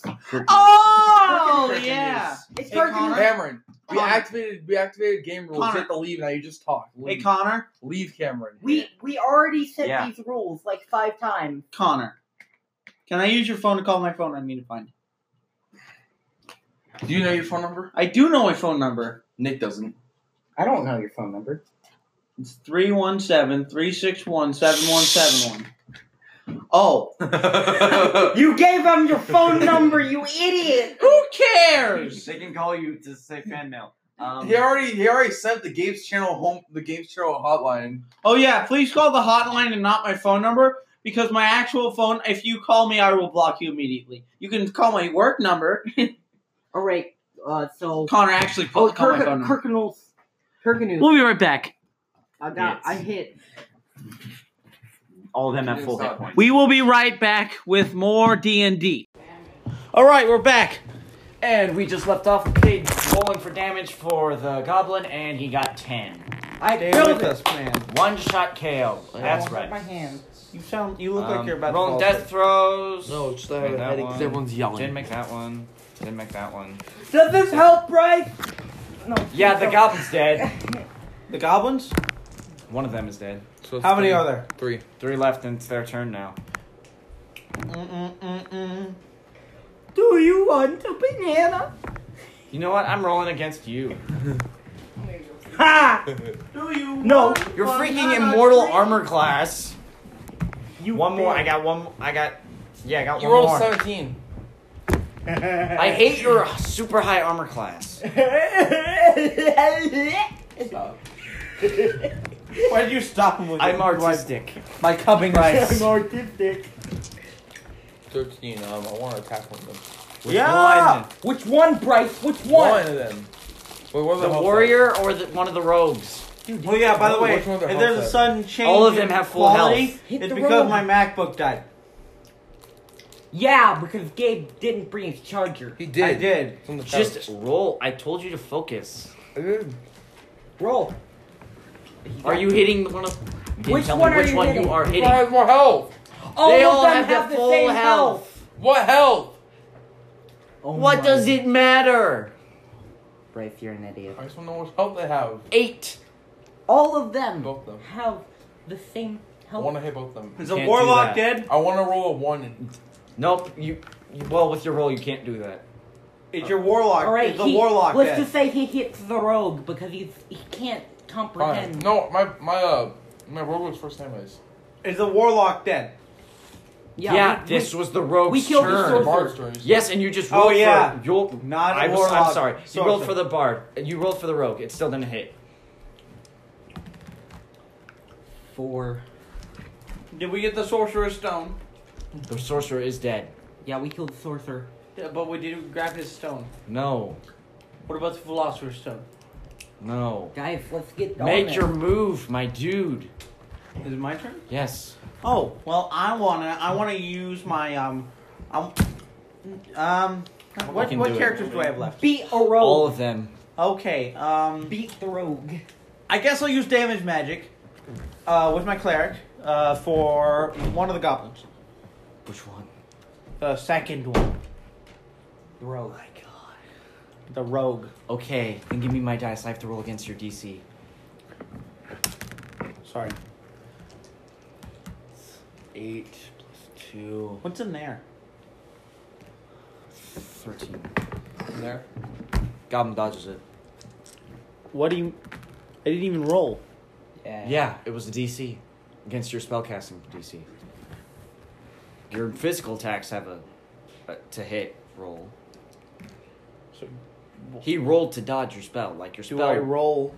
S5: Oh,
S2: Freaking
S5: yeah.
S2: It's
S5: Hey,
S2: Kirkiness.
S5: Connor.
S3: Cameron, we
S5: Connor.
S3: activated we activated game rules.
S5: Connor.
S3: You have to leave now. You just talk.
S5: Hey,
S3: Leave,
S5: Connor.
S3: leave Cameron.
S2: We we already set
S4: Yeah.
S2: these rules like five times.
S5: Connor. Can I use your phone to call my phone? I need to find it.
S3: Do you know your phone number?
S5: I do know my phone number.
S3: Nick doesn't.
S2: I don't know your phone number.
S5: It's 317 361 7171. Oh,
S4: they
S2: You gave him your phone number, you idiot!
S5: who cares?
S4: can call you to say fan mail. Um,
S3: He already he already sent the Gabe's channel home the Gabe's channel hotline.
S5: Oh, yeah, please call the hotline and not my phone number because my actual phone, if you call me, I will block you immediately. You can call my work number.
S2: All right. Uh, so
S5: Connor actually
S2: oh,
S5: called call my phone
S2: Kirk,
S5: number.
S2: Kirkinus. Kirkinus.
S6: We'll be right back.
S2: I got. I hit.
S4: all of them have full hit points.
S5: We will be right back with more D&D. All right, we're back.
S6: And we just left off with Cade rolling for damage for the goblin, and he got ten.
S2: I
S5: Stay
S2: killed
S5: with
S2: it.
S5: us, man.
S6: One shot KO. That's
S2: Oh, My
S6: right.
S2: hand.
S5: You sound. You look
S6: Um,
S5: like you're about
S6: rolling
S5: to fall
S6: death throws.
S17: No, just
S6: Made
S17: that
S6: that
S17: headache because
S6: one.
S17: everyone's yelling.
S6: Didn't make that one.
S4: Didn't make that one.
S2: Does this help, Bryce? No.
S4: Yeah, the goblin's dead.
S5: The goblins?
S4: One of them is dead. So
S5: How many are there?
S3: Three.
S4: Three left, and it's their turn now.
S5: Mm-mm-mm-mm.
S2: Do you want a banana?
S4: You know what? I'm rolling against you.
S2: Ha!
S5: Do you?
S2: No.
S4: Your freaking immortal armor class. You one more. I got one. I got. Yeah, I got
S6: You
S4: one
S6: rolled
S4: more.
S6: 17.
S4: I hate your super high armor class.
S5: Why did you stop him with
S4: I'm
S5: it?
S4: artistic.
S5: My cubbing rights.
S2: I'm artistic.
S3: 13. Um, I want to attack one of them.
S4: Which
S5: Yeah!
S4: one?
S2: Which one, Bryce? Which
S3: One,
S2: one?
S3: of them. Wait, what
S4: The warrior or the, one of the rogues?
S5: Oh yeah, by the way, if
S3: Which one of their
S5: there's a
S3: health at?
S5: sudden change
S4: All of them
S5: in
S4: have full
S5: quality,
S4: health.
S2: Hit
S5: it's
S2: the
S5: because
S2: road.
S5: my MacBook died.
S2: Yeah, because Gabe didn't bring his charger.
S3: He did.
S5: I did.
S3: It's on the
S4: Just
S3: couch.
S4: roll. I told you to focus.
S3: I did.
S2: Roll.
S4: Are you hitting the one of? You didn't
S2: Which
S4: tell
S2: one
S4: me
S2: are
S4: which
S2: you
S4: one
S2: hitting?
S4: you are
S3: Which
S4: hitting.
S3: one has more health?
S2: All
S4: they
S2: of
S4: all
S2: them
S4: have,
S2: have
S4: the
S2: the
S4: full
S2: same
S4: health.
S3: What health?
S2: Oh
S4: What
S2: my-
S4: does it matter?
S2: Bryce, you're an idiot.
S3: I just want to know what health they have.
S4: Eight.
S2: All of them
S3: Both of them.
S2: have the same
S3: I
S2: health.
S3: want to hit both of them.
S5: Is a
S4: Can't do
S5: warlock
S4: that.
S5: dead?
S3: I want to roll a one.
S4: Nope. You, you. Well, with your roll, you can't do that.
S5: Is your warlock?
S2: All right,
S5: is the
S2: he-
S5: warlock
S2: Let's
S5: dead?
S2: just say he hits the rogue because he's he can't
S3: Fine.
S2: comprehend.
S3: No, my my uh my roll was first anyways.
S5: Is the warlock dead?
S4: Yeah.
S2: we-
S4: this was the rogue's
S2: we killed the
S4: turn.
S2: sorcerer.
S3: Bard's turn.
S4: Yes, and you just
S5: Oh,
S4: rolled
S5: yeah.
S4: for you
S5: Not
S4: I was,
S5: warlock.
S4: I'm sorry. You
S5: sorcerer.
S4: rolled for the bard. You rolled for the rogue. It still didn't hit.
S2: Four.
S5: Did we get the sorcerer's stone?
S4: The sorcerer is dead.
S2: Yeah, we killed the sorcerer.
S5: Yeah, but we didn't grab his stone.
S4: No.
S5: What about the philosopher's stone?
S4: No.
S2: Guys, let's get on
S4: Make
S2: it.
S4: your move, my dude.
S5: Is it my turn?
S4: Yes.
S5: Oh well, I wanna I wanna use my um um um what
S4: can
S5: what
S4: do it.
S5: characters do I have left?
S2: beat a rogue.
S4: All of them.
S5: Okay, um
S2: beat the rogue.
S5: I guess I'll use damage magic uh with my cleric uh for one of the goblins.
S4: Which one?
S5: The second one,
S2: The rogue.
S5: the rogue.
S4: Okay, then give me my dice. I have to roll against your DC.
S5: Sorry.
S4: Eight plus two.
S5: What's in there?
S4: Thirteen. There. Goblin dodges it.
S5: What do you I didn't even roll.
S2: Yeah.
S4: Yeah, it was a DC. Against your spellcasting DC. Your physical attacks have a, a to hit roll.
S5: So
S4: He rolled to dodge your spell, like your
S5: do
S4: spell.
S5: I roll?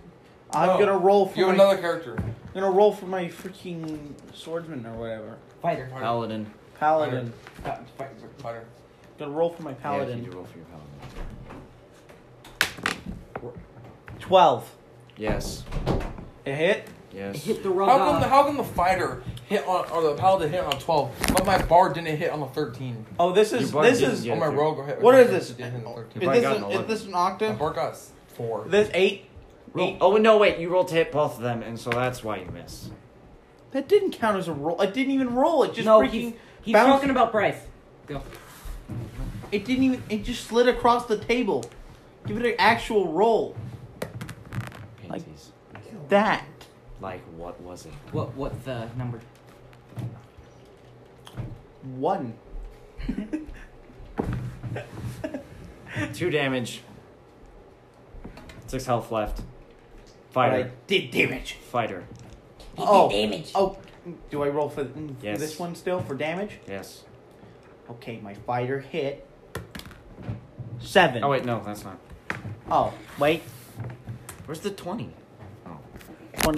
S5: I'm
S3: No.
S5: gonna roll for
S3: You
S5: my,
S3: have another character.
S5: I'm gonna roll for my freaking swordsman or whatever.
S2: Fighter.
S4: Paladin.
S5: Paladin.
S3: Fighter.
S5: Gonna roll for my
S4: Yeah, you
S5: paladin.
S4: need to roll for your paladin.
S5: Twelve.
S4: Yes.
S5: A hit.
S4: Yes.
S2: Hit the rogue.
S3: How come the how come the fighter hit on or the paladin hit on twelve, but my bard didn't hit on the thirteen?
S5: Oh, this
S4: Your
S5: is
S4: bard
S5: this
S4: didn't
S5: is.
S4: get- Yeah,
S3: oh my
S4: dude.
S3: rogue hit.
S5: What is this?
S3: Didn't hit on the
S5: Is
S3: thirteen.
S4: If I
S5: this,
S4: got an
S5: an, is
S4: 11.
S5: this an
S3: My
S5: octave?
S3: bard got s- four.
S5: This eight.
S4: Roll. Oh no! Wait, you rolled to hit both of them, and so that's why you miss.
S5: That didn't count as a roll. It didn't even roll. It just
S2: no, he's,
S5: freaking.
S2: he's
S5: bounce-
S2: talking about Bryce. Go.
S5: It didn't even. It just slid across the table. Give it an actual roll. Like-
S4: Pansies.
S5: That.
S4: Like, what was it?
S2: What? What the number?
S5: One.
S4: Two damage. Six health left.
S5: But I
S4: Fighter.
S5: did damage.
S4: Fighter.
S5: Oh.
S2: damage.
S5: Oh. Do I roll for mm, for
S4: Yes.
S5: this one still for damage?
S4: Yes.
S5: Okay, my fighter hit. Seven.
S4: Oh wait, no, that's not.
S5: Oh, wait.
S4: Where's the twenty? Oh.
S5: One.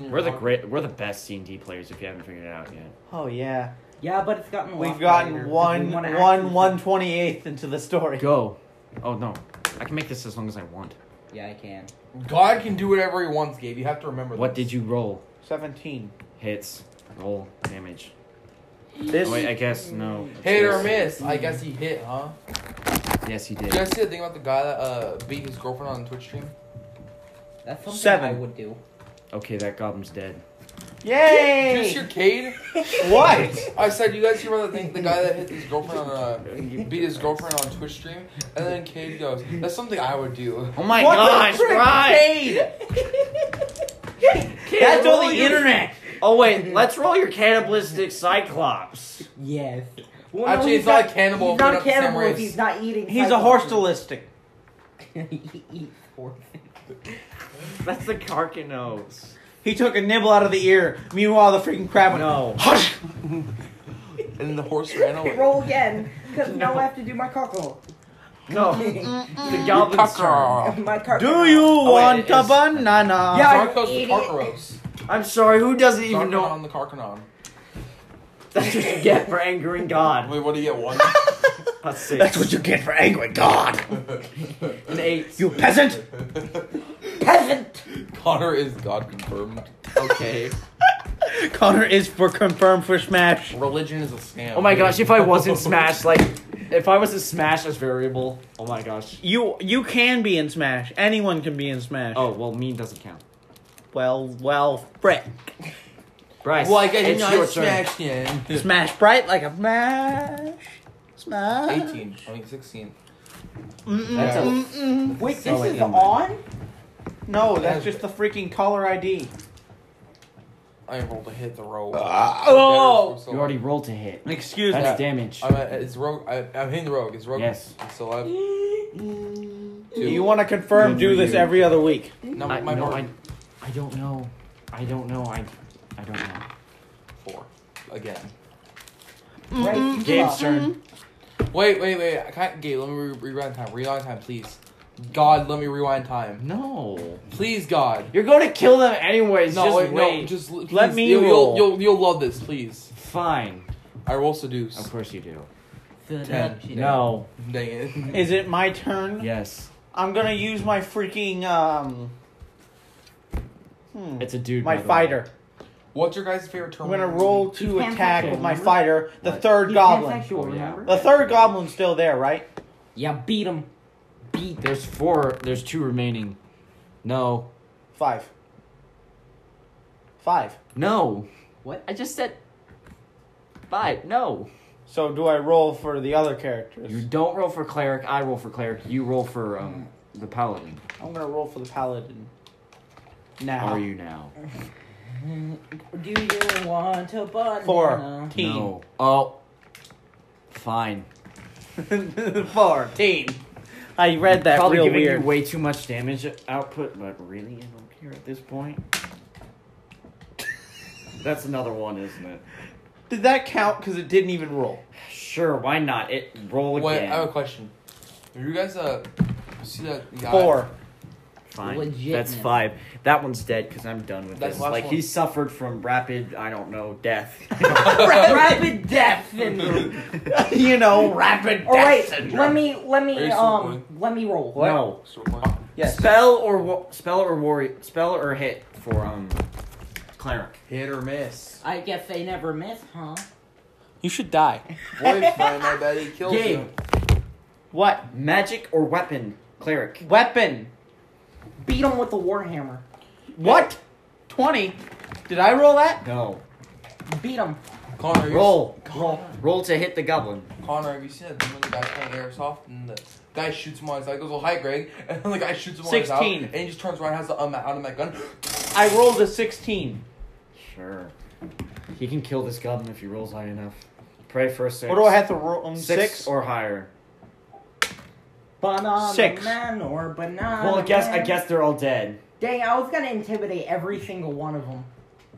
S4: We're the great. We're the best C and D players. If you haven't figured it out yet.
S5: Oh yeah.
S2: Yeah, but it's gotten. a lot
S5: We've gotten
S2: lighter.
S5: one,
S2: We wanna
S5: one,
S2: actually-
S5: one twenty eighth into the story.
S4: Go. Oh no, I can make this as long as I want.
S2: Yeah, I can.
S3: God can do whatever he wants, Gabe. You have to remember.
S4: What
S3: this.
S4: did you roll?
S5: Seventeen.
S4: Hits. Roll. Damage.
S5: This.
S4: Oh, wait, I guess no.
S3: Hit or
S4: Yes.
S3: miss? I guess he hit, huh?
S4: Yes, he
S3: Did you
S4: did.
S3: guys see the thing about the guy that uh, beat his girlfriend on Twitch stream?
S2: That's something
S5: Seven.
S2: I would do.
S4: Okay, that goblin's dead. Yay!
S3: Juice your Cade?
S4: What?
S3: I said, you guys hear about the thing, the guy that hit his girlfriend on uh, beat his girlfriend on Twitch stream, and then Cade goes, "That's something I would do."
S4: Oh my What the gosh, frick, right.
S3: That's all
S4: roll
S3: the
S4: your-
S3: internet.
S4: Oh wait, let's roll your cannibalistic cyclops.
S2: Yes.
S3: Well, no, Actually, he's it's not not- cannibal
S2: He's not cannibal if he's not eating.
S5: He's a horse horstillistic.
S2: he eats horse.
S4: That's the carcanos.
S5: He took a nibble out of the ear. Meanwhile, the freaking crab went.
S4: No.
S5: Hush!
S3: And the horse ran away.
S2: Roll again, because now I have to do my cockle.
S4: No.
S2: the
S3: goblin's turn.
S2: My cockle.
S5: Do you
S3: Oh, wait,
S5: want
S3: it's-
S5: a banana?
S2: Yeah, I-
S3: Zarkos the
S2: idiot.
S3: Carcaros.
S4: I'm sorry, who doesn't even know?
S3: on the Carcanon.
S4: That's what you get for angering God.
S3: Wait, what do you get? One?
S4: Let's see.
S5: That's what you get for angering God.
S4: An eight.
S5: You peasant.
S2: Peasant.
S3: Connor is God confirmed. Okay.
S5: Connor is for confirmed for smash.
S3: Religion is a scam.
S4: Oh my gosh, if I wasn't Smash, like, if I was a Smash as variable, oh my gosh.
S5: You you can be in Smash. Anyone can be in Smash.
S4: Oh, well, mean doesn't count.
S5: Well, well, frick.
S4: Bryce,
S3: Well, I guess
S4: it's
S3: not
S4: your turn.
S3: smashed yet.
S5: Smash bright like a mash. Smash.
S3: 18. I mean, 16.
S5: Mm-mm.
S3: That's a-
S5: Mm-mm.
S2: Wait, this
S3: Oh, wait,
S2: is
S3: never
S2: on?
S5: No, that's just the freaking caller ID.
S3: I rolled a hit the roll.
S5: oh!
S3: So-
S6: You already rolled to hit.
S5: Excuse
S6: That's
S3: Yeah.
S6: damage.
S3: I'm, at, it's rogue. I, I'm hitting the rogue. It's rogue.
S6: Yes.
S3: It's still alive. Two.
S5: You want to confirm? Do this every other week.
S3: No,
S6: I,
S3: my
S6: no,
S3: bar-
S6: I, I don't know. I don't know. I, I don't know.
S3: four again.
S2: Right.
S4: Gabe's turn.
S3: Wait, wait, wait. I can't, Gabe, let me re- rewind time. Rewind time, please. God, let me rewind time.
S6: No.
S3: Please, God.
S4: You're going to kill them anyways.
S3: No,
S4: just
S3: wait,
S4: wait.
S3: no. Just l-
S5: Let
S3: please,
S5: me
S3: You'll, you'll,
S5: roll.
S3: you'll, you'll love this, please.
S6: Fine.
S3: I roll seduce.
S6: Of course you do.
S3: Ten.
S6: No.
S3: Dang it.
S5: Is it my turn?
S6: Yes.
S5: I'm gonna use my freaking um. Hmm,
S6: It's a dude.
S5: my
S6: by the way.
S5: fighter.
S3: What's your guys' favorite term?
S5: I'm gonna roll to
S2: He's
S5: attack with my
S2: pansexual,
S5: fighter. The
S6: What?
S5: third
S2: He's
S5: goblin.
S2: pansexual,
S6: Oh, yeah.
S2: remember?
S5: The third goblin's still there, right?
S2: Yeah, beat him. Beat.
S6: E, There's four. There's two remaining. No.
S5: Five. Five.
S6: No.
S2: What?
S6: I just said. Five. No.
S5: So do I roll for the other characters?
S6: You don't roll for cleric. I roll for cleric. You roll for um the paladin.
S5: I'm gonna roll for the paladin. Now.
S6: Are you now?
S2: Do you want a banana?
S5: Fourteen.
S6: No. Oh. Fine.
S5: Fourteen. I read that
S4: Probably
S5: real
S4: giving
S5: weird.
S4: you way too much damage output, but really, I don't care at this point. That's another one, isn't it?
S5: Did that count? Because it didn't even roll.
S4: Sure, why not? It roll
S3: Wait, I
S4: again.
S3: have a question. Have you guys uh see that guy?
S5: Four.
S4: Fine.
S2: Legitness.
S4: That's five. That one's dead because I'm done with
S3: That's
S4: this.
S3: the last
S4: Like
S3: one.
S4: he suffered from rapid, I don't know, death.
S2: Rapid death and.
S5: you know, rapid.
S2: All right, let me let me
S3: Very
S2: um let me roll.
S4: No.
S3: So what?
S5: Yes.
S4: Spell or wa- spell or warrior spell or hit for um cleric.
S3: Hit or miss.
S2: I guess they never miss, huh?
S5: You should die.
S3: Boy, if I my bet he kills
S4: Gabe.
S3: him.
S5: What?
S4: Magic or weapon cleric.
S5: Weapon.
S2: Beat them with the warhammer.
S5: What? Twenty. Did I roll that?
S4: No.
S2: Beat them.
S3: Connor, you
S4: Roll.
S2: Roll.
S4: Roll to hit the goblin.
S3: Connor, have you seen that thing when the guy's playing airsoft and the guy shoots him on his eye? Goes, "Oh hi, Greg," and then the guy shoots him on his
S5: 16.
S3: eye, and he just turns around, and has the um, automatic gun.
S5: I rolled a sixteen.
S4: Sure. He can kill this goblin if he rolls high enough. Pray for a six.
S5: What do I have to roll? Um,
S4: Six,
S5: six.
S4: or higher.
S2: Banana
S5: Six.
S2: man or banana.
S4: Well, I guess I
S2: man.
S4: guess they're all dead.
S2: Dang, I was gonna intimidate every single one of them.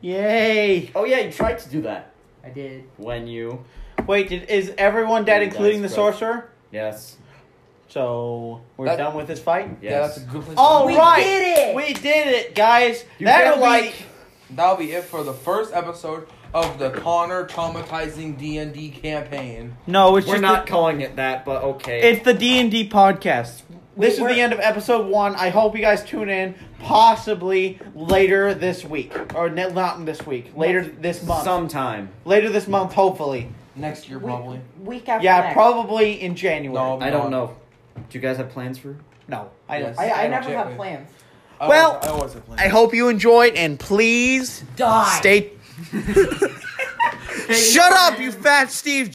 S5: Yay!
S4: Oh yeah, you tried to do that
S2: I did.
S4: when you.
S5: Wait, did, is everyone dead,
S4: Yeah,
S5: including the
S4: that's gross.
S5: sorcerer?
S4: Yes.
S5: So we're
S3: That-
S5: done with this fight.
S3: Yeah,
S4: Yes.
S3: that's a good place.
S5: All
S3: to
S5: right,
S3: end it.
S2: did it!
S5: We did it, guys.
S4: You
S5: That'll
S4: better like-
S5: be-
S3: That'll be it for the first episode of the Connor traumatizing D and D campaign.
S5: No, it's
S4: We're
S5: just
S4: not
S5: the-
S4: calling it that, but okay.
S5: It's the D and D podcast.
S2: Wait,
S5: This is
S2: where-
S5: the end of episode one. I hope you guys tune in, possibly later this week, or ne- not this week, later this month,
S4: sometime.
S5: later this month, hopefully.
S3: Next year,
S2: Week-
S3: probably.
S2: Week after.
S5: Yeah,
S2: next.
S5: probably in January.
S3: No,
S4: I don't know. Do you guys have plans for?
S5: No, I don't.
S3: Yes.
S2: I, I never
S3: Check
S2: have
S3: with-
S2: plans.
S3: I
S5: well,
S3: was- I wasn't
S5: I hope you enjoyed, and please
S2: die.
S5: Stay. Shut up, you fat Steve.